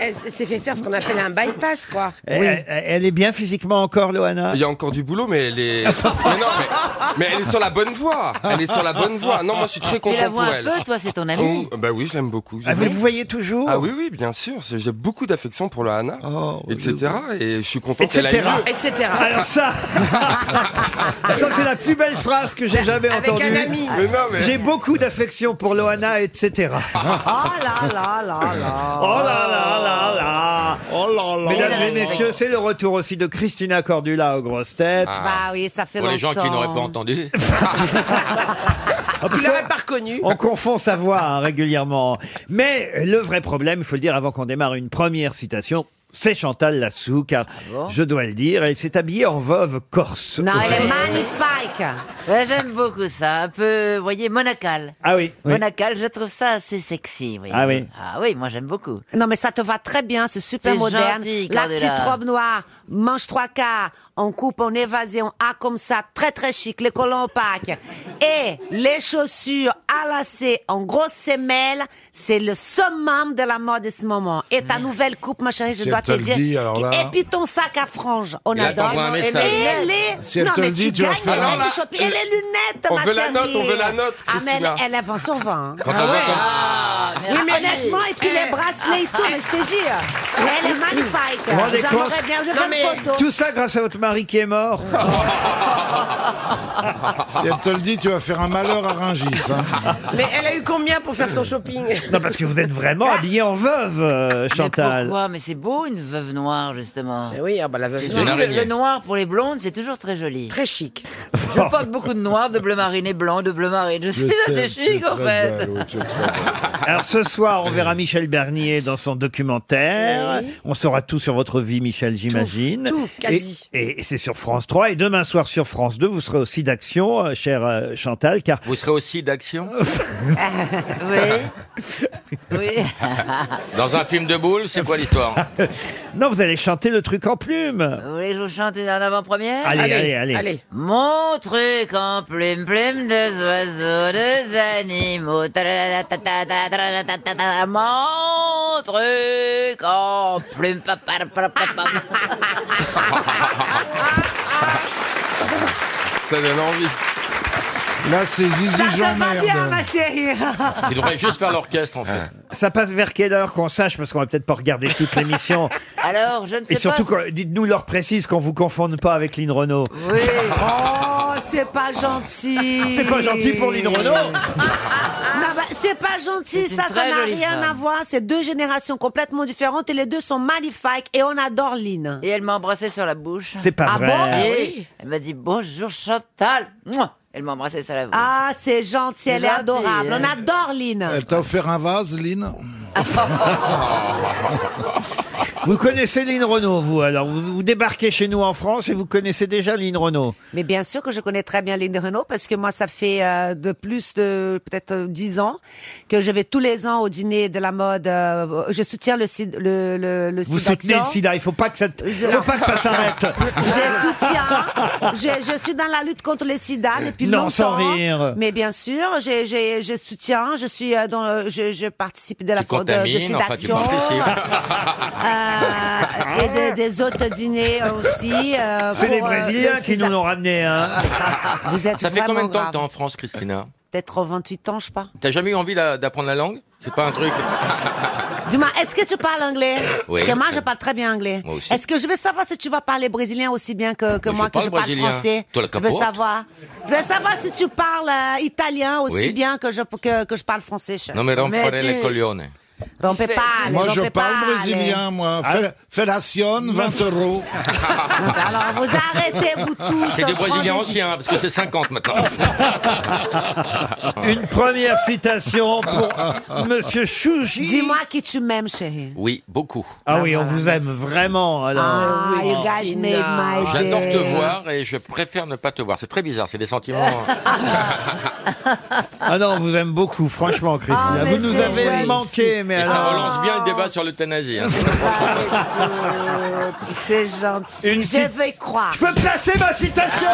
[SPEAKER 11] elle s- s'est fait faire ce qu'on appelle un bypass, quoi.
[SPEAKER 1] Elle- elle, elle est bien physiquement encore, Loana
[SPEAKER 13] Il y a encore du boulot, mais elle est. mais non, mais, mais elle est sur la bonne voie. Elle est sur la bonne voie. Non, moi, je suis très
[SPEAKER 4] Tu
[SPEAKER 13] content
[SPEAKER 4] la vois
[SPEAKER 13] pour
[SPEAKER 4] un
[SPEAKER 13] elle.
[SPEAKER 4] peu, toi, c'est ton amie.
[SPEAKER 13] Oh, bah oui, je l'aime beaucoup.
[SPEAKER 1] Ah, vous
[SPEAKER 13] J'aime-
[SPEAKER 1] le voyez toujours Oh,
[SPEAKER 13] Ah oui, oui, bien sûr. C'est- J'ai beaucoup d'affection pour la Hana, etc. Et je suis content
[SPEAKER 1] bah Etc.
[SPEAKER 13] qu'elle aille mieux.
[SPEAKER 11] Etc.
[SPEAKER 1] Alors ça, ça c'est la plus belle phrase que j'ai jamais
[SPEAKER 11] Avec
[SPEAKER 1] entendue.
[SPEAKER 11] un ami. Mais non, mais-
[SPEAKER 1] J'ai beaucoup d'affection pour Loana, etc.
[SPEAKER 11] Oh là là là là.
[SPEAKER 1] Oh là là là là
[SPEAKER 11] Oh là là
[SPEAKER 1] Mesdames
[SPEAKER 11] là
[SPEAKER 1] et
[SPEAKER 11] là.
[SPEAKER 1] messieurs, c'est le retour aussi de Christina Cordula aux grosses têtes.
[SPEAKER 11] Bah oui, ça fait
[SPEAKER 13] Pour les gens
[SPEAKER 11] longtemps.
[SPEAKER 13] qui n'auraient pas entendu.
[SPEAKER 1] Ah, parce
[SPEAKER 11] Ils l'auraient pas reconnu.
[SPEAKER 1] On confond sa voix hein, régulièrement. Mais le vrai problème, il faut le dire avant qu'on démarre une première citation, c'est Chantal Lassou, car
[SPEAKER 11] Ah bon
[SPEAKER 1] je dois le dire, elle s'est habillée en veuve corse.
[SPEAKER 11] Non, elle est
[SPEAKER 13] Oh.
[SPEAKER 1] aujourd'hui.
[SPEAKER 11] magnifique.
[SPEAKER 4] Ouais, J'aime beaucoup ça, un peu, vous voyez, monacal.
[SPEAKER 1] Ah oui, oui.
[SPEAKER 4] Monacal, je trouve ça assez sexy. Oui.
[SPEAKER 1] Ah oui.
[SPEAKER 4] Ah oui, moi j'aime beaucoup.
[SPEAKER 11] Non, mais ça te va très bien, c'est super
[SPEAKER 4] C'est
[SPEAKER 11] moderne.
[SPEAKER 4] gentil,
[SPEAKER 11] La
[SPEAKER 4] Cordula.
[SPEAKER 11] petite robe noire, manche trois quarts, on coupe en évasion, ah comme ça, très très chic, les colons opaques. Et les chaussures à lacets en grosse semelle, c'est le summum de la mode de ce moment. Et ta nouvelle coupe, ma chérie, je
[SPEAKER 3] Si
[SPEAKER 11] dois
[SPEAKER 3] elle
[SPEAKER 11] te
[SPEAKER 3] te le
[SPEAKER 11] dire.
[SPEAKER 3] dit, alors là-
[SPEAKER 11] Et puis ton sac à franges, on
[SPEAKER 13] Et là,
[SPEAKER 11] adore.
[SPEAKER 13] t'envoies un
[SPEAKER 11] Et
[SPEAKER 13] message.
[SPEAKER 11] les...
[SPEAKER 13] Si elle
[SPEAKER 11] non,
[SPEAKER 13] te
[SPEAKER 11] mais
[SPEAKER 13] le dit, tu vas
[SPEAKER 11] gagnes
[SPEAKER 13] faire-
[SPEAKER 11] dans
[SPEAKER 13] Alors là,
[SPEAKER 11] le shopping. Et les lunettes,
[SPEAKER 13] on
[SPEAKER 11] ma
[SPEAKER 13] veut la
[SPEAKER 11] chérie.
[SPEAKER 13] note, on veut la note,
[SPEAKER 11] Ah, mais
[SPEAKER 13] Christina.
[SPEAKER 11] elle, elle avance au vent. hein.
[SPEAKER 4] Ah
[SPEAKER 1] Ah,
[SPEAKER 13] Quand on voit comme-
[SPEAKER 11] Oui, mais honnêtement, et puis
[SPEAKER 4] Eh.
[SPEAKER 11] les bracelets et tout, mais je te jure. Mais elle est magnifique.
[SPEAKER 1] Vous vous rendez
[SPEAKER 11] J'en
[SPEAKER 1] compte
[SPEAKER 11] aurais bien, je vais faire une photo.
[SPEAKER 1] Tout ça grâce à votre mari qui est mort.
[SPEAKER 3] Si elle te le dit, tu vas faire un malheur à Ringis. hein.
[SPEAKER 11] Mais elle a eu combien pour faire
[SPEAKER 1] Euh.
[SPEAKER 11] son shopping
[SPEAKER 1] non, parce que vous êtes vraiment
[SPEAKER 11] Ah.
[SPEAKER 1] habillée en veuve, euh,
[SPEAKER 4] Mais
[SPEAKER 1] Chantal.
[SPEAKER 4] pourquoi Mais c'est beau une veuve noire justement.
[SPEAKER 11] Eh oui, ah bah, la veuve
[SPEAKER 4] le,
[SPEAKER 1] noire. Une araignée.
[SPEAKER 4] le noir pour les blondes, c'est toujours très joli.
[SPEAKER 11] Très chic.
[SPEAKER 4] Je porte beaucoup de noir, de bleu mariné blanc, de bleu mariné. Je suis assez chic en fait.
[SPEAKER 1] Alors ce soir, on verra Michel Bernier dans son documentaire.
[SPEAKER 4] Oui.
[SPEAKER 1] On saura tout sur votre vie, Michel, j'imagine.
[SPEAKER 11] tout, quasi.
[SPEAKER 1] Et, et c'est sur France 3. Et demain soir sur France 2, vous serez aussi d'action, euh, chère euh, Chantal, car
[SPEAKER 13] Vous serez aussi d'action
[SPEAKER 4] oui. Oui.
[SPEAKER 13] Dans un film de boule, c'est quoi l'histoire
[SPEAKER 1] non, vous allez chanter le truc en plume.
[SPEAKER 4] Vous voulez que je vous chante une en avant-première
[SPEAKER 1] Allez, Allez, allez, allez. allez.
[SPEAKER 4] Mon truc en plume, plume des oiseaux, des animaux. ta-ra-ra-ta-ta-ta, ta-ra-ra-ta-ta-ta. Mon truc en plume. pa- pa- pa- pa- pa-
[SPEAKER 13] Ça donne envie.
[SPEAKER 3] Là, c'est Zizi Jean-Merde.
[SPEAKER 11] Ah, chérie.
[SPEAKER 13] Ils devraient juste faire l'orchestre, en fait.
[SPEAKER 1] Ça passe vers quelle heure qu'on sache, parce qu'on va peut-être pas regarder toute l'émission.
[SPEAKER 4] Alors, je ne sais
[SPEAKER 1] Et surtout,
[SPEAKER 4] pas.
[SPEAKER 1] qu'on- dites-nous l'heure précise qu'on vous confonde pas avec Lynn Renault.
[SPEAKER 4] Oui.
[SPEAKER 11] Oh, c'est pas gentil.
[SPEAKER 1] Ah, C'est pas gentil pour Lynn Renault.
[SPEAKER 11] Non, bah, c'est pas gentil,
[SPEAKER 4] Ah. C'est une
[SPEAKER 11] ça, ça
[SPEAKER 4] très
[SPEAKER 11] n'a
[SPEAKER 4] jolie
[SPEAKER 11] rien
[SPEAKER 4] femme.
[SPEAKER 11] à voir. C'est deux générations complètement différentes et les deux sont magnifiques et on adore Lynn.
[SPEAKER 4] Et elle m'a embrassé sur la bouche.
[SPEAKER 11] C'est pas
[SPEAKER 4] ah
[SPEAKER 11] vrai.
[SPEAKER 4] Bon
[SPEAKER 11] Ah
[SPEAKER 4] Si. Elle m'a dit bonjour Chantal. Mouah Elle m'a embrassé sur la bouche.
[SPEAKER 11] Ah, c'est gentil, elle est
[SPEAKER 4] Gentil,
[SPEAKER 11] adorable.
[SPEAKER 4] hein.
[SPEAKER 11] Ah, On adore Lynn.
[SPEAKER 22] Elle t'a offert un vase, Lynn
[SPEAKER 1] Vous connaissez Lynn Renault, vous, alors vous, vous débarquez chez nous en France et vous connaissez déjà Lynn Renault.
[SPEAKER 11] Mais bien sûr que je connais très bien Lynn Renault parce que moi, ça fait euh, de plus de peut-être euh, dix ans que je vais tous les ans au dîner de la mode. euh, je soutiens le site. Le, le, le
[SPEAKER 1] Vous
[SPEAKER 11] Sida
[SPEAKER 1] soutenez le
[SPEAKER 11] Action.
[SPEAKER 1] sida, il faut pas que ça, t- faut pas que ça s'arrête.
[SPEAKER 11] Je soutiens. Je, je suis dans la lutte contre les sida depuis
[SPEAKER 1] Non,
[SPEAKER 11] longtemps.
[SPEAKER 1] sans rire.
[SPEAKER 11] Mais bien sûr, je, je, je soutiens. Je suis euh, dans. le- Je, je participe de la for- de, de Sida Action. Euh, et des, des autres dîners aussi. euh,
[SPEAKER 1] C'est
[SPEAKER 11] pour,
[SPEAKER 1] les
[SPEAKER 11] euh,
[SPEAKER 1] Brésiliens
[SPEAKER 11] le
[SPEAKER 1] qui
[SPEAKER 11] sida.
[SPEAKER 1] nous l'ont ramené. Hein.
[SPEAKER 11] Vous êtes
[SPEAKER 27] Ça fait combien de
[SPEAKER 11] vraiment
[SPEAKER 27] temps que
[SPEAKER 11] grave.
[SPEAKER 27] t'es en France, Christina
[SPEAKER 11] Peut-être 28 ans, je sais pas.
[SPEAKER 27] T'as jamais eu envie d'a- d'apprendre la langue C'est pas un truc.
[SPEAKER 11] Dis-moi, est-ce que tu parles anglais
[SPEAKER 27] Oui.
[SPEAKER 11] Parce que moi, je parle très bien anglais.
[SPEAKER 27] Moi aussi.
[SPEAKER 11] Est-ce que je veux savoir si tu vas parler brésilien aussi bien que, que
[SPEAKER 27] Mais
[SPEAKER 11] moi,
[SPEAKER 27] je
[SPEAKER 11] que je
[SPEAKER 27] parle
[SPEAKER 11] parle
[SPEAKER 27] brésilien.
[SPEAKER 11] français
[SPEAKER 27] Toi, la
[SPEAKER 11] Je veux
[SPEAKER 27] capote.
[SPEAKER 11] savoir. Je veux savoir si tu parles euh, italien aussi
[SPEAKER 27] Oui.
[SPEAKER 11] bien que je, que, que je parle français. je-
[SPEAKER 27] Non, mais rompere
[SPEAKER 11] tu-
[SPEAKER 27] le coglione.
[SPEAKER 11] Rompe pas,
[SPEAKER 6] Moi,
[SPEAKER 11] rompe
[SPEAKER 6] je parle
[SPEAKER 11] pas,
[SPEAKER 6] brésilien, moi.
[SPEAKER 27] Ah.
[SPEAKER 6] Fel- Fellation, 20 euros.
[SPEAKER 11] Alors, vous arrêtez, vous tous.
[SPEAKER 12] hein,
[SPEAKER 27] C'est des
[SPEAKER 11] on prend
[SPEAKER 27] Brésiliens
[SPEAKER 11] des-
[SPEAKER 27] anciens, parce que c'est 50 maintenant.
[SPEAKER 1] Une première citation pour Monsieur Chouji.
[SPEAKER 11] Dis-moi qui tu m'aimes, chérie.
[SPEAKER 27] Oui, beaucoup.
[SPEAKER 1] Ah oui, on vous aime vraiment. Alors.
[SPEAKER 11] Ah, you guys made my day.
[SPEAKER 27] J'adore te voir et je préfère ne pas te voir. C'est très bizarre, c'est des sentiments. hein.
[SPEAKER 1] Ah non, on vous aime beaucoup, franchement, Christina.
[SPEAKER 27] Ah, mais
[SPEAKER 1] vous nous
[SPEAKER 27] c'est
[SPEAKER 1] avez
[SPEAKER 27] gentil.
[SPEAKER 1] manqué, mais
[SPEAKER 27] et ça
[SPEAKER 1] alors.
[SPEAKER 27] relance bien le débat sur l'euthanasie. hein.
[SPEAKER 11] C'est gentil.
[SPEAKER 1] Une
[SPEAKER 11] je
[SPEAKER 1] cit-
[SPEAKER 11] vais y croire.
[SPEAKER 1] Je peux placer ma citation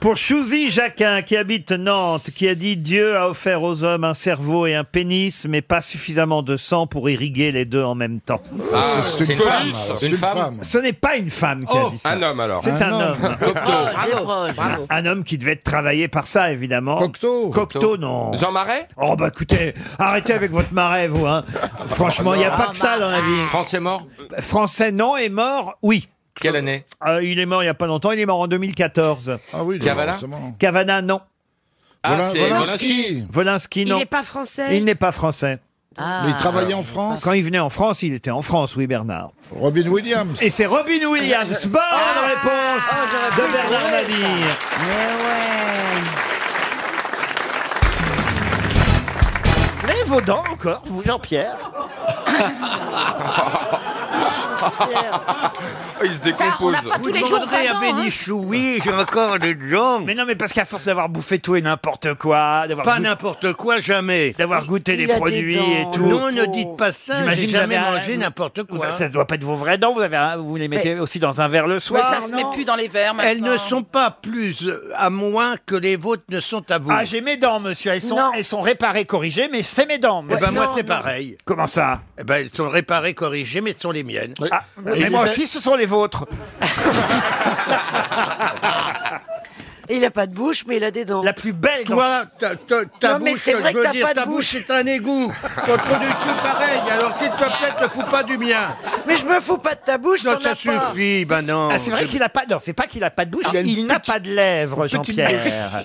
[SPEAKER 1] Pour Chouzi Jacquin, qui habite Nantes, qui a dit Dieu a offert aux hommes un cerveau et un pénis, mais pas suffisamment de sang pour irriguer les deux en même temps.
[SPEAKER 27] Ah, c'est une femme, c'est une femme.
[SPEAKER 1] Ce n'est pas une femme qui a
[SPEAKER 27] Oh,
[SPEAKER 1] dit ça.
[SPEAKER 27] un homme alors.
[SPEAKER 1] C'est un, homme.
[SPEAKER 4] proche.
[SPEAKER 1] Un homme qui devait être travaillé par ça, évidemment. Cocteau. Cocteau, non.
[SPEAKER 27] Jean Marais
[SPEAKER 1] Oh bah écoutez, arrêtez avec votre marais, vous. Hein. Franchement, il n'y a pas que ça dans la vie.
[SPEAKER 27] Français mort
[SPEAKER 1] Français non est mort, oui.
[SPEAKER 27] Quelle année
[SPEAKER 1] Euh, il est mort il n'y a pas longtemps, il est mort en 2014. Ah oui,
[SPEAKER 27] il est Cavana mort, c'est mort.
[SPEAKER 1] Cavana, non.
[SPEAKER 27] Ah, Volin- c'est Volinsky. Volinsky.
[SPEAKER 1] Volinsky, non.
[SPEAKER 11] Il n'est pas français.
[SPEAKER 1] Il n'est pas français.
[SPEAKER 11] Ah. Mais il travaillait en France
[SPEAKER 1] Quand il venait en France, il était en France, oui, Bernard. Robin Williams. Et c'est Robin
[SPEAKER 11] Ah.
[SPEAKER 1] Williams. Bonne réponse de Bernard Mabille. Mais vos dents encore, vous, Jean-Pierre
[SPEAKER 27] Il se décompose.
[SPEAKER 1] oui, j'ai encore des dents. Mais non, mais parce qu'à force d'avoir bouffé tout et n'importe quoi, d'avoir
[SPEAKER 12] Pas
[SPEAKER 1] goûté-
[SPEAKER 12] n'importe quoi, jamais.
[SPEAKER 1] D'avoir goûté les produits et tout.
[SPEAKER 12] Non, ne dites pas ça.
[SPEAKER 1] J'imagine
[SPEAKER 12] J'ai
[SPEAKER 1] que
[SPEAKER 12] jamais
[SPEAKER 1] vous avez-
[SPEAKER 12] mangé n'importe quoi.
[SPEAKER 1] Ça ne doit pas être vos vraies dents, vous, avez un- vous les mettez aussi dans un verre le soir. non
[SPEAKER 12] dans les verres Elles ne sont pas plus euh, à moins que les vôtres ne sont à vous.
[SPEAKER 1] Ah, j'ai mes dents, monsieur. Elles sont,
[SPEAKER 12] Non.
[SPEAKER 1] elles sont réparées, corrigées, mais c'est mes dents.
[SPEAKER 12] Eh
[SPEAKER 1] monsieur.
[SPEAKER 12] ben moi c'est pareil.
[SPEAKER 1] Comment ça Ah,
[SPEAKER 12] Eh ben elles sont réparées, corrigées, mais ce sont les miennes.
[SPEAKER 1] Mais moi aussi, ce sont les vôtres.
[SPEAKER 12] Ah,
[SPEAKER 11] Il n'a pas de bouche, mais il a des dents.
[SPEAKER 1] La plus belle
[SPEAKER 12] Toi, ta, ta- ta
[SPEAKER 11] Non, mais
[SPEAKER 12] bouche,
[SPEAKER 11] c'est vrai
[SPEAKER 12] je
[SPEAKER 11] que
[SPEAKER 12] veux
[SPEAKER 11] t'as
[SPEAKER 12] dire,
[SPEAKER 11] pas de
[SPEAKER 12] ta
[SPEAKER 11] bouche.
[SPEAKER 12] bouche est un égout. Ton trou du cul, pareil. Alors s'il te plaît, te fous pas du mien.
[SPEAKER 11] Mais je me fous pas de ta bouche,
[SPEAKER 12] Non,
[SPEAKER 11] t'en
[SPEAKER 12] ça
[SPEAKER 11] as pas.
[SPEAKER 12] suffit, ben non.
[SPEAKER 1] Ah, c'est vrai qu'il n'a pas. Non, c'est pas qu'il n'a pas de bouche.
[SPEAKER 12] Il a
[SPEAKER 1] Il,
[SPEAKER 12] une
[SPEAKER 1] n'a pas de lèvres,
[SPEAKER 12] petite
[SPEAKER 1] Jean-Pierre.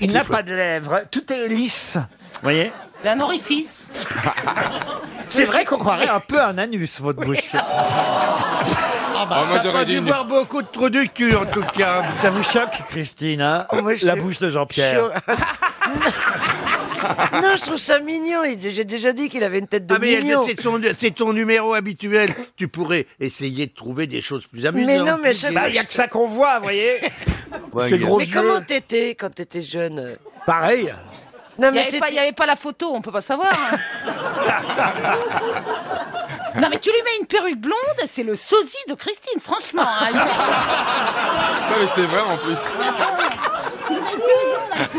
[SPEAKER 1] Il n'a pas de lèvres. Tout est lisse. Vous voyez
[SPEAKER 34] Un orifice.
[SPEAKER 1] C'est vrai qu'on croirait un peu un anus, votre bouche.
[SPEAKER 12] Ah,
[SPEAKER 11] bah,
[SPEAKER 12] T'as pas dû voir beaucoup de trous du cul, en tout cas.
[SPEAKER 1] Ça vous choque, Christine, hein
[SPEAKER 11] Oh, moi, je-
[SPEAKER 1] La bouche de Jean-Pierre.
[SPEAKER 11] non, je trouve ça mignon. Il- J'ai déjà dit qu'il avait une tête de
[SPEAKER 12] Ah mais elle-
[SPEAKER 11] mignon.
[SPEAKER 12] c'est son, c'est ton numéro habituel. Tu pourrais essayer de trouver des choses plus amusantes. Bah,
[SPEAKER 11] Mais non, mais à
[SPEAKER 12] hein, plus
[SPEAKER 11] chaque
[SPEAKER 12] gaies.
[SPEAKER 11] fois, je-
[SPEAKER 1] qu'on voit, vous voyez
[SPEAKER 12] Ouais, Ces il y a- gros
[SPEAKER 11] Mais
[SPEAKER 12] yeux.
[SPEAKER 11] comment t'étais quand t'étais
[SPEAKER 34] euh
[SPEAKER 11] jeune
[SPEAKER 12] Pareil.
[SPEAKER 11] Non,
[SPEAKER 34] Il n'y
[SPEAKER 11] mais
[SPEAKER 34] avait, pas- il y avait pas la photo, on peut pas savoir. hein. non mais tu lui mets une perruque blonde, c'est le sosie de Christine, franchement. hein.
[SPEAKER 27] Non, mais c'est vrai en plus.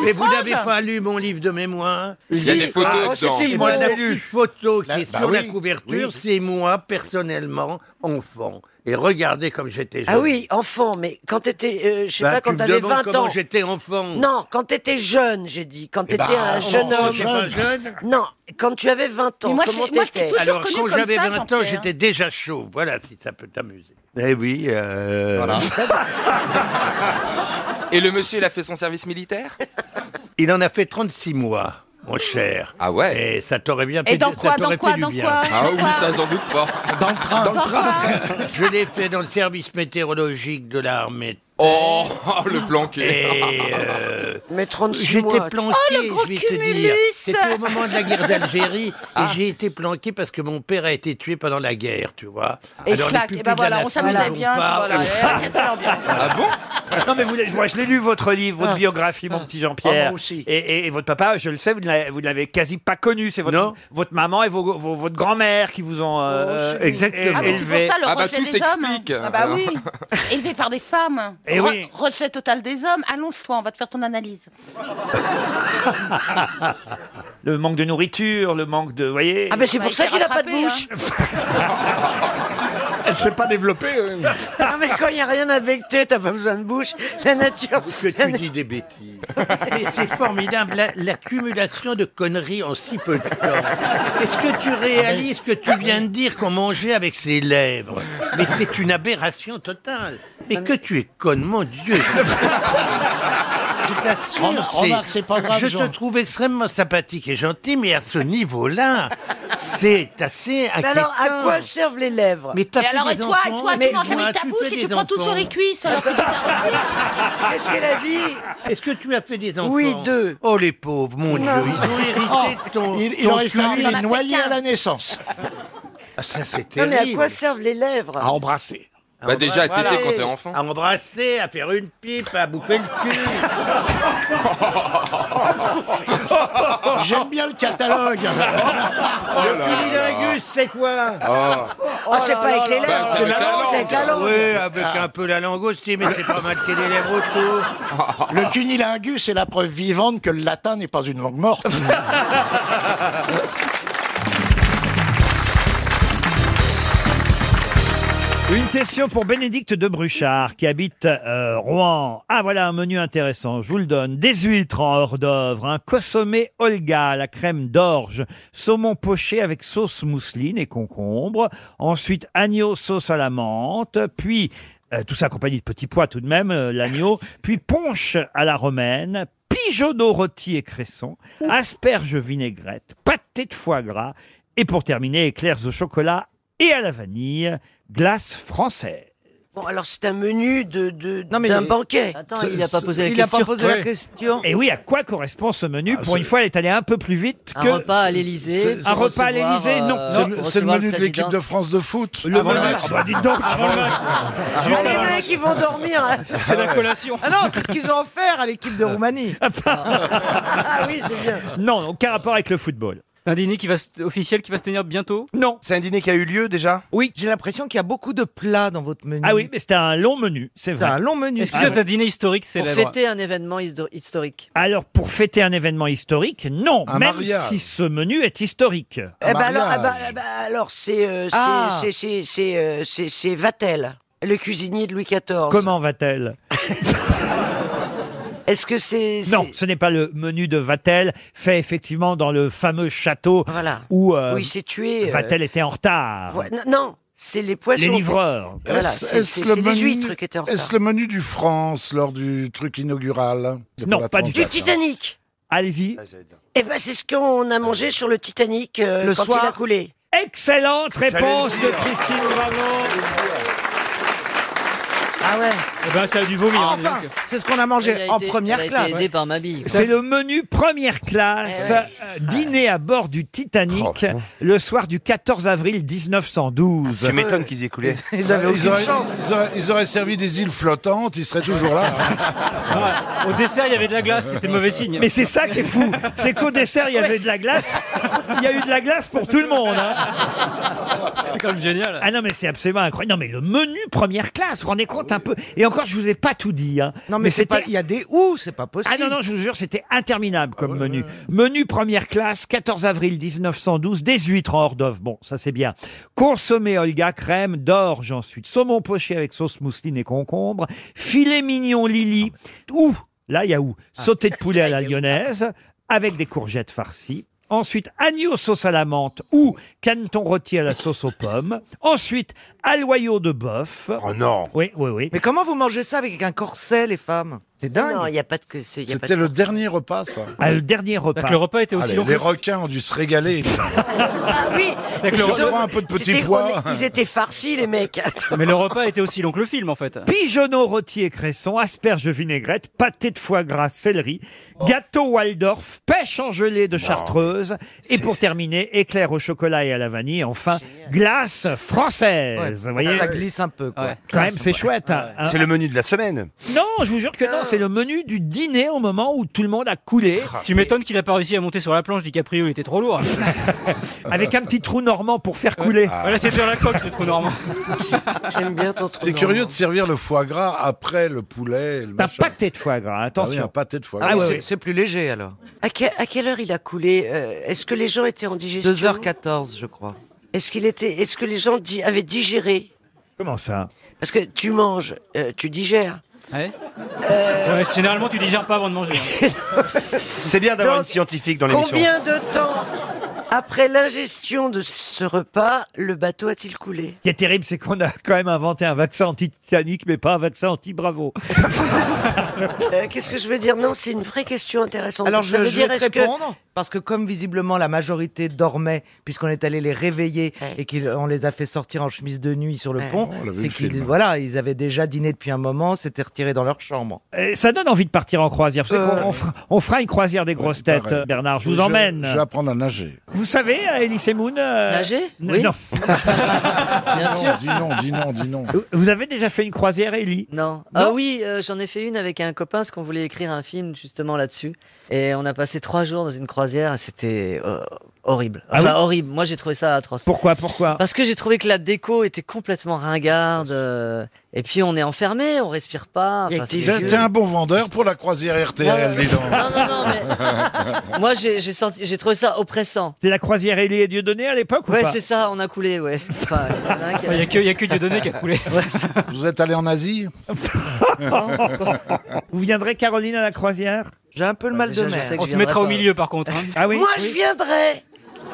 [SPEAKER 12] Mais vous n'avez pas lu mon livre de mémoire
[SPEAKER 27] Il y a des photos
[SPEAKER 12] hein
[SPEAKER 11] oh,
[SPEAKER 12] Ah,
[SPEAKER 27] dedans.
[SPEAKER 12] Si,
[SPEAKER 27] Il
[SPEAKER 12] moi,
[SPEAKER 27] me l'a
[SPEAKER 12] la
[SPEAKER 27] lu.
[SPEAKER 12] petite photo qui
[SPEAKER 27] Là,
[SPEAKER 12] est
[SPEAKER 27] bah
[SPEAKER 12] sur la
[SPEAKER 27] oui. Oui.
[SPEAKER 12] couverture, c'est moi, personnellement, enfant. Et regardez comme j'étais jeune.
[SPEAKER 11] Ah oui, enfant, mais quand t'étais, euh, je sais
[SPEAKER 12] Bah,
[SPEAKER 11] pas,
[SPEAKER 12] tu
[SPEAKER 11] quand
[SPEAKER 12] me
[SPEAKER 11] t'avais
[SPEAKER 12] demandes
[SPEAKER 11] 20
[SPEAKER 12] comment
[SPEAKER 11] ans.
[SPEAKER 12] j'étais enfant.
[SPEAKER 11] Non, quand t'étais jeune, j'ai dit. Quand
[SPEAKER 12] Eh
[SPEAKER 11] t'étais
[SPEAKER 12] bah,
[SPEAKER 11] un
[SPEAKER 12] non,
[SPEAKER 11] jeune
[SPEAKER 12] c'est
[SPEAKER 11] homme.
[SPEAKER 12] pas jeune.
[SPEAKER 11] Non, quand tu avais 20 ans,
[SPEAKER 34] Mais moi, je
[SPEAKER 11] comment
[SPEAKER 34] t'ai- moi, je t'ai
[SPEAKER 11] t'étais
[SPEAKER 34] toujours
[SPEAKER 12] Alors,
[SPEAKER 34] connu
[SPEAKER 12] quand
[SPEAKER 34] comme
[SPEAKER 12] j'avais
[SPEAKER 34] ça,
[SPEAKER 12] 20 ans,
[SPEAKER 34] Jean-Pierre.
[SPEAKER 12] j'étais déjà chaud. Voilà, si ça peut t'amuser. Eh oui. euh,
[SPEAKER 6] Voilà. Et le monsieur, il a fait son service militaire
[SPEAKER 12] Il en a fait 36 mois, mon cher. Ah ouais Et ça t'aurait bien fait
[SPEAKER 6] Et dans
[SPEAKER 12] du- ça
[SPEAKER 6] quoi, dans
[SPEAKER 12] t'aurait
[SPEAKER 6] quoi,
[SPEAKER 12] fait
[SPEAKER 6] dans
[SPEAKER 12] du bien.
[SPEAKER 6] quoi, Ah dans oui, quoi ça, j'en doute pas.
[SPEAKER 12] Dans le
[SPEAKER 11] ah.
[SPEAKER 12] train.
[SPEAKER 6] Dans le train.
[SPEAKER 12] Je l'ai fait dans le service météorologique de l'armée.
[SPEAKER 6] Oh, le planqué.
[SPEAKER 12] Et, euh,
[SPEAKER 6] Mais 36
[SPEAKER 12] J'étais
[SPEAKER 6] mois.
[SPEAKER 12] planqué,
[SPEAKER 6] Oh, le gros
[SPEAKER 12] je vais te
[SPEAKER 6] cumulus.
[SPEAKER 12] dire. C'était au moment de la guerre d'Algérie.
[SPEAKER 6] Ah.
[SPEAKER 12] Et j'ai été planqué parce que mon père a été tué pendant la guerre, tu vois.
[SPEAKER 11] Et
[SPEAKER 12] Alors, les
[SPEAKER 11] chac,
[SPEAKER 6] Eh
[SPEAKER 12] pupilles
[SPEAKER 11] et ben
[SPEAKER 12] de la
[SPEAKER 11] voilà, on
[SPEAKER 12] nation
[SPEAKER 11] s'amusait
[SPEAKER 12] dont
[SPEAKER 11] bien,
[SPEAKER 6] bah,
[SPEAKER 12] on parle-
[SPEAKER 11] puis voilà, et c'est l'ambiance.
[SPEAKER 1] Ah bon Non mais vous, l'avez- moi je l'ai lu votre livre, votre biographie, mon petit Jean-Pierre.
[SPEAKER 12] Ah, moi aussi.
[SPEAKER 1] Et, et- et votre papa, je le sais, vous ne l'avez- vous ne l'avez quasi pas connu. C'est votre, votre maman et vos- vos- votre grand-mère qui vous ont euh,
[SPEAKER 12] Oh, c'est- Exactement.
[SPEAKER 1] é-
[SPEAKER 12] Ah, mais c'est
[SPEAKER 1] élevé.
[SPEAKER 12] pour ça,
[SPEAKER 11] Le rejet des hommes. Ah bah oui. Élevé par des femmes.
[SPEAKER 1] Eh
[SPEAKER 11] Re-
[SPEAKER 1] oui.
[SPEAKER 11] Rejet total des hommes. Allonge-toi, on va te faire ton analyse.
[SPEAKER 1] le manque de nourriture, le manque de, vous voyez.
[SPEAKER 11] Ah, mais c'est pour ça qu'il a pas de
[SPEAKER 1] bouche.
[SPEAKER 12] Elle s'est pas développée.
[SPEAKER 7] Ah, hein. mais quand il n'y a rien à becter, t'as pas besoin de bouche. La nature. Que tu
[SPEAKER 12] dis des bêtises. Et c'est formidable, la- l'accumulation de conneries en si peu de temps. Est-ce que tu réalises que tu viens de dire qu'on mangeait avec ses lèvres Mais c'est une aberration totale. Mais que tu es con, mon Dieu Je t'assure,
[SPEAKER 3] Remarque- remarque, c'est pas grave,
[SPEAKER 12] Je
[SPEAKER 3] Jean.
[SPEAKER 12] te trouve extrêmement sympathique et gentil, mais à ce niveau-là, c'est assez
[SPEAKER 7] Mais
[SPEAKER 12] inquiétant.
[SPEAKER 7] alors, à quoi servent les lèvres
[SPEAKER 12] Mais t'as fait
[SPEAKER 11] alors,
[SPEAKER 12] des
[SPEAKER 11] et toi, et
[SPEAKER 12] enfants,
[SPEAKER 11] toi, tu
[SPEAKER 12] mais
[SPEAKER 11] manges
[SPEAKER 12] moi,
[SPEAKER 11] avec ta
[SPEAKER 12] tu
[SPEAKER 11] bouche
[SPEAKER 12] fais
[SPEAKER 11] et tu
[SPEAKER 12] des
[SPEAKER 11] prends tout sur
[SPEAKER 12] enfants.
[SPEAKER 11] les cuisses. Alors, c'est bizarre aussi.
[SPEAKER 7] Qu'est-ce qu'elle a dit
[SPEAKER 12] Est-ce que tu as fait des enfants
[SPEAKER 7] Oui, deux.
[SPEAKER 12] Oh les pauvres, mon Dieu, ils
[SPEAKER 1] Oh.
[SPEAKER 12] ont hérité de ton.
[SPEAKER 3] il, il
[SPEAKER 12] ton
[SPEAKER 3] aurait fallu
[SPEAKER 12] cul.
[SPEAKER 3] les noyer à la naissance.
[SPEAKER 12] Ah, ça c'est
[SPEAKER 7] Non, mais à
[SPEAKER 12] terrible.
[SPEAKER 7] quoi servent les lèvres
[SPEAKER 12] embrasser.
[SPEAKER 6] Bah, déjà, à téter quand t'es enfant.
[SPEAKER 12] À embrasser, à faire une pipe, à bouffer le cul.
[SPEAKER 3] J'aime bien le catalogue.
[SPEAKER 12] le cunilingus, Ah, c'est quoi
[SPEAKER 6] Oh.
[SPEAKER 7] Ah, c'est pas avec les lèvres.
[SPEAKER 12] Bah,
[SPEAKER 7] c'est Ah. avec la langue.
[SPEAKER 12] Oui, avec un peu la langue aussi, mais c'est pas mal qu'il y ait les lèvres autour.
[SPEAKER 3] Le cunilingus est la preuve vivante que le latin n'est pas une langue morte.
[SPEAKER 1] Une question pour Bénédicte de Bruchard qui habite euh, Rouen. Ah voilà un menu intéressant, je vous le donne. Des huîtres en hors d'œuvre, un consommé Olga, la crème d'orge, saumon poché avec sauce mousseline et concombre, ensuite agneau sauce à la menthe, puis euh, tout ça accompagné de petits pois tout de même, euh, l'agneau, puis ponche à la romaine, pigeon d'eau rôti et cresson, asperges vinaigrette, pâté de foie gras, et pour terminer, éclairs au chocolat et à la vanille, glace française.
[SPEAKER 7] Bon, alors c'est un menu de, de, d'un banquet.
[SPEAKER 1] Et oui, à quoi correspond ce menu
[SPEAKER 7] Ah,
[SPEAKER 1] Pour une fois, elle est allée un peu plus vite
[SPEAKER 7] Un
[SPEAKER 1] que.
[SPEAKER 7] repas à l'Élysée,
[SPEAKER 1] C'est-
[SPEAKER 7] pour
[SPEAKER 1] Un repas à
[SPEAKER 7] recevoir,
[SPEAKER 1] l'Élysée, non.
[SPEAKER 7] euh,
[SPEAKER 1] Non.
[SPEAKER 7] pour C'est le- c'est le recevoir menu le de l'équipe président. de
[SPEAKER 1] France de foot. Le menu.
[SPEAKER 7] voilà.
[SPEAKER 1] Ah bah, dites donc.
[SPEAKER 7] Juste les mecs, ils vont dormir.
[SPEAKER 1] C'est la collation.
[SPEAKER 5] Ah non, c'est ce qu'ils ont offert à l'équipe de Roumanie.
[SPEAKER 1] Ah,
[SPEAKER 7] Ah oui, c'est bien.
[SPEAKER 1] Non, aucun rapport avec le football.
[SPEAKER 16] C'est un dîner qui va se- officiel qui va se tenir bientôt
[SPEAKER 1] Non.
[SPEAKER 16] C'est un dîner qui a eu lieu déjà
[SPEAKER 1] Oui.
[SPEAKER 5] J'ai l'impression qu'il y a beaucoup de plats dans votre menu.
[SPEAKER 16] Ah oui,
[SPEAKER 1] mais c'était un long menu, c'est Ah
[SPEAKER 16] vrai.
[SPEAKER 5] un long menu.
[SPEAKER 16] Est-ce que c'est un dîner historique
[SPEAKER 7] Pour
[SPEAKER 16] célèbre
[SPEAKER 7] fêter un événement histo- historique.
[SPEAKER 1] Alors, pour fêter un événement historique, non.
[SPEAKER 16] Un
[SPEAKER 1] même
[SPEAKER 16] mariage.
[SPEAKER 1] si ce menu est historique.
[SPEAKER 7] Eh ben alors, ah bah- ah bah alors, c'est euh, c'est-
[SPEAKER 1] Ah.
[SPEAKER 7] c'est- c'est- c'est, euh, c'est- c'est Vatel, le cuisinier de Louis XIV.
[SPEAKER 1] Comment va-t-elle
[SPEAKER 7] Est-ce que c'est...
[SPEAKER 1] Non, ce n'est pas le menu de Vatel, fait effectivement dans le fameux château où, euh,
[SPEAKER 7] Où il s'est tué, euh,
[SPEAKER 1] Vatel était en retard.
[SPEAKER 7] Ouais, non, non, c'est les poissons.
[SPEAKER 1] Les livreurs.
[SPEAKER 7] Voilà,
[SPEAKER 3] bah, Est-ce-
[SPEAKER 7] c'est
[SPEAKER 3] est-ce
[SPEAKER 7] c'est-
[SPEAKER 3] le
[SPEAKER 7] c'est les
[SPEAKER 3] menu-
[SPEAKER 7] huîtres qui étaient en
[SPEAKER 3] Est-ce
[SPEAKER 7] retard.
[SPEAKER 3] le menu du France lors du truc inaugural
[SPEAKER 1] Non, pas du
[SPEAKER 7] Du
[SPEAKER 3] hein.
[SPEAKER 7] Titanic
[SPEAKER 43] Ah,
[SPEAKER 1] Allez-y.
[SPEAKER 7] Eh ben c'est ce qu'on a mangé sur le Titanic euh,
[SPEAKER 1] Le
[SPEAKER 7] quand il a
[SPEAKER 1] soir.
[SPEAKER 7] coulé.
[SPEAKER 1] Excellente réponse de Christine Bravo.
[SPEAKER 5] Ah ouais.
[SPEAKER 16] Eh ben ça a dû vomir. dis donc.
[SPEAKER 5] C'est ce qu'on a mangé
[SPEAKER 7] Il a
[SPEAKER 5] en
[SPEAKER 7] été-
[SPEAKER 5] première
[SPEAKER 7] il a été
[SPEAKER 5] classe.
[SPEAKER 7] aidé par ma bille.
[SPEAKER 1] C'est le menu première
[SPEAKER 7] Eh
[SPEAKER 1] classe, euh, dîner à bord du
[SPEAKER 43] Oh,
[SPEAKER 1] Titanic, le soir du 14 avril 1912.
[SPEAKER 43] Tu m'étonnes qu'ils aient coulé.
[SPEAKER 3] Ils, auraient, ils auraient- ils auraient servi des îles flottantes, ils seraient toujours là. hein.
[SPEAKER 16] Au dessert, il y avait de la glace, c'était mauvais signe.
[SPEAKER 1] Mais c'est ça qui est fou, c'est qu'au dessert, il y avait de la glace. Il y a eu de la glace pour tout le monde. hein.
[SPEAKER 16] C'est quand même génial.
[SPEAKER 1] Ah non, mais c'est absolument incroyable. Non, mais le menu première classe, vous vous rendez compte un peu Et encore, je vous ai pas tout dit. hein.
[SPEAKER 5] Non, mais c'est pas- il y a des ou, c'est pas possible. Ah
[SPEAKER 1] Ah non, non, je vous jure, c'était interminable comme menu. Menu première classe, 14 avril 1912, des huîtres en hors d'œuvre. Bon, ça c'est bien. Consommé Olga, crème d'orge ensuite. Saumon poché avec sauce mousseline et concombre. Filet mignon Lily.
[SPEAKER 5] Ah.
[SPEAKER 1] Ou, là, il y a où Sauté de poulet à la lyonnaise, avec des courgettes farcies. Ensuite, agneau sauce à la menthe ou caneton rôti à la sauce aux pommes. Ensuite, aloyau de bœuf. Oh non Oui, oui, oui.
[SPEAKER 5] Mais comment vous mangez ça avec un corset, les femmes C'est dingue.
[SPEAKER 1] Non, il
[SPEAKER 5] n'y a pas de que
[SPEAKER 3] C'était le dernier repas, ça.
[SPEAKER 1] Ah, le dernier repas.
[SPEAKER 3] Donc Allez, Les requins ont dû se régaler.
[SPEAKER 7] Ah oui
[SPEAKER 3] Avec le
[SPEAKER 7] Ils
[SPEAKER 3] repas,
[SPEAKER 7] ont-
[SPEAKER 3] un peu de petit
[SPEAKER 7] c'était-
[SPEAKER 3] pois.
[SPEAKER 7] on est- Ils étaient farcis, les mecs.
[SPEAKER 1] Mais le repas était aussi long que le film, en fait. Pigeonneau rôti et cresson, asperges vinaigrette, pâté de foie gras, céleri,
[SPEAKER 44] Oh.
[SPEAKER 1] gâteau Waldorf, pêche en gelée de chartreuse, et pour terminer, éclair au chocolat et à la vanille, et enfin, glace française. Vous voyez
[SPEAKER 5] Ça glisse un peu, quoi.
[SPEAKER 1] Quand même, c'est chouette. hein.
[SPEAKER 45] C'est le menu de la semaine.
[SPEAKER 1] Non, je vous jure que
[SPEAKER 5] Euh.
[SPEAKER 1] non, c'est le menu du dîner au moment où tout le monde a coulé.
[SPEAKER 5] Ah,
[SPEAKER 44] Tu m'étonnes qu'il a pas réussi à monter sur la planche, DiCaprio, il était trop lourd.
[SPEAKER 1] Avec un petit trou normand pour faire couler.
[SPEAKER 44] Voilà, c'est sur la coque, ce trou normand.
[SPEAKER 3] J'aime bien ton C'est curieux de servir le foie gras après le poulet. et le
[SPEAKER 1] Un
[SPEAKER 3] machin.
[SPEAKER 1] pâté de foie gras,
[SPEAKER 3] Ah oui,
[SPEAKER 1] attention.
[SPEAKER 3] un pâté de foie
[SPEAKER 1] Ah
[SPEAKER 3] gras.
[SPEAKER 1] oui, c'est-
[SPEAKER 5] plus léger, alors.
[SPEAKER 7] À, que- à quelle heure il a coulé euh, Est-ce que les gens étaient en digestion
[SPEAKER 5] 2h14, je crois.
[SPEAKER 7] Est-ce qu'il était Est-ce que les gens di- avaient digéré
[SPEAKER 1] Comment ça
[SPEAKER 7] Parce que tu manges, euh, tu digères.
[SPEAKER 44] Ouais. Euh. Ouais, généralement, tu digères pas avant de manger. hein.
[SPEAKER 45] C'est bien d'avoir une scientifique dans l'émission.
[SPEAKER 7] Combien de temps après l'ingestion de ce repas, le bateau a-t-il coulé
[SPEAKER 1] Ce qui est terrible, c'est qu'on a quand même inventé un vaccin anti-Titanic, mais pas un vaccin anti-Bravo.
[SPEAKER 7] Euh, Qu'est-ce que je veux dire Non, c'est une vraie question intéressante.
[SPEAKER 5] Alors,
[SPEAKER 7] Ça
[SPEAKER 5] je,
[SPEAKER 7] veut
[SPEAKER 5] je
[SPEAKER 7] dire,
[SPEAKER 5] vais te
[SPEAKER 7] est-ce que-
[SPEAKER 5] répondre, parce que comme visiblement la majorité dormait, puisqu'on est allé les réveiller et qu'on les a fait sortir en chemise de nuit sur le
[SPEAKER 1] Ouais.
[SPEAKER 5] pont,
[SPEAKER 45] Oh,
[SPEAKER 1] On l'a vu,
[SPEAKER 5] c'est
[SPEAKER 1] le
[SPEAKER 5] qu'ils
[SPEAKER 1] film.
[SPEAKER 5] voilà, ils avaient déjà dîné depuis un moment, s'étaient retirés dans leur chambre.
[SPEAKER 1] Et ça donne envie de partir en croisière. Vous savez
[SPEAKER 5] Euh,
[SPEAKER 1] qu'on- on, fera, on fera une croisière des grosses têtes,
[SPEAKER 3] pareil.
[SPEAKER 1] euh, Bernard. Je vous
[SPEAKER 3] Je-
[SPEAKER 1] emmène.
[SPEAKER 3] je vais apprendre à nager.
[SPEAKER 1] Vous savez, euh, Elise Moon.
[SPEAKER 3] Nager
[SPEAKER 1] n-
[SPEAKER 3] Oui.
[SPEAKER 1] Non.
[SPEAKER 3] Bien sûr. Dis non, dis non, dis non.
[SPEAKER 1] Euh, Vous avez déjà fait une croisière, Ellie
[SPEAKER 16] Non. Ah oui, euh, j'en ai fait une avec un copain parce qu'on voulait écrire un film justement là-dessus. Et on a passé trois jours dans une croisière et c'était euh, horrible.
[SPEAKER 1] Ah
[SPEAKER 16] Enfin,
[SPEAKER 1] oui
[SPEAKER 16] horrible. Moi, j'ai trouvé ça atroce.
[SPEAKER 1] Pourquoi Pourquoi
[SPEAKER 16] Parce que j'ai trouvé que la déco était complètement ringarde. euh, et puis, on est enfermé, on respire pas. Enfin, Ah, c'est-
[SPEAKER 3] T'es un bon vendeur pour la croisière RTL, dis donc.
[SPEAKER 16] Non, non, non, Moi, j'ai j'ai senti- j'ai trouvé ça oppressant.
[SPEAKER 1] C'était la croisière Ellie et Dieudonné à l'époque ou
[SPEAKER 16] Ouais,
[SPEAKER 1] pas
[SPEAKER 16] c'est ça, on a coulé, ouais. Enfin, il y en a un qui a-
[SPEAKER 44] Il n'y a que Dieudonné qui a coulé.
[SPEAKER 3] Vous êtes allé en Asie
[SPEAKER 44] Ah
[SPEAKER 1] Vous viendrez, Caroline, à la croisière
[SPEAKER 5] J'ai un peu le mal
[SPEAKER 44] Bah, déjà,
[SPEAKER 5] de
[SPEAKER 44] je
[SPEAKER 5] mer.
[SPEAKER 44] sais que On je te viendrai mettra au pas. milieu, par contre, hein.
[SPEAKER 1] Ah oui
[SPEAKER 7] Moi, je viendrai.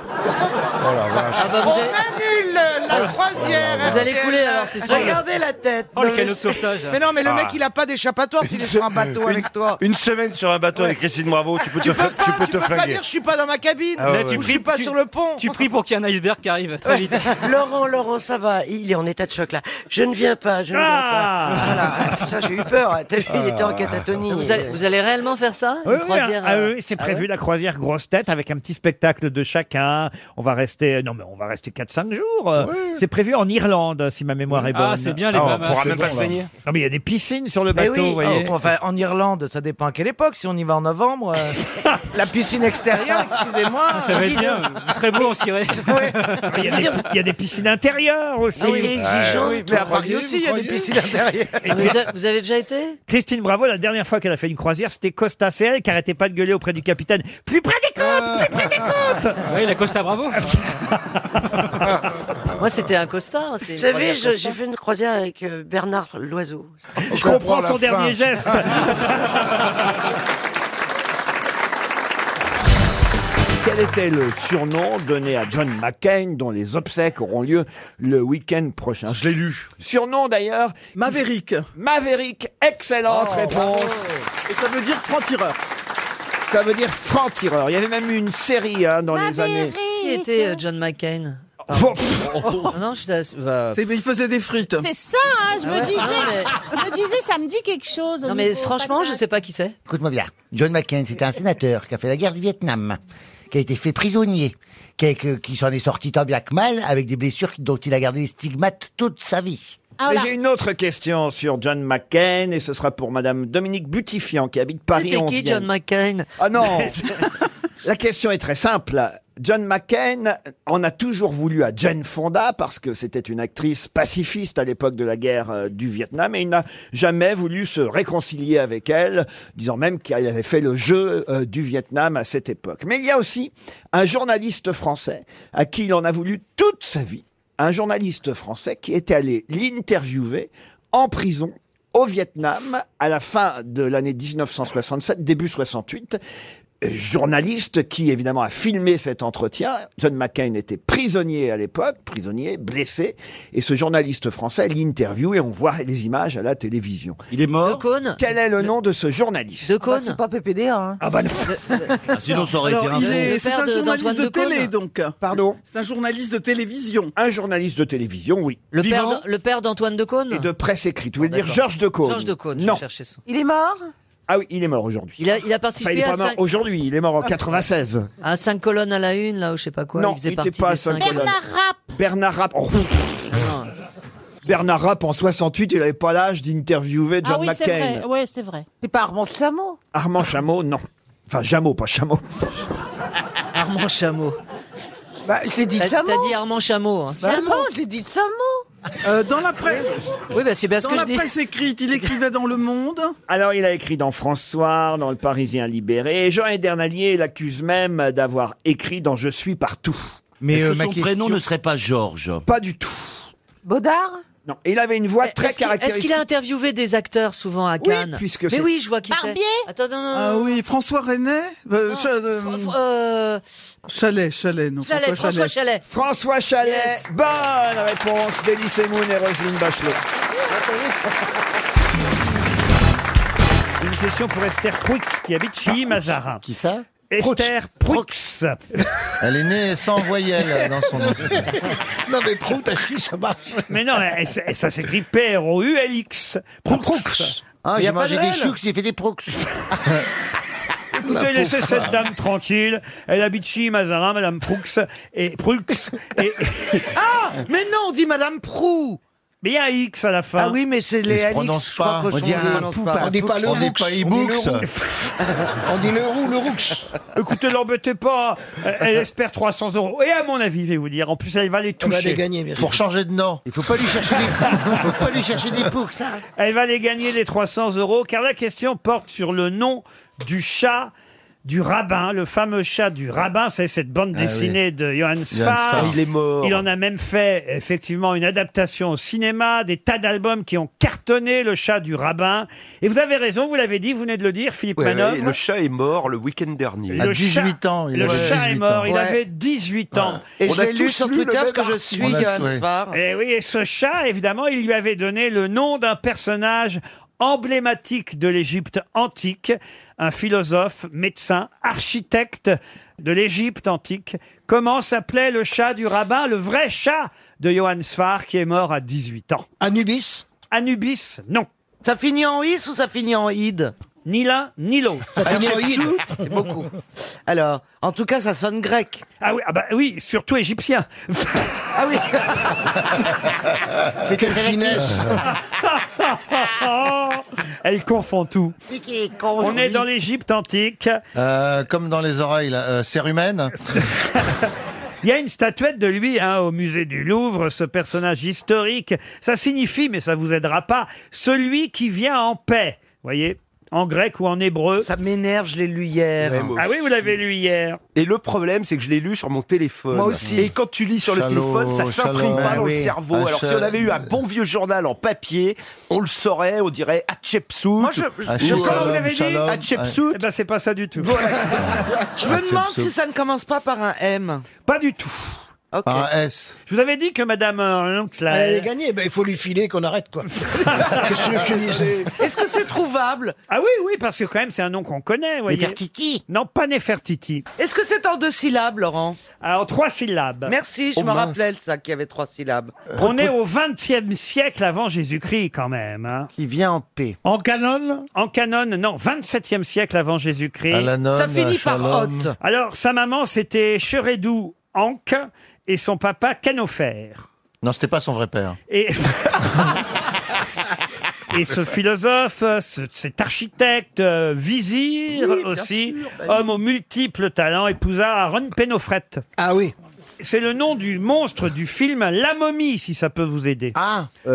[SPEAKER 3] Oh la vache.
[SPEAKER 16] Ah bah, vous avez-
[SPEAKER 7] annule
[SPEAKER 5] Ah, bah,
[SPEAKER 7] la croisière.
[SPEAKER 16] Vous allez couler, alors, c'est sûr.
[SPEAKER 7] Regardez la tête.
[SPEAKER 44] Oh, le
[SPEAKER 7] Non,
[SPEAKER 44] canot
[SPEAKER 7] mais
[SPEAKER 44] de sauvetage.
[SPEAKER 5] Mais non, mais le
[SPEAKER 45] Ah.
[SPEAKER 5] mec, il a pas d'échappatoire s'il est sur un bateau avec toi.
[SPEAKER 45] Une semaine sur un bateau avec Christine Bravo, tu peux te, fa- tu peux te
[SPEAKER 5] Tu peux pas
[SPEAKER 45] flinguer.
[SPEAKER 5] dire je suis pas dans ma cabine
[SPEAKER 45] Ah ouais,
[SPEAKER 5] ou
[SPEAKER 45] ouais.
[SPEAKER 5] je suis pas sur le pont.
[SPEAKER 44] Tu pries pour qu'il y ait un iceberg qui arrive très vite.
[SPEAKER 7] Laurent, Laurent, ça va, il est en état de choc là. Je ne viens pas, je ne
[SPEAKER 1] Ah
[SPEAKER 7] viens pas. Voilà. Putain, j'ai eu peur. hein. T'as vu, il était en catatonie.
[SPEAKER 16] Ah. Vous allez, vous allez réellement faire ça Une
[SPEAKER 1] Oui, oui,
[SPEAKER 16] croisière,
[SPEAKER 1] ah, ah
[SPEAKER 16] euh,
[SPEAKER 1] oui, c'est
[SPEAKER 16] ah
[SPEAKER 1] prévu
[SPEAKER 16] ouais
[SPEAKER 1] la croisière grosse tête avec un petit spectacle de chacun. On va rester non mais on va rester 4 5 jours. Euh, C'est prévu en Irlande si ma mémoire est bonne.
[SPEAKER 44] Ah, c'est Eh bien, les Ah, on Bahamas. pourra même pas se baigner.
[SPEAKER 1] Non mais il y a des piscines sur le
[SPEAKER 5] Mais
[SPEAKER 1] bateau,
[SPEAKER 5] oui,
[SPEAKER 1] vous voyez.
[SPEAKER 5] oh, enfin, en Irlande, ça dépend à quelle époque. Si on y va en novembre, euh, la piscine extérieure, excusez-moi.
[SPEAKER 44] Ça va être bien, il serait beau en ciré.
[SPEAKER 1] Ah, Il y, a des, il y a des piscines intérieures aussi.
[SPEAKER 5] Ah oui, il est exigeant,
[SPEAKER 1] Oui,
[SPEAKER 5] mais à Paris aussi, il y a des piscines intérieures.
[SPEAKER 16] Ah, mais vous, a- vous avez déjà été
[SPEAKER 1] Christine Bravo, la dernière fois qu'elle a fait une croisière, c'était Costa CL qui arrêtait pas de gueuler auprès du capitaine. Plus près des côtes, plus près des côtes.
[SPEAKER 44] Ah. Oui, la Costa Bravo.
[SPEAKER 16] Moi, c'était un costard. c'est une
[SPEAKER 7] Vous savez,
[SPEAKER 16] croisière
[SPEAKER 7] je- j'ai
[SPEAKER 16] costard.
[SPEAKER 7] fait une croisière avec euh, Bernard Loiseau.
[SPEAKER 1] Je comprends son dernier geste.
[SPEAKER 6] Quel était le surnom donné à John McCain dont les obsèques auront lieu le week-end prochain Je l'ai lu. Surnom d'ailleurs Maverick. Maverick, excellente
[SPEAKER 7] Oh,
[SPEAKER 6] réponse. Et ça veut dire franc-tireur. Ça veut dire franc-tireur. Il y avait même eu une série hein, dans les années. Oh,
[SPEAKER 16] Qui était euh, John McCain
[SPEAKER 6] Bon.
[SPEAKER 16] Non, Oh, Non, je suis d'ass- bah,
[SPEAKER 6] C'est-
[SPEAKER 16] pff.
[SPEAKER 6] il faisait des frites.
[SPEAKER 46] C'est ça, hein, je
[SPEAKER 16] Ah
[SPEAKER 46] me
[SPEAKER 16] ouais.
[SPEAKER 46] disais.
[SPEAKER 16] Ah, mais-
[SPEAKER 46] Je me disais, ça me dit quelque chose. au
[SPEAKER 16] Non, mais
[SPEAKER 46] niveau
[SPEAKER 16] franchement,
[SPEAKER 46] patate.
[SPEAKER 16] je sais pas qui c'est.
[SPEAKER 12] Écoute-moi bien. John McCain, c'était un sénateur qui a fait la guerre du Vietnam, qui a été fait prisonnier, qui, a- que- qui s'en est sorti tant bien que mal avec des blessures dont il a gardé les stigmates toute sa vie.
[SPEAKER 1] Ah,
[SPEAKER 6] Et J'ai une autre question sur John McCain et ce sera pour Madame Dominique Butifian qui habite Paris
[SPEAKER 16] C'était
[SPEAKER 6] 11e.
[SPEAKER 16] qui, John McCain
[SPEAKER 6] Ah non La question est très simple. John McCain, on a toujours voulu à Jane Fonda parce que c'était une actrice pacifiste à l'époque de la guerre euh, du Vietnam et il n'a jamais voulu se réconcilier avec elle, disant même qu'elle avait fait le jeu euh, du Vietnam à cette époque. Mais il y a aussi un journaliste français à qui il en a voulu toute sa vie, un journaliste français qui est allé l'interviewer en prison au Vietnam à la fin de l'année 1967, début 68.
[SPEAKER 1] journaliste qui, évidemment, a filmé cet entretien. John McCain était prisonnier à l'époque, prisonnier, blessé. Et ce journaliste français l'interview et on voit les images à la télévision. Il est mort Quel est le nom de ce journaliste
[SPEAKER 6] Ah bah, c'est pas PPDA. Hein.
[SPEAKER 1] Ah bah non.
[SPEAKER 5] sinon, ça aurait été
[SPEAKER 7] Alors, il
[SPEAKER 5] un
[SPEAKER 7] est-
[SPEAKER 5] faux.
[SPEAKER 7] C'est
[SPEAKER 6] père
[SPEAKER 7] un
[SPEAKER 6] de-
[SPEAKER 7] journaliste de,
[SPEAKER 6] d'Antoine Decaune.
[SPEAKER 7] télé, donc.
[SPEAKER 1] Pardon
[SPEAKER 7] C'est un journaliste de télévision.
[SPEAKER 1] Un journaliste de télévision, oui.
[SPEAKER 7] Le
[SPEAKER 1] Vivant
[SPEAKER 7] père Ah,
[SPEAKER 16] Le père d'Antoine Decaune
[SPEAKER 1] et de presse écrite. Vous voulez dire
[SPEAKER 16] D'accord.
[SPEAKER 1] Georges Decaune
[SPEAKER 16] Georges Decaune, je
[SPEAKER 1] Non.
[SPEAKER 16] cherchais ça.
[SPEAKER 6] Il est mort
[SPEAKER 1] Ah oui, il est mort aujourd'hui.
[SPEAKER 16] Il a, il
[SPEAKER 1] Enfin,
[SPEAKER 16] a
[SPEAKER 1] il
[SPEAKER 16] participé
[SPEAKER 1] est
[SPEAKER 16] à,
[SPEAKER 1] pas mort
[SPEAKER 16] cinq,
[SPEAKER 1] aujourd'hui, il est mort en 96.
[SPEAKER 16] à cinq colonnes à la une, là, ou je sais pas quoi.
[SPEAKER 1] non,
[SPEAKER 16] il faisait
[SPEAKER 1] il n'était
[SPEAKER 16] partie
[SPEAKER 1] pas
[SPEAKER 16] des
[SPEAKER 1] à cinq
[SPEAKER 16] cinq-
[SPEAKER 1] colonnes. Bernard Rapp. oh, pff. Bernard Rapp en 68, il n'avait pas l'âge d'interviewer John
[SPEAKER 47] ah oui, c'est
[SPEAKER 1] McCain.
[SPEAKER 47] vrai. Ouais, c'est vrai.
[SPEAKER 7] C'est pas Armand Samo
[SPEAKER 1] Armand Chameau, non. Enfin, Chameau, pas Chameau.
[SPEAKER 16] Armand Chameau.
[SPEAKER 7] Bah, j'ai dit
[SPEAKER 16] T'as-
[SPEAKER 7] Samo.
[SPEAKER 16] T'as dit Armand Chameau. hein.
[SPEAKER 7] Bah non, j'ai dit Samo. Euh, dans la presse.
[SPEAKER 16] Oui, bah, c'est bien ce
[SPEAKER 7] dans
[SPEAKER 16] que
[SPEAKER 7] la
[SPEAKER 16] je dis.
[SPEAKER 7] presse écrite, il écrivait dans Le Monde.
[SPEAKER 1] Alors, il a écrit dans François, dans Le Parisien Libéré. Et Jean Edernalier l'accuse même d'avoir écrit dans Je suis partout.
[SPEAKER 5] Mais Est-ce que euh, ma son question- prénom ne serait
[SPEAKER 1] pas Georges Pas du tout. Baudard Non. Et il avait une voix très
[SPEAKER 16] Est-ce qu'il- Est-ce
[SPEAKER 1] caractéristique.
[SPEAKER 16] qu'il a interviewé des acteurs souvent à Cannes
[SPEAKER 1] puisque
[SPEAKER 16] Mais
[SPEAKER 1] c'est-
[SPEAKER 16] oui, je vois qui c'est.
[SPEAKER 47] Barbier
[SPEAKER 16] Attends, non, non,
[SPEAKER 7] Ah
[SPEAKER 16] non.
[SPEAKER 7] oui, François René euh, Cha- euh, Chalet, Chalet, non.
[SPEAKER 16] Chalet, François Chalet.
[SPEAKER 1] François Chalet. Bonne réponse d'Élise Moon et Roselyne Bachelot. Une question pour Esther Proux qui habite
[SPEAKER 12] Ah,
[SPEAKER 1] chez Mazarin. Qui ça Esther Proux.
[SPEAKER 12] Elle est née sans voyelle euh, dans son nom.
[SPEAKER 1] Non mais Proux, t'as su, ça marche. Mais non, elle- elle- ça s'écrit P-R-O-U-L-X. Proux.
[SPEAKER 12] Ah,
[SPEAKER 1] Il y a
[SPEAKER 12] j'ai
[SPEAKER 1] pas
[SPEAKER 12] mangé
[SPEAKER 1] de
[SPEAKER 12] des
[SPEAKER 1] L.
[SPEAKER 12] choux, j'ai fait des proux.
[SPEAKER 1] Écoutez,
[SPEAKER 12] La
[SPEAKER 1] laissez
[SPEAKER 12] pauvre.
[SPEAKER 1] cette dame tranquille. Elle habite chez Mazarin, Madame Proux. Et Proux. Et...
[SPEAKER 6] Ah Mais non, on dit Madame Prou
[SPEAKER 1] Mais il y a un X à la fin.
[SPEAKER 6] Ah oui, mais c'est les Alix, je crois qu'on
[SPEAKER 12] On dit pas le
[SPEAKER 1] On dit
[SPEAKER 12] roux.
[SPEAKER 1] pas e-books.
[SPEAKER 12] On dit le roux, le roux.
[SPEAKER 1] Écoutez, l'embêtez pas. Euh, Elle espère 300 euros. Et à mon avis, je vais vous dire, en plus, elle va les toucher.
[SPEAKER 12] va les gagner, Vérité. Pour changer
[SPEAKER 1] de nom. Il faut
[SPEAKER 12] pas lui chercher des- faut pas lui chercher des poucs, ça.
[SPEAKER 1] Elle va les gagner, les 300 euros, car la question porte sur le nom du chat du rabbin, le fameux chat du rabbin. C'est cette bande
[SPEAKER 5] Ah
[SPEAKER 1] dessinée
[SPEAKER 5] oui.
[SPEAKER 1] de Johann
[SPEAKER 5] Johann
[SPEAKER 1] Sfar.
[SPEAKER 12] Ah,
[SPEAKER 5] Sfar. Il est mort.
[SPEAKER 1] Il en a même fait, effectivement, une adaptation au cinéma, des tas d'albums qui ont cartonné le chat du rabbin. Et vous avez raison, vous l'avez dit, vous venez de le dire, Philippe
[SPEAKER 5] Ouais,
[SPEAKER 1] Manœuvre.
[SPEAKER 5] ouais, le chat est mort le week-end dernier.
[SPEAKER 1] Le chat- Le chat est mort, il
[SPEAKER 5] Ouais.
[SPEAKER 1] avait 18 ans.
[SPEAKER 5] Et On je a l'ai lu tous sur lu le Twitter même que je article. suis On a- Johann ouais. Svar.
[SPEAKER 1] Et oui, et ce chat, évidemment, il lui avait donné le nom d'un personnage emblématique de l'Égypte antique, un philosophe, médecin, architecte de l'Égypte antique. Comment s'appelait le chat du rabbin, le vrai chat de Johann Sfar qui est mort à 18 ans Anubis Anubis, non.
[SPEAKER 6] Ça finit en is ou ça finit en id
[SPEAKER 1] Ni l'un ni l'autre.
[SPEAKER 6] Ça finit en
[SPEAKER 1] Hatshepsut
[SPEAKER 6] id C'est beaucoup. Alors, en tout cas, ça sonne grec.
[SPEAKER 1] Ah oui, ah bah oui surtout égyptien.
[SPEAKER 6] ah oui
[SPEAKER 12] Quelle finesse.
[SPEAKER 11] Ah,
[SPEAKER 1] Elle confond tout.
[SPEAKER 12] C'est qui est con,
[SPEAKER 1] On est
[SPEAKER 12] aujourd'hui.
[SPEAKER 1] dans l'Égypte antique.
[SPEAKER 12] Euh, comme dans les oreilles, là, euh, c'est rumaine.
[SPEAKER 1] Il y a une statuette de lui hein, au musée du Louvre, ce personnage historique. Ça signifie, mais ça vous aidera pas, celui qui vient en paix. Voyez, en grec ou en hébreu.
[SPEAKER 6] Ça m'énerve, je l'ai lu hier.
[SPEAKER 5] Ouais, moi
[SPEAKER 1] Ah oui,
[SPEAKER 5] aussi.
[SPEAKER 1] vous l'avez lu hier.
[SPEAKER 5] Et le problème, c'est que je l'ai lu sur mon téléphone.
[SPEAKER 1] Moi aussi.
[SPEAKER 5] Et quand tu lis sur le
[SPEAKER 12] Chalot,
[SPEAKER 5] téléphone, ça s'imprime
[SPEAKER 12] Chalot.
[SPEAKER 5] pas
[SPEAKER 12] Ah
[SPEAKER 5] dans le
[SPEAKER 12] oui.
[SPEAKER 5] cerveau.
[SPEAKER 12] Ah,
[SPEAKER 5] Alors que si
[SPEAKER 12] Chal-
[SPEAKER 5] on avait eu un bon vieux journal en papier, on le saurait, on dirait Hatshepsut.
[SPEAKER 6] Moi, je-
[SPEAKER 5] Ou,
[SPEAKER 6] je-
[SPEAKER 5] euh,
[SPEAKER 6] Comment vous l'avez dit
[SPEAKER 5] Shalom.
[SPEAKER 1] Hatshepsut Eh ben, c'est pas ça du tout.
[SPEAKER 6] Je me demande si ça ne commence pas par un M.
[SPEAKER 1] Pas du tout.
[SPEAKER 12] Par Ah, un S.
[SPEAKER 1] Je vous avais dit que Madame euh, Hanks, là,
[SPEAKER 48] Elle est gagnée, ben, il faut lui filer qu'on arrête quoi. Qu'est-ce que je disais
[SPEAKER 6] Est-ce que c'est trouvable
[SPEAKER 1] Ah oui, oui, parce que quand même, c'est un nom qu'on connaît, voyez. Nefertiti Non, pas Nefertiti.
[SPEAKER 6] Est-ce que c'est en deux syllabes, Laurent
[SPEAKER 1] Ah, en trois syllabes.
[SPEAKER 6] Merci, je
[SPEAKER 1] Oh,
[SPEAKER 6] me
[SPEAKER 1] mince.
[SPEAKER 6] rappelais ça, qu'il y avait trois syllabes.
[SPEAKER 48] euh,
[SPEAKER 1] On est au XXe siècle avant Jésus-Christ, quand même. Qui vient en paix. En canon En canon, non. 27e siècle avant Jésus-Christ.
[SPEAKER 12] Alanon, Ça finit par Shalom. Hoth.
[SPEAKER 1] Alors, sa maman, c'était Cheredou Ankh et son papa Canofer.
[SPEAKER 12] Non, c'était pas son vrai père.
[SPEAKER 1] Et... Et ce philosophe, euh, ce- cet architecte, euh, vizir
[SPEAKER 5] Oui, bien
[SPEAKER 1] aussi,
[SPEAKER 5] sûr, bah oui.
[SPEAKER 1] homme aux multiples talents, épousa Aaron Pénofret. Ah oui. C'est le nom du monstre du film La momie, si ça peut vous aider. Ah Mais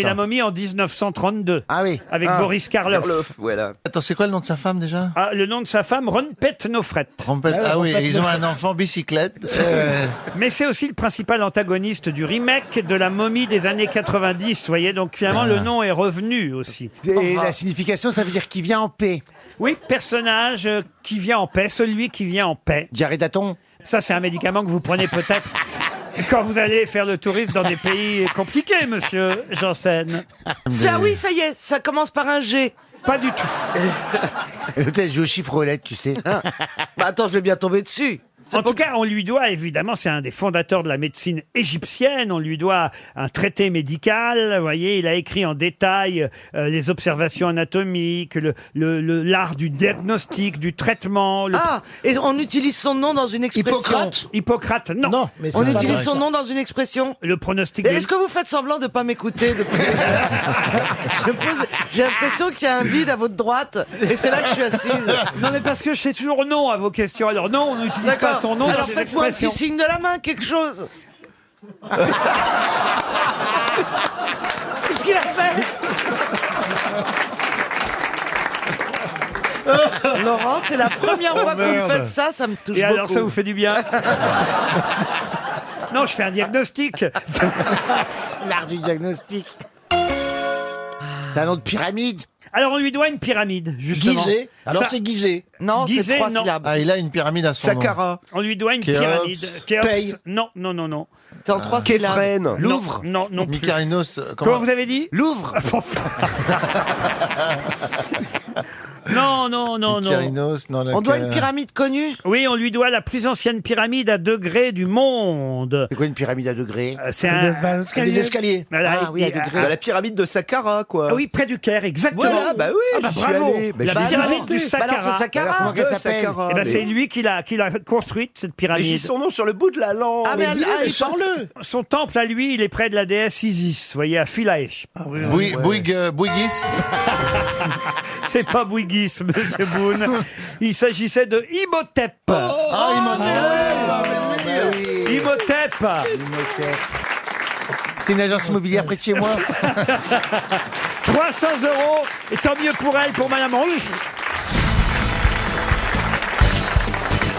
[SPEAKER 12] attends.
[SPEAKER 1] La momie en 1932.
[SPEAKER 12] Ah oui.
[SPEAKER 1] Avec Boris Karloff.
[SPEAKER 12] voilà. Attends, c'est quoi le nom de sa femme déjà
[SPEAKER 1] Ah, le nom de sa femme, Ron Pénofret.
[SPEAKER 12] Trompette. Ah, oui, ils ont un enfant bicyclette. Euh,
[SPEAKER 1] Mais c'est aussi le principal antagoniste du remake de La momie des années 90, vous voyez. Donc finalement,
[SPEAKER 12] Euh.
[SPEAKER 48] Ah.
[SPEAKER 1] le nom est revenu aussi.
[SPEAKER 48] Et la signification, ça veut dire qu'il vient en paix.
[SPEAKER 1] Oui, personnage euh, qui vient en paix, celui qui vient en paix. Diarrhédaton Ça, c'est un médicament que vous prenez peut-être quand vous allez faire le tourisme dans des pays compliqués, monsieur Janssen.
[SPEAKER 49] Ça, oui, ça y est, ça commence par un G.
[SPEAKER 1] Pas du tout.
[SPEAKER 12] Peut-être je joue au chiffre roulette, tu sais.
[SPEAKER 5] Ah. Bah,
[SPEAKER 1] attends, je vais bien tomber dessus. En tout cas, on lui doit, évidemment, c'est un des fondateurs de la médecine égyptienne, on lui doit un traité médical, vous voyez, il a écrit en détail euh, les observations anatomiques, l'art le, le, l'art du diagnostic, du traitement. Le...
[SPEAKER 5] Ah, et on utilise son nom dans une expression.
[SPEAKER 1] Hippocrate Hippocrate, non.
[SPEAKER 5] mais On utilise son nom dans une expression.
[SPEAKER 1] Le pronostic...
[SPEAKER 5] Est-ce que vous faites semblant de pas m'écouter depuis- Je me pose- J'ai l'impression qu'il y a un vide à votre droite, et c'est là que je suis assise.
[SPEAKER 1] Non, mais parce que je sais toujours non à vos questions. Alors, non, on n'utilise pas
[SPEAKER 5] D'accord.
[SPEAKER 1] son nom.
[SPEAKER 5] Alors
[SPEAKER 1] c'est
[SPEAKER 5] faites-moi un petit
[SPEAKER 1] l'expression.
[SPEAKER 5] signe de la main, quelque chose.
[SPEAKER 7] Qu'est-ce qu'il a fait
[SPEAKER 5] Laurent, c'est la première fois que vous me faites ça, ça me touche
[SPEAKER 1] Oh, Et alors,
[SPEAKER 5] beaucoup.
[SPEAKER 1] ça vous fait du bien Non, je fais un diagnostic.
[SPEAKER 12] L'art du diagnostic.
[SPEAKER 1] T'as un nom de pyramide Alors, on lui doit une pyramide, justement.
[SPEAKER 12] Guizet Alors,
[SPEAKER 1] Ça-
[SPEAKER 12] c'est Guizet
[SPEAKER 5] Non,
[SPEAKER 12] c'est
[SPEAKER 1] Guizet,
[SPEAKER 12] trois
[SPEAKER 1] non.
[SPEAKER 12] syllabes. Ah, il a une pyramide à son nom. Saqqara.
[SPEAKER 1] On lui doit une
[SPEAKER 12] Khéops.
[SPEAKER 1] pyramide. Khéops.
[SPEAKER 12] Paye.
[SPEAKER 1] Non, non, non, non.
[SPEAKER 12] C'est en trois Euh, syllabes. Képhren.
[SPEAKER 1] Non,
[SPEAKER 12] Louvre.
[SPEAKER 1] Non, non plus.
[SPEAKER 12] Mycarinos, euh,
[SPEAKER 1] Comment
[SPEAKER 12] comment-
[SPEAKER 1] vous avez dit Louvre. non, non, non, non.
[SPEAKER 6] Mycarinos, non, la-
[SPEAKER 5] On doit une pyramide connue
[SPEAKER 1] Oui, on lui doit la plus ancienne pyramide à degrés du monde. C'est quoi une pyramide à degrés C'est un...
[SPEAKER 50] C'est des escaliers.
[SPEAKER 1] Voilà,
[SPEAKER 50] Ah oui, à
[SPEAKER 1] il-
[SPEAKER 50] degrés.
[SPEAKER 1] ah,
[SPEAKER 2] La pyramide de Saqqara, quoi.
[SPEAKER 1] Ah oui, près du Caire, exactement.
[SPEAKER 2] Voilà, bah oui,
[SPEAKER 1] Ah bah
[SPEAKER 2] j'y suis
[SPEAKER 1] bravo.
[SPEAKER 2] allé. Bah,
[SPEAKER 1] la
[SPEAKER 2] je l'ai
[SPEAKER 1] pyramide
[SPEAKER 2] visité.
[SPEAKER 1] du
[SPEAKER 2] Bah
[SPEAKER 1] Saqqara.
[SPEAKER 2] alors, c'est Saqqara. Alors, comment
[SPEAKER 1] De
[SPEAKER 2] qu'elle s'appelle Saqqara,
[SPEAKER 1] Eh ben,
[SPEAKER 2] mais-
[SPEAKER 1] c'est lui qui l'a, qui l'a construite, cette
[SPEAKER 2] Mais j'ai
[SPEAKER 1] pyramide.
[SPEAKER 2] son nom sur le bout de la langue.
[SPEAKER 1] Ah, mais elle- elle-
[SPEAKER 2] le
[SPEAKER 1] Son temple à lui, il est près de la déesse Isis, vous voyez, à Philae.
[SPEAKER 6] Boui- ouais. Bouygues,
[SPEAKER 1] C'est pas Bouigis, monsieur Boone. Il s'agissait de Imhotep.
[SPEAKER 6] Ah,
[SPEAKER 1] Oh,
[SPEAKER 6] Imhotep
[SPEAKER 1] Imhotep.
[SPEAKER 12] C'est une agence immobilière près de chez moi.
[SPEAKER 1] 300 euros, et tant mieux pour elle, pour Madame Russe.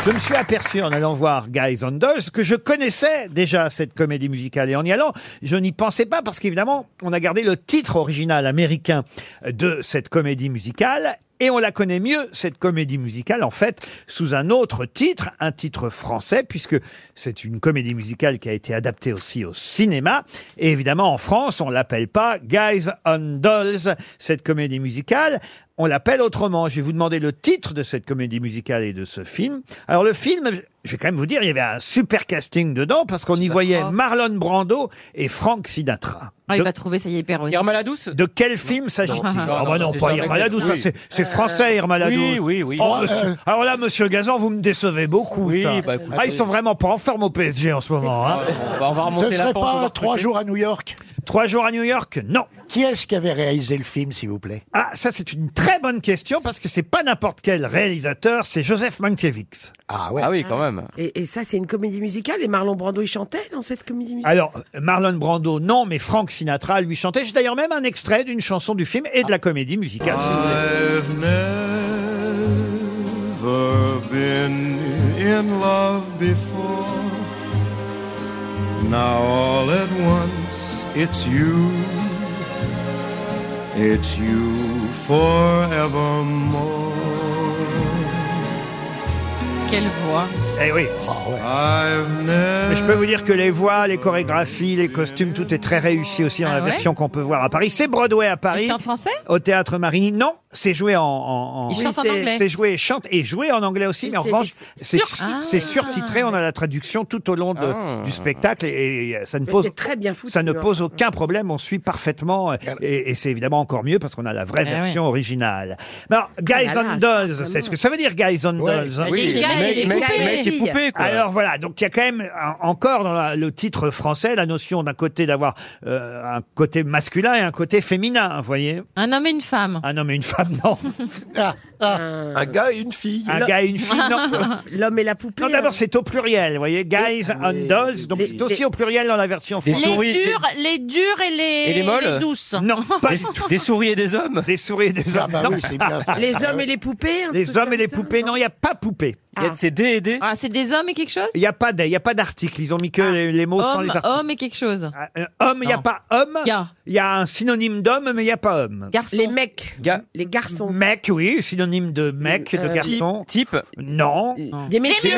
[SPEAKER 1] Je me suis aperçu en allant voir Guys on Dolls que je connaissais déjà cette comédie musicale. Et en y allant, je n'y pensais pas parce qu'évidemment, on a gardé le titre original américain de cette comédie musicale. Et on la connaît mieux, cette comédie musicale, en fait, sous un autre titre, un titre français, puisque c'est une comédie musicale qui a été adaptée aussi au cinéma. Et évidemment, en France, on l'appelle pas Guys on Dolls, cette comédie musicale. On l'appelle autrement. Je vais vous demander le titre de cette comédie musicale et de ce film. Alors le film, je vais quand même vous dire, il y avait un super casting dedans parce qu'on y voyait Marlon Brando et Frank Sinatra.
[SPEAKER 25] Ah, il va trouver, ça y est, hyper oui.
[SPEAKER 1] Irma la douce De quel film s'agit-il
[SPEAKER 25] Non, non,
[SPEAKER 1] Ah bah
[SPEAKER 25] non,
[SPEAKER 1] non,
[SPEAKER 25] c'est
[SPEAKER 1] pas
[SPEAKER 25] jamais
[SPEAKER 1] Irma la douce,
[SPEAKER 25] connu.
[SPEAKER 1] ça, c'est- c'est
[SPEAKER 25] Euh,
[SPEAKER 1] français Irma la douce.
[SPEAKER 25] oui, oui, oui.
[SPEAKER 1] Oh,
[SPEAKER 25] Euh,
[SPEAKER 1] monsieur-
[SPEAKER 25] euh.
[SPEAKER 1] Alors là, monsieur Gazan, vous me décevez beaucoup.
[SPEAKER 25] Oui,
[SPEAKER 1] putain.
[SPEAKER 25] bah, écoutez. Ah,
[SPEAKER 1] ah, ils sont vraiment pas en forme au PSG en ce moment. hein.
[SPEAKER 50] Ce ne serait pas trois jours à New York
[SPEAKER 1] Trois jours à New York Non.
[SPEAKER 50] Qui est-ce qui avait réalisé le film, s'il vous plaît
[SPEAKER 1] Ah, ça c'est une très bonne question parce que c'est pas n'importe quel réalisateur, c'est Joseph Mankiewicz.
[SPEAKER 50] Ah ouais.
[SPEAKER 7] Ah oui, quand
[SPEAKER 1] même.
[SPEAKER 7] Et, et ça, c'est une comédie musicale. Et Marlon Brando, il chantait dans cette comédie musicale.
[SPEAKER 1] Alors Marlon Brando non, mais Frank Sinatra lui chantait. J'ai d'ailleurs même un extrait d'une chanson du film et de la comédie musicale. si vous voulez.
[SPEAKER 3] I've never been in love before. Now all at once it's you. It's you forevermore.
[SPEAKER 25] Quelle voix.
[SPEAKER 1] Eh oui.
[SPEAKER 2] Ah
[SPEAKER 25] Euh,
[SPEAKER 1] Mais je peux vous dire que les voix, les chorégraphies, les costumes, tout est très réussi aussi dans
[SPEAKER 25] Ah
[SPEAKER 1] la
[SPEAKER 25] ouais
[SPEAKER 1] version qu'on peut voir à Paris. C'est Broadway à Paris.
[SPEAKER 25] Et c'est en français
[SPEAKER 1] Au théâtre Marigny. Non, c'est joué en. en- en-
[SPEAKER 25] Il chante en anglais. Ah.
[SPEAKER 1] C'est joué et chante et joué en anglais aussi, mais en
[SPEAKER 25] c'est
[SPEAKER 1] revanche, c'est
[SPEAKER 25] surtitré.
[SPEAKER 1] sur- c'est surtitré. On a la traduction tout au long de-
[SPEAKER 7] Ah.
[SPEAKER 1] du spectacle et, et ça ne
[SPEAKER 7] Mais
[SPEAKER 1] pose.
[SPEAKER 7] c'est très bien foutu,
[SPEAKER 1] ça ne
[SPEAKER 7] hein.
[SPEAKER 1] pose aucun problème. On suit parfaitement euh, et, et c'est évidemment encore mieux parce qu'on a la vraie
[SPEAKER 7] Eh
[SPEAKER 1] version
[SPEAKER 7] ouais.
[SPEAKER 1] originale. Mais Alors, Guys
[SPEAKER 7] Ah là
[SPEAKER 1] on
[SPEAKER 7] là,
[SPEAKER 1] Dolls,
[SPEAKER 7] vraiment.
[SPEAKER 1] c'est ce que ça veut dire, Guys on
[SPEAKER 7] Ouais.
[SPEAKER 1] Dolls.
[SPEAKER 7] Oui, Les gars, mec- les mec- poupées. mec et poupée, quoi.
[SPEAKER 1] Alors voilà, donc il y a quand même un- encore dans la- le titre français la notion d'un côté d'avoir euh, un côté masculin et un côté féminin, vous voyez.
[SPEAKER 25] Un homme et une femme.
[SPEAKER 1] Un homme et une femme, Ah non. Ah.
[SPEAKER 2] Un gars et une fille.
[SPEAKER 1] Un gars et une fille, non.
[SPEAKER 7] L'homme et la poupée. hein.
[SPEAKER 1] Non, d'abord c'est au pluriel, vous voyez, Guys and Dolls, donc c'est aussi au pluriel dans la version
[SPEAKER 25] Les
[SPEAKER 1] française.
[SPEAKER 25] durs, les durs et les,
[SPEAKER 1] Et les molles
[SPEAKER 25] douces.
[SPEAKER 1] Non, pas du tout.
[SPEAKER 25] Des
[SPEAKER 1] souris et des hommes Des souris et des hommes.
[SPEAKER 50] bah oui, c'est bien, ça.
[SPEAKER 7] Les hommes et les poupées. un
[SPEAKER 1] Les
[SPEAKER 7] truc
[SPEAKER 1] hommes et les poupées, non, il n'y a pas poupée. C'est D et D
[SPEAKER 25] Ah, c'est des hommes et quelque chose
[SPEAKER 1] Il n'y a pas d'- il y a pas d'article, ils ont mis que
[SPEAKER 7] Ah.
[SPEAKER 1] les, les mots sans les
[SPEAKER 25] Homme,
[SPEAKER 1] articles.
[SPEAKER 25] homme et quelque chose.
[SPEAKER 1] Euh, Homme, il n'y a
[SPEAKER 25] Non.
[SPEAKER 1] pas homme.
[SPEAKER 25] Gars.
[SPEAKER 1] Il y a un synonyme d'homme, mais il n'y a pas homme.
[SPEAKER 25] Garçon.
[SPEAKER 7] Les mecs.
[SPEAKER 1] Les garçons. Mec, oui, synonyme synonyme de mec, de
[SPEAKER 9] Euh,
[SPEAKER 1] garçon. Type Non.
[SPEAKER 9] Des messieurs, des messieurs.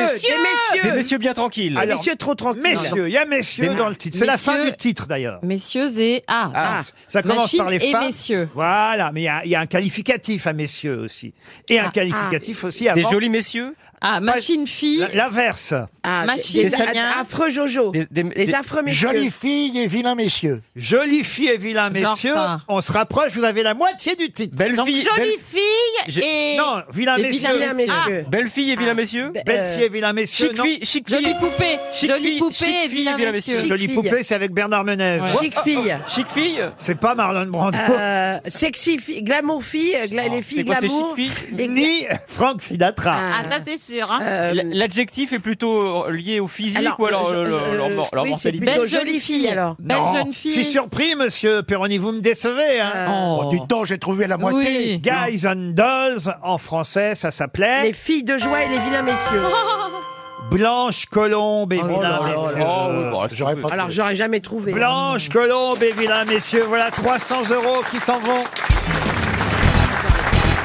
[SPEAKER 9] Des messieurs bien tranquilles. Des
[SPEAKER 1] Alors,
[SPEAKER 9] messieurs trop tranquilles.
[SPEAKER 1] Messieurs, il y a messieurs
[SPEAKER 9] Des-
[SPEAKER 1] dans le titre. C'est la fin
[SPEAKER 25] Messieurs-
[SPEAKER 1] du titre d'ailleurs.
[SPEAKER 25] Messieurs et... Ah, ah.
[SPEAKER 1] Ça commence
[SPEAKER 25] Machine
[SPEAKER 1] par les
[SPEAKER 25] et
[SPEAKER 1] femmes.
[SPEAKER 25] messieurs.
[SPEAKER 1] Voilà, mais il y a- il y, a un qualificatif à messieurs aussi. Et un
[SPEAKER 25] Ah,
[SPEAKER 1] qualificatif
[SPEAKER 25] ah.
[SPEAKER 1] aussi avant.
[SPEAKER 25] Des jolis
[SPEAKER 1] messieurs
[SPEAKER 25] Ah, machine fille.
[SPEAKER 1] L'inverse.
[SPEAKER 25] Ah, Machine des- des Damien. affreux
[SPEAKER 1] Jojo.
[SPEAKER 25] des- affreux messieurs.
[SPEAKER 6] Jolies filles et vilains messieurs.
[SPEAKER 1] Jolies filles et vilains messieurs.
[SPEAKER 6] ça.
[SPEAKER 1] On se rapproche, vous avez la moitié du titre. Belle
[SPEAKER 6] Donc, fille- jolies belle- filles et-
[SPEAKER 1] Non, vilains
[SPEAKER 6] et
[SPEAKER 1] messieurs.
[SPEAKER 6] vilains messieurs.
[SPEAKER 1] Ah.
[SPEAKER 9] Belles filles et vilains messieurs
[SPEAKER 1] Belle fille et vilain messieurs.
[SPEAKER 9] Chic
[SPEAKER 1] non.
[SPEAKER 9] fille, chic fille. Jolie poupée, Chic jolie fille, poupée chic et fille et
[SPEAKER 2] Ah,
[SPEAKER 9] vilain vilain messieurs. messieurs.
[SPEAKER 1] Jolie
[SPEAKER 9] Chic
[SPEAKER 1] poupée,
[SPEAKER 9] fille.
[SPEAKER 1] c'est avec Bernard Menez.
[SPEAKER 9] Ouais. Chic Oh, oh, fille. oh, chic fille.
[SPEAKER 1] C'est pas Marlon Ah, Brando.
[SPEAKER 2] Euh, sexy fille, glamour fille, euh, gla- les filles
[SPEAKER 9] c'est quoi, c'est
[SPEAKER 2] glamour.
[SPEAKER 9] chic
[SPEAKER 2] et-
[SPEAKER 1] Ni Frank Sinatra.
[SPEAKER 2] Ah.
[SPEAKER 35] Ah, ça c'est sûr. Hein.
[SPEAKER 7] Euh,
[SPEAKER 9] L- L'adjectif est plutôt lié au physique
[SPEAKER 2] Alors,
[SPEAKER 9] ou alors
[SPEAKER 2] je-
[SPEAKER 9] euh,
[SPEAKER 2] je-
[SPEAKER 9] leur, leur, mor- leur
[SPEAKER 2] oui, c'est
[SPEAKER 9] mortalité.
[SPEAKER 2] plutôt Belle jolie jolie fille, fille, alors.
[SPEAKER 1] Non, Je suis surpris, monsieur Perroni, vous me décevez. Hein.
[SPEAKER 2] Oh.
[SPEAKER 1] du temps, j'ai trouvé la
[SPEAKER 2] moitié. Oui.
[SPEAKER 1] Guys and Dolls, en français, ça s'appelait.
[SPEAKER 2] Les filles de joie et les vilains messieurs.
[SPEAKER 1] Blanche Colombe et
[SPEAKER 2] Oh
[SPEAKER 1] vilain
[SPEAKER 2] là là
[SPEAKER 1] messieurs.
[SPEAKER 2] là
[SPEAKER 1] J'aurais pas
[SPEAKER 2] Alors j'aurais jamais trouvé. hein.
[SPEAKER 1] Blanche Colombe et vilain messieurs, voilà 300 euros qui s'en vont.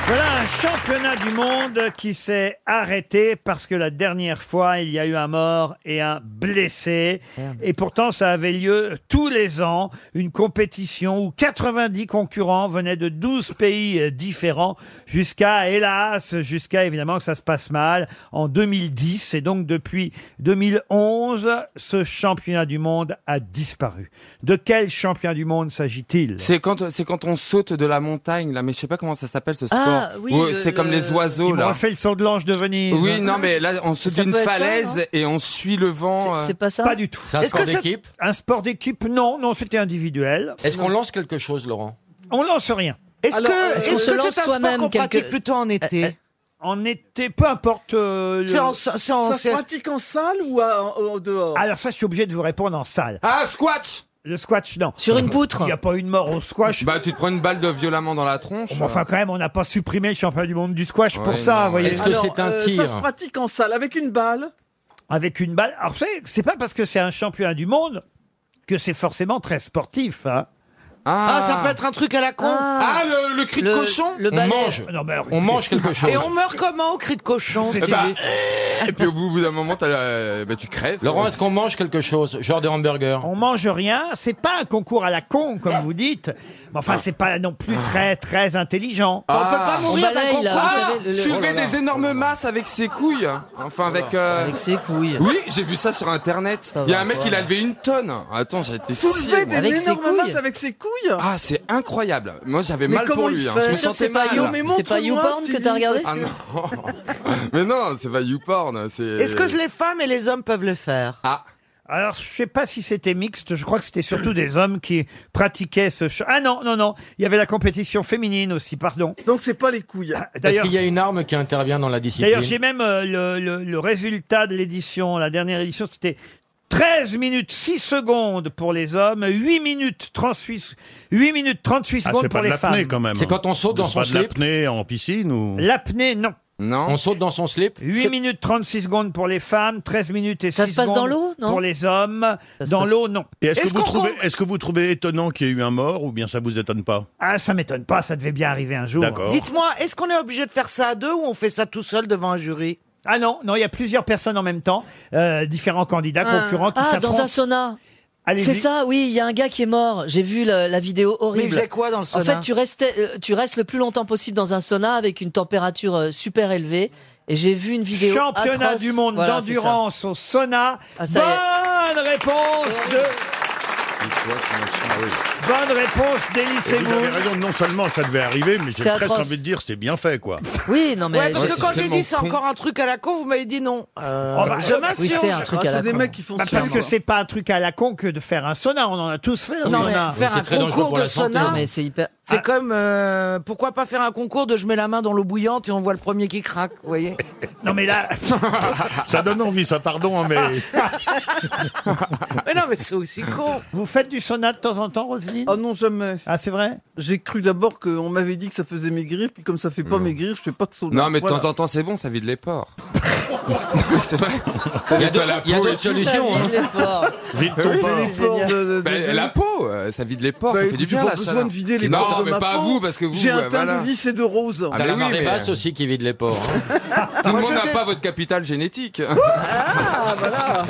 [SPEAKER 1] Voilà un championnat du monde qui s'est arrêté parce que la dernière fois, il y a eu un mort et un blessé. Et pourtant, ça avait lieu tous les ans, une compétition où 90 concurrents venaient de 12 pays euh, différents jusqu'à, hélas, jusqu'à évidemment que ça se passe mal en 2010. Et donc, depuis 2011, ce championnat du monde a disparu. De quel championnat du monde s'agit-il
[SPEAKER 13] C'est quand, c'est quand on saute de la montagne, là, mais je sais pas comment ça s'appelle ce sport.
[SPEAKER 1] Ah, oui,
[SPEAKER 13] Où
[SPEAKER 1] le-
[SPEAKER 13] c'est comme les oiseaux,
[SPEAKER 1] Il me
[SPEAKER 13] là.
[SPEAKER 1] refait le son de l'ange de Venise.
[SPEAKER 13] Oui, non, mais là, on saute
[SPEAKER 1] Ça
[SPEAKER 13] d'une
[SPEAKER 1] peut être ça,
[SPEAKER 13] falaise
[SPEAKER 1] non
[SPEAKER 13] et on suit le vent. euh.
[SPEAKER 1] Pas du tout.
[SPEAKER 13] C'est un Est-ce sport que c'est- d'équipe
[SPEAKER 1] Un sport d'équipe, non, non, c'était individuel.
[SPEAKER 13] Est-ce qu'on lance quelque chose, Laurent
[SPEAKER 1] On lance rien.
[SPEAKER 5] Est-ce Alors, que- est-ce est-ce qu'on se que lance c'est un sport soi-même qu'on quelque- pratique
[SPEAKER 1] plutôt en été En été, peu importe. euh,
[SPEAKER 5] C'est
[SPEAKER 1] le-
[SPEAKER 5] en- c'est en- Ça se c'est- pratique
[SPEAKER 3] en salle ou en dehors
[SPEAKER 1] Alors ça, je suis obligé de vous répondre en salle.
[SPEAKER 13] Ah, squash
[SPEAKER 1] Le squash, non.
[SPEAKER 13] Sur une poutre
[SPEAKER 1] Il n'y a pas eu de mort au squash.
[SPEAKER 13] Bah, tu te prends une balle de violemment dans la tronche. euh,
[SPEAKER 1] Bon, enfin, quand même, on n'a pas supprimé le championnat du monde du squash
[SPEAKER 13] Ouais,
[SPEAKER 1] pour ça,
[SPEAKER 5] Ah,
[SPEAKER 13] non.
[SPEAKER 1] vous voyez.
[SPEAKER 13] Est-ce que Alors, c'est un euh, ça tir se
[SPEAKER 3] pratique en salle avec une balle.
[SPEAKER 1] Avec une balle. Alors, vous savez, c'est pas parce que c'est un championnat du monde que c'est forcément très sportif, hein.
[SPEAKER 5] Ah, ça peut être un truc à la con. Ah,
[SPEAKER 13] Ah, le, le cri de cochon
[SPEAKER 5] le
[SPEAKER 13] On
[SPEAKER 5] balai.
[SPEAKER 13] mange.
[SPEAKER 1] Non, mais
[SPEAKER 13] on mange quelque chose.
[SPEAKER 5] Et on meurt comment au cri de cochon
[SPEAKER 13] Eh bah, et puis au bout, au bout d'un moment, t'as la- bah, tu crèves. Laurent, est-ce qu'on mange quelque chose Genre des hamburgers
[SPEAKER 1] On mange rien, c'est pas un concours à la con, comme vous dites. Mais enfin, c'est pas non plus très, très intelligent.
[SPEAKER 13] Ah. Ah,
[SPEAKER 1] Oh
[SPEAKER 13] Soulever
[SPEAKER 1] là là.
[SPEAKER 13] des énormes masses avec ses couilles. Enfin, avec. euh,
[SPEAKER 1] Avec ses couilles.
[SPEAKER 13] Oui, j'ai vu ça sur internet.
[SPEAKER 5] Ah,
[SPEAKER 13] Il y a
[SPEAKER 3] va,
[SPEAKER 13] un mec,
[SPEAKER 3] ça
[SPEAKER 13] il
[SPEAKER 3] va.
[SPEAKER 13] a levé une tonne. Attends, j'étais
[SPEAKER 3] Soulever des énormes masses
[SPEAKER 13] masses
[SPEAKER 3] avec ses couilles.
[SPEAKER 13] Ah, c'est incroyable. Moi, j'avais
[SPEAKER 3] Mais
[SPEAKER 13] mal
[SPEAKER 3] comment
[SPEAKER 13] pour
[SPEAKER 3] il
[SPEAKER 13] lui. hein.
[SPEAKER 3] fait
[SPEAKER 13] Je me
[SPEAKER 3] C'est sûr
[SPEAKER 13] sentais
[SPEAKER 3] que c'est pas
[SPEAKER 13] mal.
[SPEAKER 3] You- mais
[SPEAKER 13] C'est pas
[SPEAKER 3] montre-moi,
[SPEAKER 13] YouPorn
[SPEAKER 3] Stevie, parce que-
[SPEAKER 13] Ah, non. Mais non, c'est pas YouPorn. C'est.
[SPEAKER 5] Est-ce que les femmes et les hommes peuvent le faire
[SPEAKER 13] Ah.
[SPEAKER 1] Alors, je sais pas si c'était mixte, je crois que c'était surtout des hommes qui pratiquaient ce... ch- Ah non, non, non, il y avait la compétition féminine aussi, pardon. Ah,
[SPEAKER 3] Donc c'est pas les couilles.
[SPEAKER 1] D'ailleurs,
[SPEAKER 21] y a une arme qui intervient dans la
[SPEAKER 1] d'ailleurs, j'ai même euh, le, le- le résultat de l'édition, la dernière édition, c'était 13 minutes 6 secondes pour les hommes, 8 minutes 38, 8 minutes 38
[SPEAKER 23] Ah,
[SPEAKER 1] secondes
[SPEAKER 23] c'est
[SPEAKER 1] pour
[SPEAKER 23] pas de
[SPEAKER 1] les
[SPEAKER 23] l'apnée
[SPEAKER 1] femmes.
[SPEAKER 23] quand même. C'est pas de l'apnée en piscine ou
[SPEAKER 1] L'apnée, non.
[SPEAKER 13] Non.
[SPEAKER 23] On saute dans son slip
[SPEAKER 1] 8 minutes 36 secondes pour les femmes, 13 minutes et
[SPEAKER 23] Ça
[SPEAKER 1] 6
[SPEAKER 23] se passe dans
[SPEAKER 1] secondes
[SPEAKER 23] l'eau, non
[SPEAKER 1] pour les hommes. Dans l'eau, non.
[SPEAKER 23] Et est-ce que,
[SPEAKER 1] Est-ce
[SPEAKER 23] vous
[SPEAKER 1] qu'on
[SPEAKER 23] trouvez, est-ce que vous trouvez étonnant qu'il y ait eu un mort ou bien ça vous étonne pas
[SPEAKER 1] Ah, ça m'étonne pas, ça devait bien arriver un jour.
[SPEAKER 23] D'accord.
[SPEAKER 5] Dites-moi, est-ce qu'on est obligé de faire ça à deux ou on fait ça tout seul devant un jury
[SPEAKER 1] Ah non, non, il y a plusieurs personnes en même temps, euh, différents candidats,
[SPEAKER 5] Ah.
[SPEAKER 1] concurrents qui
[SPEAKER 16] Ah,
[SPEAKER 1] s'affrontent.
[SPEAKER 16] dans un sauna.
[SPEAKER 1] Allez-y.
[SPEAKER 16] C'est ça, oui, il y a un gars qui est mort. J'ai vu la, la vidéo horrible.
[SPEAKER 5] Mais il faisait quoi dans le sauna
[SPEAKER 16] En fait, tu, restais, euh, tu restes le plus longtemps possible dans un sauna avec une température euh, super élevée. Et j'ai vu une vidéo.
[SPEAKER 1] Championnat
[SPEAKER 16] atroce.
[SPEAKER 1] du monde
[SPEAKER 16] Voilà, c'est ça.
[SPEAKER 1] d'endurance au sauna.
[SPEAKER 16] Ah, ça y est.
[SPEAKER 1] Bonne réponse de... Bonne réponse d'Élie
[SPEAKER 23] Et Vous avez
[SPEAKER 1] Semoun.
[SPEAKER 23] raison, non seulement ça devait arriver, mais j'ai
[SPEAKER 16] C'est
[SPEAKER 23] presque
[SPEAKER 16] atroce.
[SPEAKER 23] envie de dire c'était bien fait quoi.
[SPEAKER 16] Oui, non, mais.
[SPEAKER 5] Ouais, parce
[SPEAKER 23] Ouais,
[SPEAKER 5] que
[SPEAKER 23] c'est
[SPEAKER 5] quand j'ai
[SPEAKER 23] tellement
[SPEAKER 5] dit c'est
[SPEAKER 23] con.
[SPEAKER 5] encore un truc à la con, vous m'avez dit non. Euh,
[SPEAKER 1] Oh, bah,
[SPEAKER 5] je m'insurge.
[SPEAKER 13] Ah,
[SPEAKER 1] Bah, Parce que c'est pas un truc à la con que de faire un sauna. On en a tous fait un
[SPEAKER 5] Non, mais
[SPEAKER 1] sauna.
[SPEAKER 5] faire un concours de
[SPEAKER 13] hein.
[SPEAKER 5] sauna,
[SPEAKER 16] c'est hyper.
[SPEAKER 5] C'est Ah. comme euh, pourquoi pas faire un concours de je mets la main dans l'eau bouillante et on voit le premier qui craque, vous voyez.
[SPEAKER 1] Non mais là,
[SPEAKER 23] ça donne envie, ça pardon, hein, mais
[SPEAKER 5] mais non mais c'est aussi con.
[SPEAKER 1] Vous faites du sauna de temps en temps, Roselyne
[SPEAKER 3] Oh non, jamais.
[SPEAKER 1] Ah, c'est vrai
[SPEAKER 3] J'ai cru d'abord qu'on m'avait dit que ça faisait maigrir, puis comme ça fait pas maigrir, je fais pas de sauna.
[SPEAKER 13] Non, mais de
[SPEAKER 3] Voilà.
[SPEAKER 13] temps en temps, c'est bon, ça vide les pores. C'est vrai. Il y a, de la
[SPEAKER 5] il y a
[SPEAKER 13] peau et
[SPEAKER 5] d'autres
[SPEAKER 13] de solutions,
[SPEAKER 5] choses à vide,
[SPEAKER 13] hein.
[SPEAKER 5] les porcs.
[SPEAKER 13] Vide ton
[SPEAKER 5] Oui,
[SPEAKER 13] porc.
[SPEAKER 5] les porcs de- de- de-
[SPEAKER 13] Ben,
[SPEAKER 5] de-
[SPEAKER 13] La peau, euh, ça vide les porcs, ça fait du
[SPEAKER 11] Bah, écoute, j'ai
[SPEAKER 13] bien la
[SPEAKER 11] pas besoin
[SPEAKER 13] chaleur.
[SPEAKER 11] de vider les
[SPEAKER 13] Non,
[SPEAKER 11] bords de
[SPEAKER 13] mais
[SPEAKER 11] ma
[SPEAKER 13] pas
[SPEAKER 11] peau.
[SPEAKER 13] vous, parce que vous.
[SPEAKER 11] J'ai un
[SPEAKER 13] euh,
[SPEAKER 11] teint
[SPEAKER 13] voilà.
[SPEAKER 11] de lisse et de rose.
[SPEAKER 13] Ah,
[SPEAKER 5] T'as
[SPEAKER 13] mais
[SPEAKER 5] la
[SPEAKER 13] oui,
[SPEAKER 5] marée
[SPEAKER 13] mais-
[SPEAKER 5] basse aussi qui vide les porcs. hein.
[SPEAKER 13] Tout le monde n'a pas votre capital génétique.
[SPEAKER 11] Ah, voilà.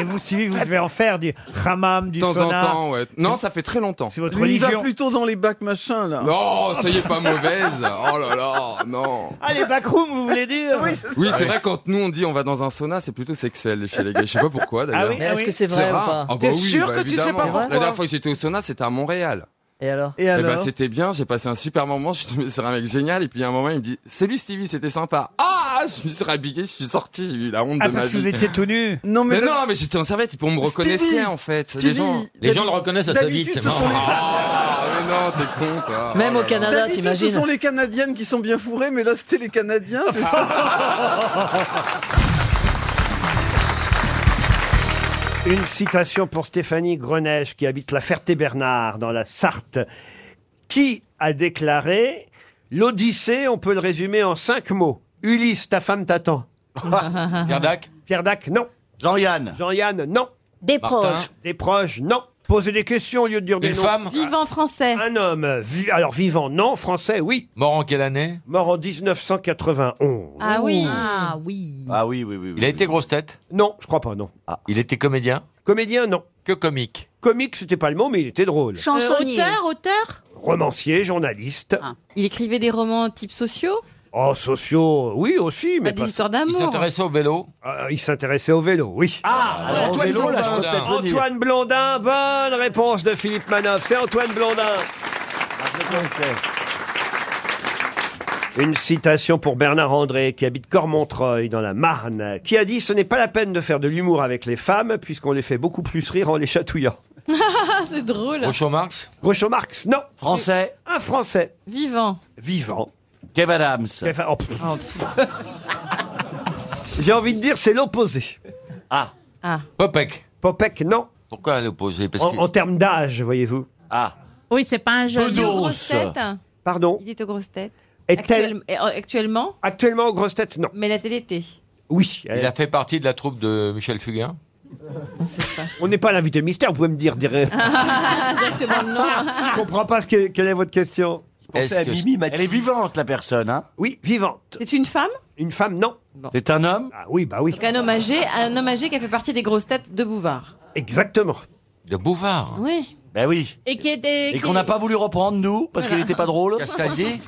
[SPEAKER 51] Et vous, Stevie, vous devez en faire du hammam, du
[SPEAKER 13] De temps en
[SPEAKER 51] sauna.
[SPEAKER 13] temps, ouais. Non, ça fait très longtemps.
[SPEAKER 51] C'est votre
[SPEAKER 11] Lui, il va
[SPEAKER 51] religion.
[SPEAKER 11] plutôt dans les bacs machin là.
[SPEAKER 13] Non, ça y est, pas mauvaise. Oh là là, non.
[SPEAKER 51] Ah, les backrooms, vous voulez dire Ah
[SPEAKER 13] Oui, c'est vrai, quand nous on dit on va dans un sauna, c'est plutôt sexuel chez les gars. Je sais pas pourquoi d'ailleurs.
[SPEAKER 5] Ah oui, Mais ah est-ce oui. que c'est vrai ou
[SPEAKER 13] rare.
[SPEAKER 5] pas
[SPEAKER 13] Ah bah
[SPEAKER 5] T'es
[SPEAKER 13] oui,
[SPEAKER 5] sûr
[SPEAKER 13] bah
[SPEAKER 5] que tu sais pas
[SPEAKER 13] évidemment.
[SPEAKER 5] pourquoi
[SPEAKER 13] La dernière fois que j'étais au sauna, c'était à Montréal.
[SPEAKER 5] Et alors
[SPEAKER 13] Eh ben, c'était bien, j'ai passé un super moment, je suis tombé sur un mec génial, et puis à un moment il me dit Salut Stevie, c'était sympa. Ah Je me suis rabiqué, je suis sorti, j'ai eu la honte
[SPEAKER 51] Ah,
[SPEAKER 13] de ma
[SPEAKER 51] parce
[SPEAKER 13] vie.
[SPEAKER 51] que vous étiez tout nu
[SPEAKER 13] Non, mais,
[SPEAKER 51] le-
[SPEAKER 13] non, mais j'étais en serviette, ils pour me reconnaissaient en fait. les
[SPEAKER 5] Stevie,
[SPEAKER 13] gens,
[SPEAKER 5] Les gens le reconnaissent à sa bite, c'est marrant.
[SPEAKER 13] Ah, mais non, t'es con, toi. Oh
[SPEAKER 5] Même au
[SPEAKER 13] là là.
[SPEAKER 5] Canada,
[SPEAKER 11] D'habitude,
[SPEAKER 5] t'imagines
[SPEAKER 11] Ce sont les Canadiennes qui sont bien fourrées, mais là c'était les Canadiens. c'est ça
[SPEAKER 1] Une citation pour Stéphanie Greneche, qui habite la Ferté-Bernard, dans la Sarthe, qui a déclaré « L'Odyssée, on peut le résumer en cinq mots. Ulysse, ta femme t'attend. »
[SPEAKER 5] Pierre Dac
[SPEAKER 1] Pierre Dac, non. Jean-Yann Jean-Yann, non. Des
[SPEAKER 25] Martin. proches.
[SPEAKER 1] Des proches, non. Posez des questions au lieu de dire des
[SPEAKER 5] Une
[SPEAKER 1] noms.
[SPEAKER 5] femme
[SPEAKER 25] Vivant français.
[SPEAKER 1] Un homme, vi- alors vivant, non. Français, oui.
[SPEAKER 5] Mort en quelle année
[SPEAKER 1] Mort en 1991.
[SPEAKER 25] Ah oui.
[SPEAKER 5] Ah
[SPEAKER 25] oui.
[SPEAKER 5] Ah oui, oui, Ah. oui. Il a été grosse tête
[SPEAKER 1] Non, je crois pas, non.
[SPEAKER 5] Il était comédien
[SPEAKER 1] Comédien, non.
[SPEAKER 5] Que comique
[SPEAKER 1] Comique, c'était pas le mot, mais il était drôle. Euh,
[SPEAKER 7] Chansonnier. auteur, auteur
[SPEAKER 1] Romancier, journaliste.
[SPEAKER 25] Ah. Il écrivait des romans type sociaux
[SPEAKER 1] Oh, sociaux, oui aussi, mais
[SPEAKER 25] Pas des
[SPEAKER 1] pas-
[SPEAKER 25] histoires d'amour. Il s'intéressait
[SPEAKER 5] au vélo
[SPEAKER 1] Euh, Il s'intéressait au vélo, oui. Ah,
[SPEAKER 5] alors au Antoine vélo, Blondin. là, je peux peut-être venir.
[SPEAKER 1] Antoine Blondin, bonne réponse de Philippe Manoff. C'est Antoine Blondin.
[SPEAKER 5] Ah,
[SPEAKER 1] Une citation pour Bernard André, qui habite Cormontreuil, dans la Marne, qui a dit « Ce n'est pas la peine de faire de l'humour avec les femmes, puisqu'on les fait beaucoup plus rire en les chatouillant.
[SPEAKER 25] c'est drôle.
[SPEAKER 5] Groucho Marx »
[SPEAKER 1] Groucho Marx, non. Français Un Français.
[SPEAKER 25] Vivant.
[SPEAKER 1] Vivant. Kevin Adams.
[SPEAKER 25] Oh,
[SPEAKER 1] J'ai envie de dire, c'est l'opposé.
[SPEAKER 5] Ah.
[SPEAKER 25] Ah.
[SPEAKER 5] Popek
[SPEAKER 1] Popek, non.
[SPEAKER 5] Pourquoi l'opposé Parce
[SPEAKER 1] En,
[SPEAKER 5] que-
[SPEAKER 1] en termes d'âge, voyez-vous. Ah.
[SPEAKER 25] Oui, c'est pas un jeune. Il est aux
[SPEAKER 1] Bedos.
[SPEAKER 25] grosses têtes. hein.
[SPEAKER 1] Pardon
[SPEAKER 25] Il est aux grosses têtes.
[SPEAKER 1] Est-elle-
[SPEAKER 25] Actuel- et- euh, Actuellement
[SPEAKER 1] Actuellement, aux grosses têtes, non.
[SPEAKER 25] Mais la télé était.
[SPEAKER 1] Oui.
[SPEAKER 5] Il a fait partie de la troupe de Michel Fugain
[SPEAKER 1] On n'est pas l'invité mystère, vous pouvez me dire des rêves.
[SPEAKER 25] Directement non.
[SPEAKER 1] Je comprends pas ce que, quelle est votre question.
[SPEAKER 5] pensais Est-ce à que- Mimi
[SPEAKER 1] Elle est vivante, la personne, hein Oui, vivante.
[SPEAKER 25] C'est une femme
[SPEAKER 1] Une femme, non. C'est un homme Ah oui, bah oui.
[SPEAKER 25] Donc un homme âgé, un homme âgé qui a fait partie des grosses têtes de Bouvard.
[SPEAKER 1] Exactement.
[SPEAKER 5] De Bouvard
[SPEAKER 25] Oui.
[SPEAKER 5] Ben oui
[SPEAKER 25] Et qui était.
[SPEAKER 5] Et qu'on n'a pas
[SPEAKER 6] voulu reprendre, nous,
[SPEAKER 5] parce qu'elle était pas drôle. Castaldi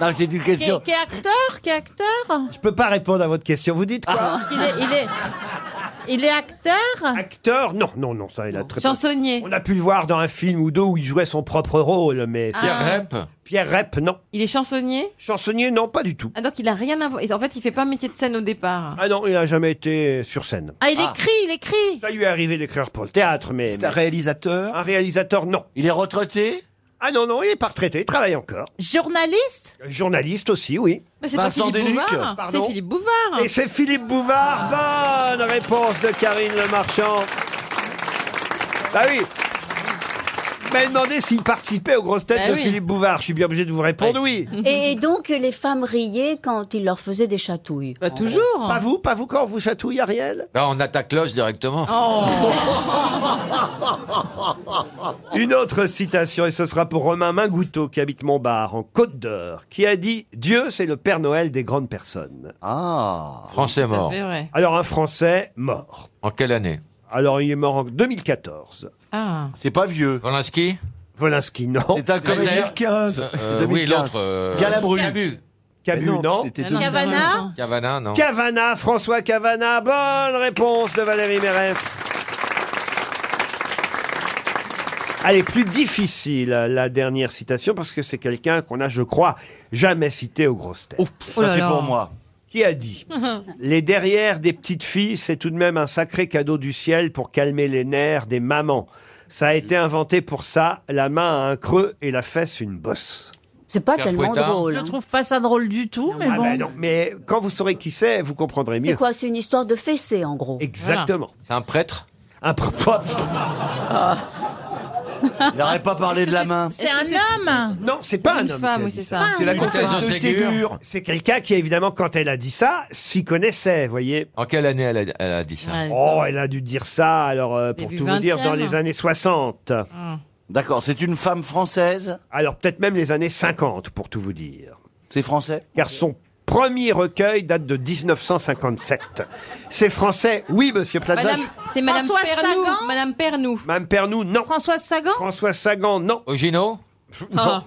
[SPEAKER 6] Non, c'est une
[SPEAKER 7] Qui est, qui est acteur Qui est acteur
[SPEAKER 1] Je peux pas répondre à votre question. Vous dites quoi
[SPEAKER 7] il, est, il, est, il est acteur
[SPEAKER 1] Acteur Non, non, non, ça, il a très
[SPEAKER 25] Chansonnier.
[SPEAKER 1] On a pu le voir dans un film ou deux où il jouait son propre rôle, mais.
[SPEAKER 25] Pierre Ah.
[SPEAKER 5] Rep
[SPEAKER 1] Pierre Rep, non.
[SPEAKER 25] Il est chansonnier
[SPEAKER 1] Chansonnier, non, pas du tout.
[SPEAKER 25] Ah donc il a rien à voir. En fait, il fait pas un métier de scène au départ.
[SPEAKER 1] Ah non, il a jamais été sur scène.
[SPEAKER 7] Ah, il écrit, il écrit
[SPEAKER 1] Ça lui est arrivé d'écrire pour le théâtre, mais.
[SPEAKER 6] C'est un
[SPEAKER 1] réalisateur Un réalisateur, non. Il est retraité Ah non, non, il n'est pas retraité, il travaille encore.
[SPEAKER 7] Journaliste
[SPEAKER 1] Journaliste aussi, oui.
[SPEAKER 25] Mais c'est pas Philippe Bouvard.
[SPEAKER 1] Pardon
[SPEAKER 25] C'est Philippe Bouvard.
[SPEAKER 1] Et c'est Philippe Bouvard. Bonne réponse de Karine Le Marchand. Bah oui. Vous m'avez demandé s'il participait aux grosses têtes
[SPEAKER 2] Bah
[SPEAKER 1] de
[SPEAKER 2] oui.
[SPEAKER 1] Philippe Bouvard. Je suis bien obligé de vous répondre oui.
[SPEAKER 2] Et, et donc, les femmes riaient quand il leur faisait des chatouilles. Pas
[SPEAKER 25] toujours.
[SPEAKER 1] Pas vous, pas vous quand on vous chatouille, Ariel
[SPEAKER 5] Là, Bah, on attaque Loche directement.
[SPEAKER 1] Oh.
[SPEAKER 6] Oh.
[SPEAKER 1] Une autre citation, et ce sera pour Romain Mingouteau, qui habite Montbard, en Côte d'Or, qui a dit « Dieu, c'est le Père Noël des grandes personnes ». Ah
[SPEAKER 5] Français mort. fait vrai.
[SPEAKER 1] Alors, un Français mort.
[SPEAKER 5] En quelle année
[SPEAKER 1] Alors, il est mort en 2014.
[SPEAKER 25] Ah.
[SPEAKER 1] C'est pas vieux.
[SPEAKER 5] Volinsky
[SPEAKER 1] Volinsky, non. C'est un
[SPEAKER 5] comédien.
[SPEAKER 1] 15.
[SPEAKER 5] Euh, oui, l'autre. euh,
[SPEAKER 1] Galabru.
[SPEAKER 5] Cabu.
[SPEAKER 1] Cabu, non.
[SPEAKER 7] Cavana
[SPEAKER 5] Cavana, non.
[SPEAKER 1] Cavana, François Cavana. Bonne réponse de Valérie Mérès. Allez, plus difficile, la dernière citation, parce que c'est quelqu'un qu'on a, je crois, jamais cité aux grosses têtes.
[SPEAKER 6] Oh là c'est là. pour moi.
[SPEAKER 1] Qui a dit Les derrières des petites filles, c'est tout de même un sacré cadeau du ciel pour calmer les nerfs des mamans. Ça a été inventé pour ça, la main a un creux et la fesse une bosse.
[SPEAKER 2] C'est pas
[SPEAKER 1] Pierre tellement Fouettard. drôle,
[SPEAKER 2] Je
[SPEAKER 1] hein.
[SPEAKER 2] trouve pas ça drôle du tout, mais
[SPEAKER 1] Ah ben non, mais quand vous saurez qui c'est, vous comprendrez
[SPEAKER 2] C'est
[SPEAKER 1] mieux.
[SPEAKER 2] quoi C'est une histoire de fessée, en gros.
[SPEAKER 1] Exactement.
[SPEAKER 5] C'est un prêtre
[SPEAKER 1] Un prêtre.
[SPEAKER 4] Il n'aurait pas parlé de la main.
[SPEAKER 35] C'est un homme
[SPEAKER 1] Non, c'est pas
[SPEAKER 35] une
[SPEAKER 1] un homme.
[SPEAKER 35] femme,
[SPEAKER 1] qui a
[SPEAKER 35] oui,
[SPEAKER 1] dit
[SPEAKER 35] c'est ça. C'est
[SPEAKER 12] Ah,
[SPEAKER 35] la
[SPEAKER 1] Une
[SPEAKER 35] comtesse
[SPEAKER 1] femme.
[SPEAKER 35] de Ségur.
[SPEAKER 1] C'est quelqu'un qui, évidemment, quand elle a dit ça, s'y connaissait, voyez.
[SPEAKER 12] En quelle année elle a, elle a dit ça
[SPEAKER 1] Oh, elle a dû dire ça, alors, euh, pour
[SPEAKER 12] Début
[SPEAKER 1] tout vous dire,
[SPEAKER 12] 20e.
[SPEAKER 1] dans les années 60.
[SPEAKER 25] Ah.
[SPEAKER 1] D'accord, c'est une femme française Alors, peut-être même les années 50, pour tout vous dire. C'est français Car son premier recueil date de 1957. C'est français Oui, monsieur Plaza.
[SPEAKER 25] Madame, c'est Madame
[SPEAKER 35] Françoise
[SPEAKER 25] Pernou.
[SPEAKER 35] Sagan
[SPEAKER 25] Madame Pernou.
[SPEAKER 1] Madame Pernou, non.
[SPEAKER 35] Françoise Sagan
[SPEAKER 1] François Sagan, non.
[SPEAKER 12] Ogino
[SPEAKER 1] Non.
[SPEAKER 21] Ah.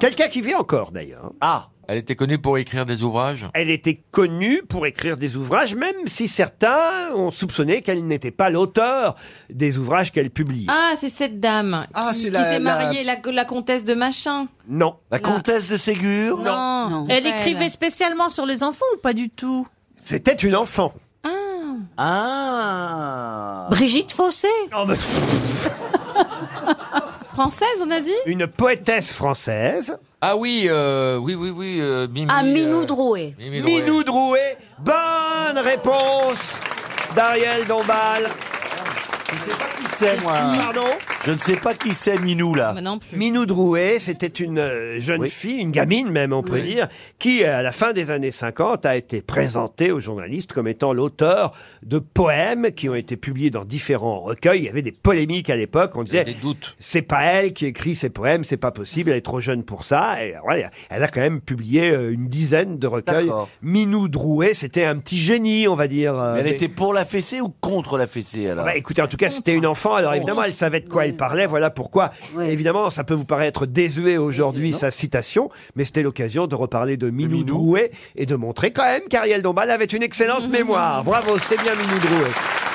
[SPEAKER 1] Quelqu'un qui vit encore, d'ailleurs. Ah
[SPEAKER 12] Elle était connue pour écrire des ouvrages
[SPEAKER 1] Elle était connue pour écrire des ouvrages, même si certains ont soupçonné qu'elle n'était pas l'auteur des ouvrages qu'elle publie.
[SPEAKER 25] Ah, c'est cette dame
[SPEAKER 1] Ah,
[SPEAKER 25] qui,
[SPEAKER 1] c'est
[SPEAKER 25] qui
[SPEAKER 1] la-
[SPEAKER 25] s'est
[SPEAKER 1] la-
[SPEAKER 25] mariée, la... la comtesse de machin.
[SPEAKER 1] Non.
[SPEAKER 4] La comtesse de Ségur
[SPEAKER 25] Non. Non.
[SPEAKER 35] Elle
[SPEAKER 25] Elle.
[SPEAKER 35] écrivait spécialement sur les enfants ou pas du tout
[SPEAKER 1] C'était une enfant.
[SPEAKER 4] Ah
[SPEAKER 35] Brigitte Fossé
[SPEAKER 1] Oh,
[SPEAKER 25] Française, on a dit
[SPEAKER 1] Une poétesse française.
[SPEAKER 12] Ah oui, euh, oui, oui, oui, euh, Mimi.
[SPEAKER 21] Ah, Minou
[SPEAKER 12] euh,
[SPEAKER 21] Drouet.
[SPEAKER 12] Mimi Drouet.
[SPEAKER 1] Minou Drouet. Bonne réponse d'Ariel Dombal.
[SPEAKER 4] C'est moi.
[SPEAKER 1] Pardon
[SPEAKER 4] Je ne sais pas qui c'est Minou là.
[SPEAKER 1] Minou Drouet, c'était une euh, jeune fille, une gamine même, on peut
[SPEAKER 4] Oui.
[SPEAKER 1] dire, qui, euh, à la fin des années 50, a été présentée aux journalistes comme étant l'auteur de poèmes qui ont été publiés dans différents recueils. Il y avait des polémiques à l'époque. On disait, c'est pas elle qui écrit ces poèmes, c'est pas possible, elle est trop jeune pour ça. Et voilà, elle a quand même publié euh, une dizaine de recueils.
[SPEAKER 4] D'accord.
[SPEAKER 1] Minou Drouet, c'était un petit génie, on va dire. euh,
[SPEAKER 4] Elle
[SPEAKER 1] mais-
[SPEAKER 4] était pour la fessée ou contre la fessée alors
[SPEAKER 1] bah, écoutez, en tout cas, c'était une enfant. Alors évidemment, elle savait de quoi elle parlait. Voilà pourquoi. Évidemment, ça peut vous paraître désuet aujourd'hui sa citation, mais c'était l'occasion de reparler de Minou, Drouet et de montrer quand même qu'Ariel Dombal avait une excellente mémoire. Bravo, c'était bien Minou Drouet.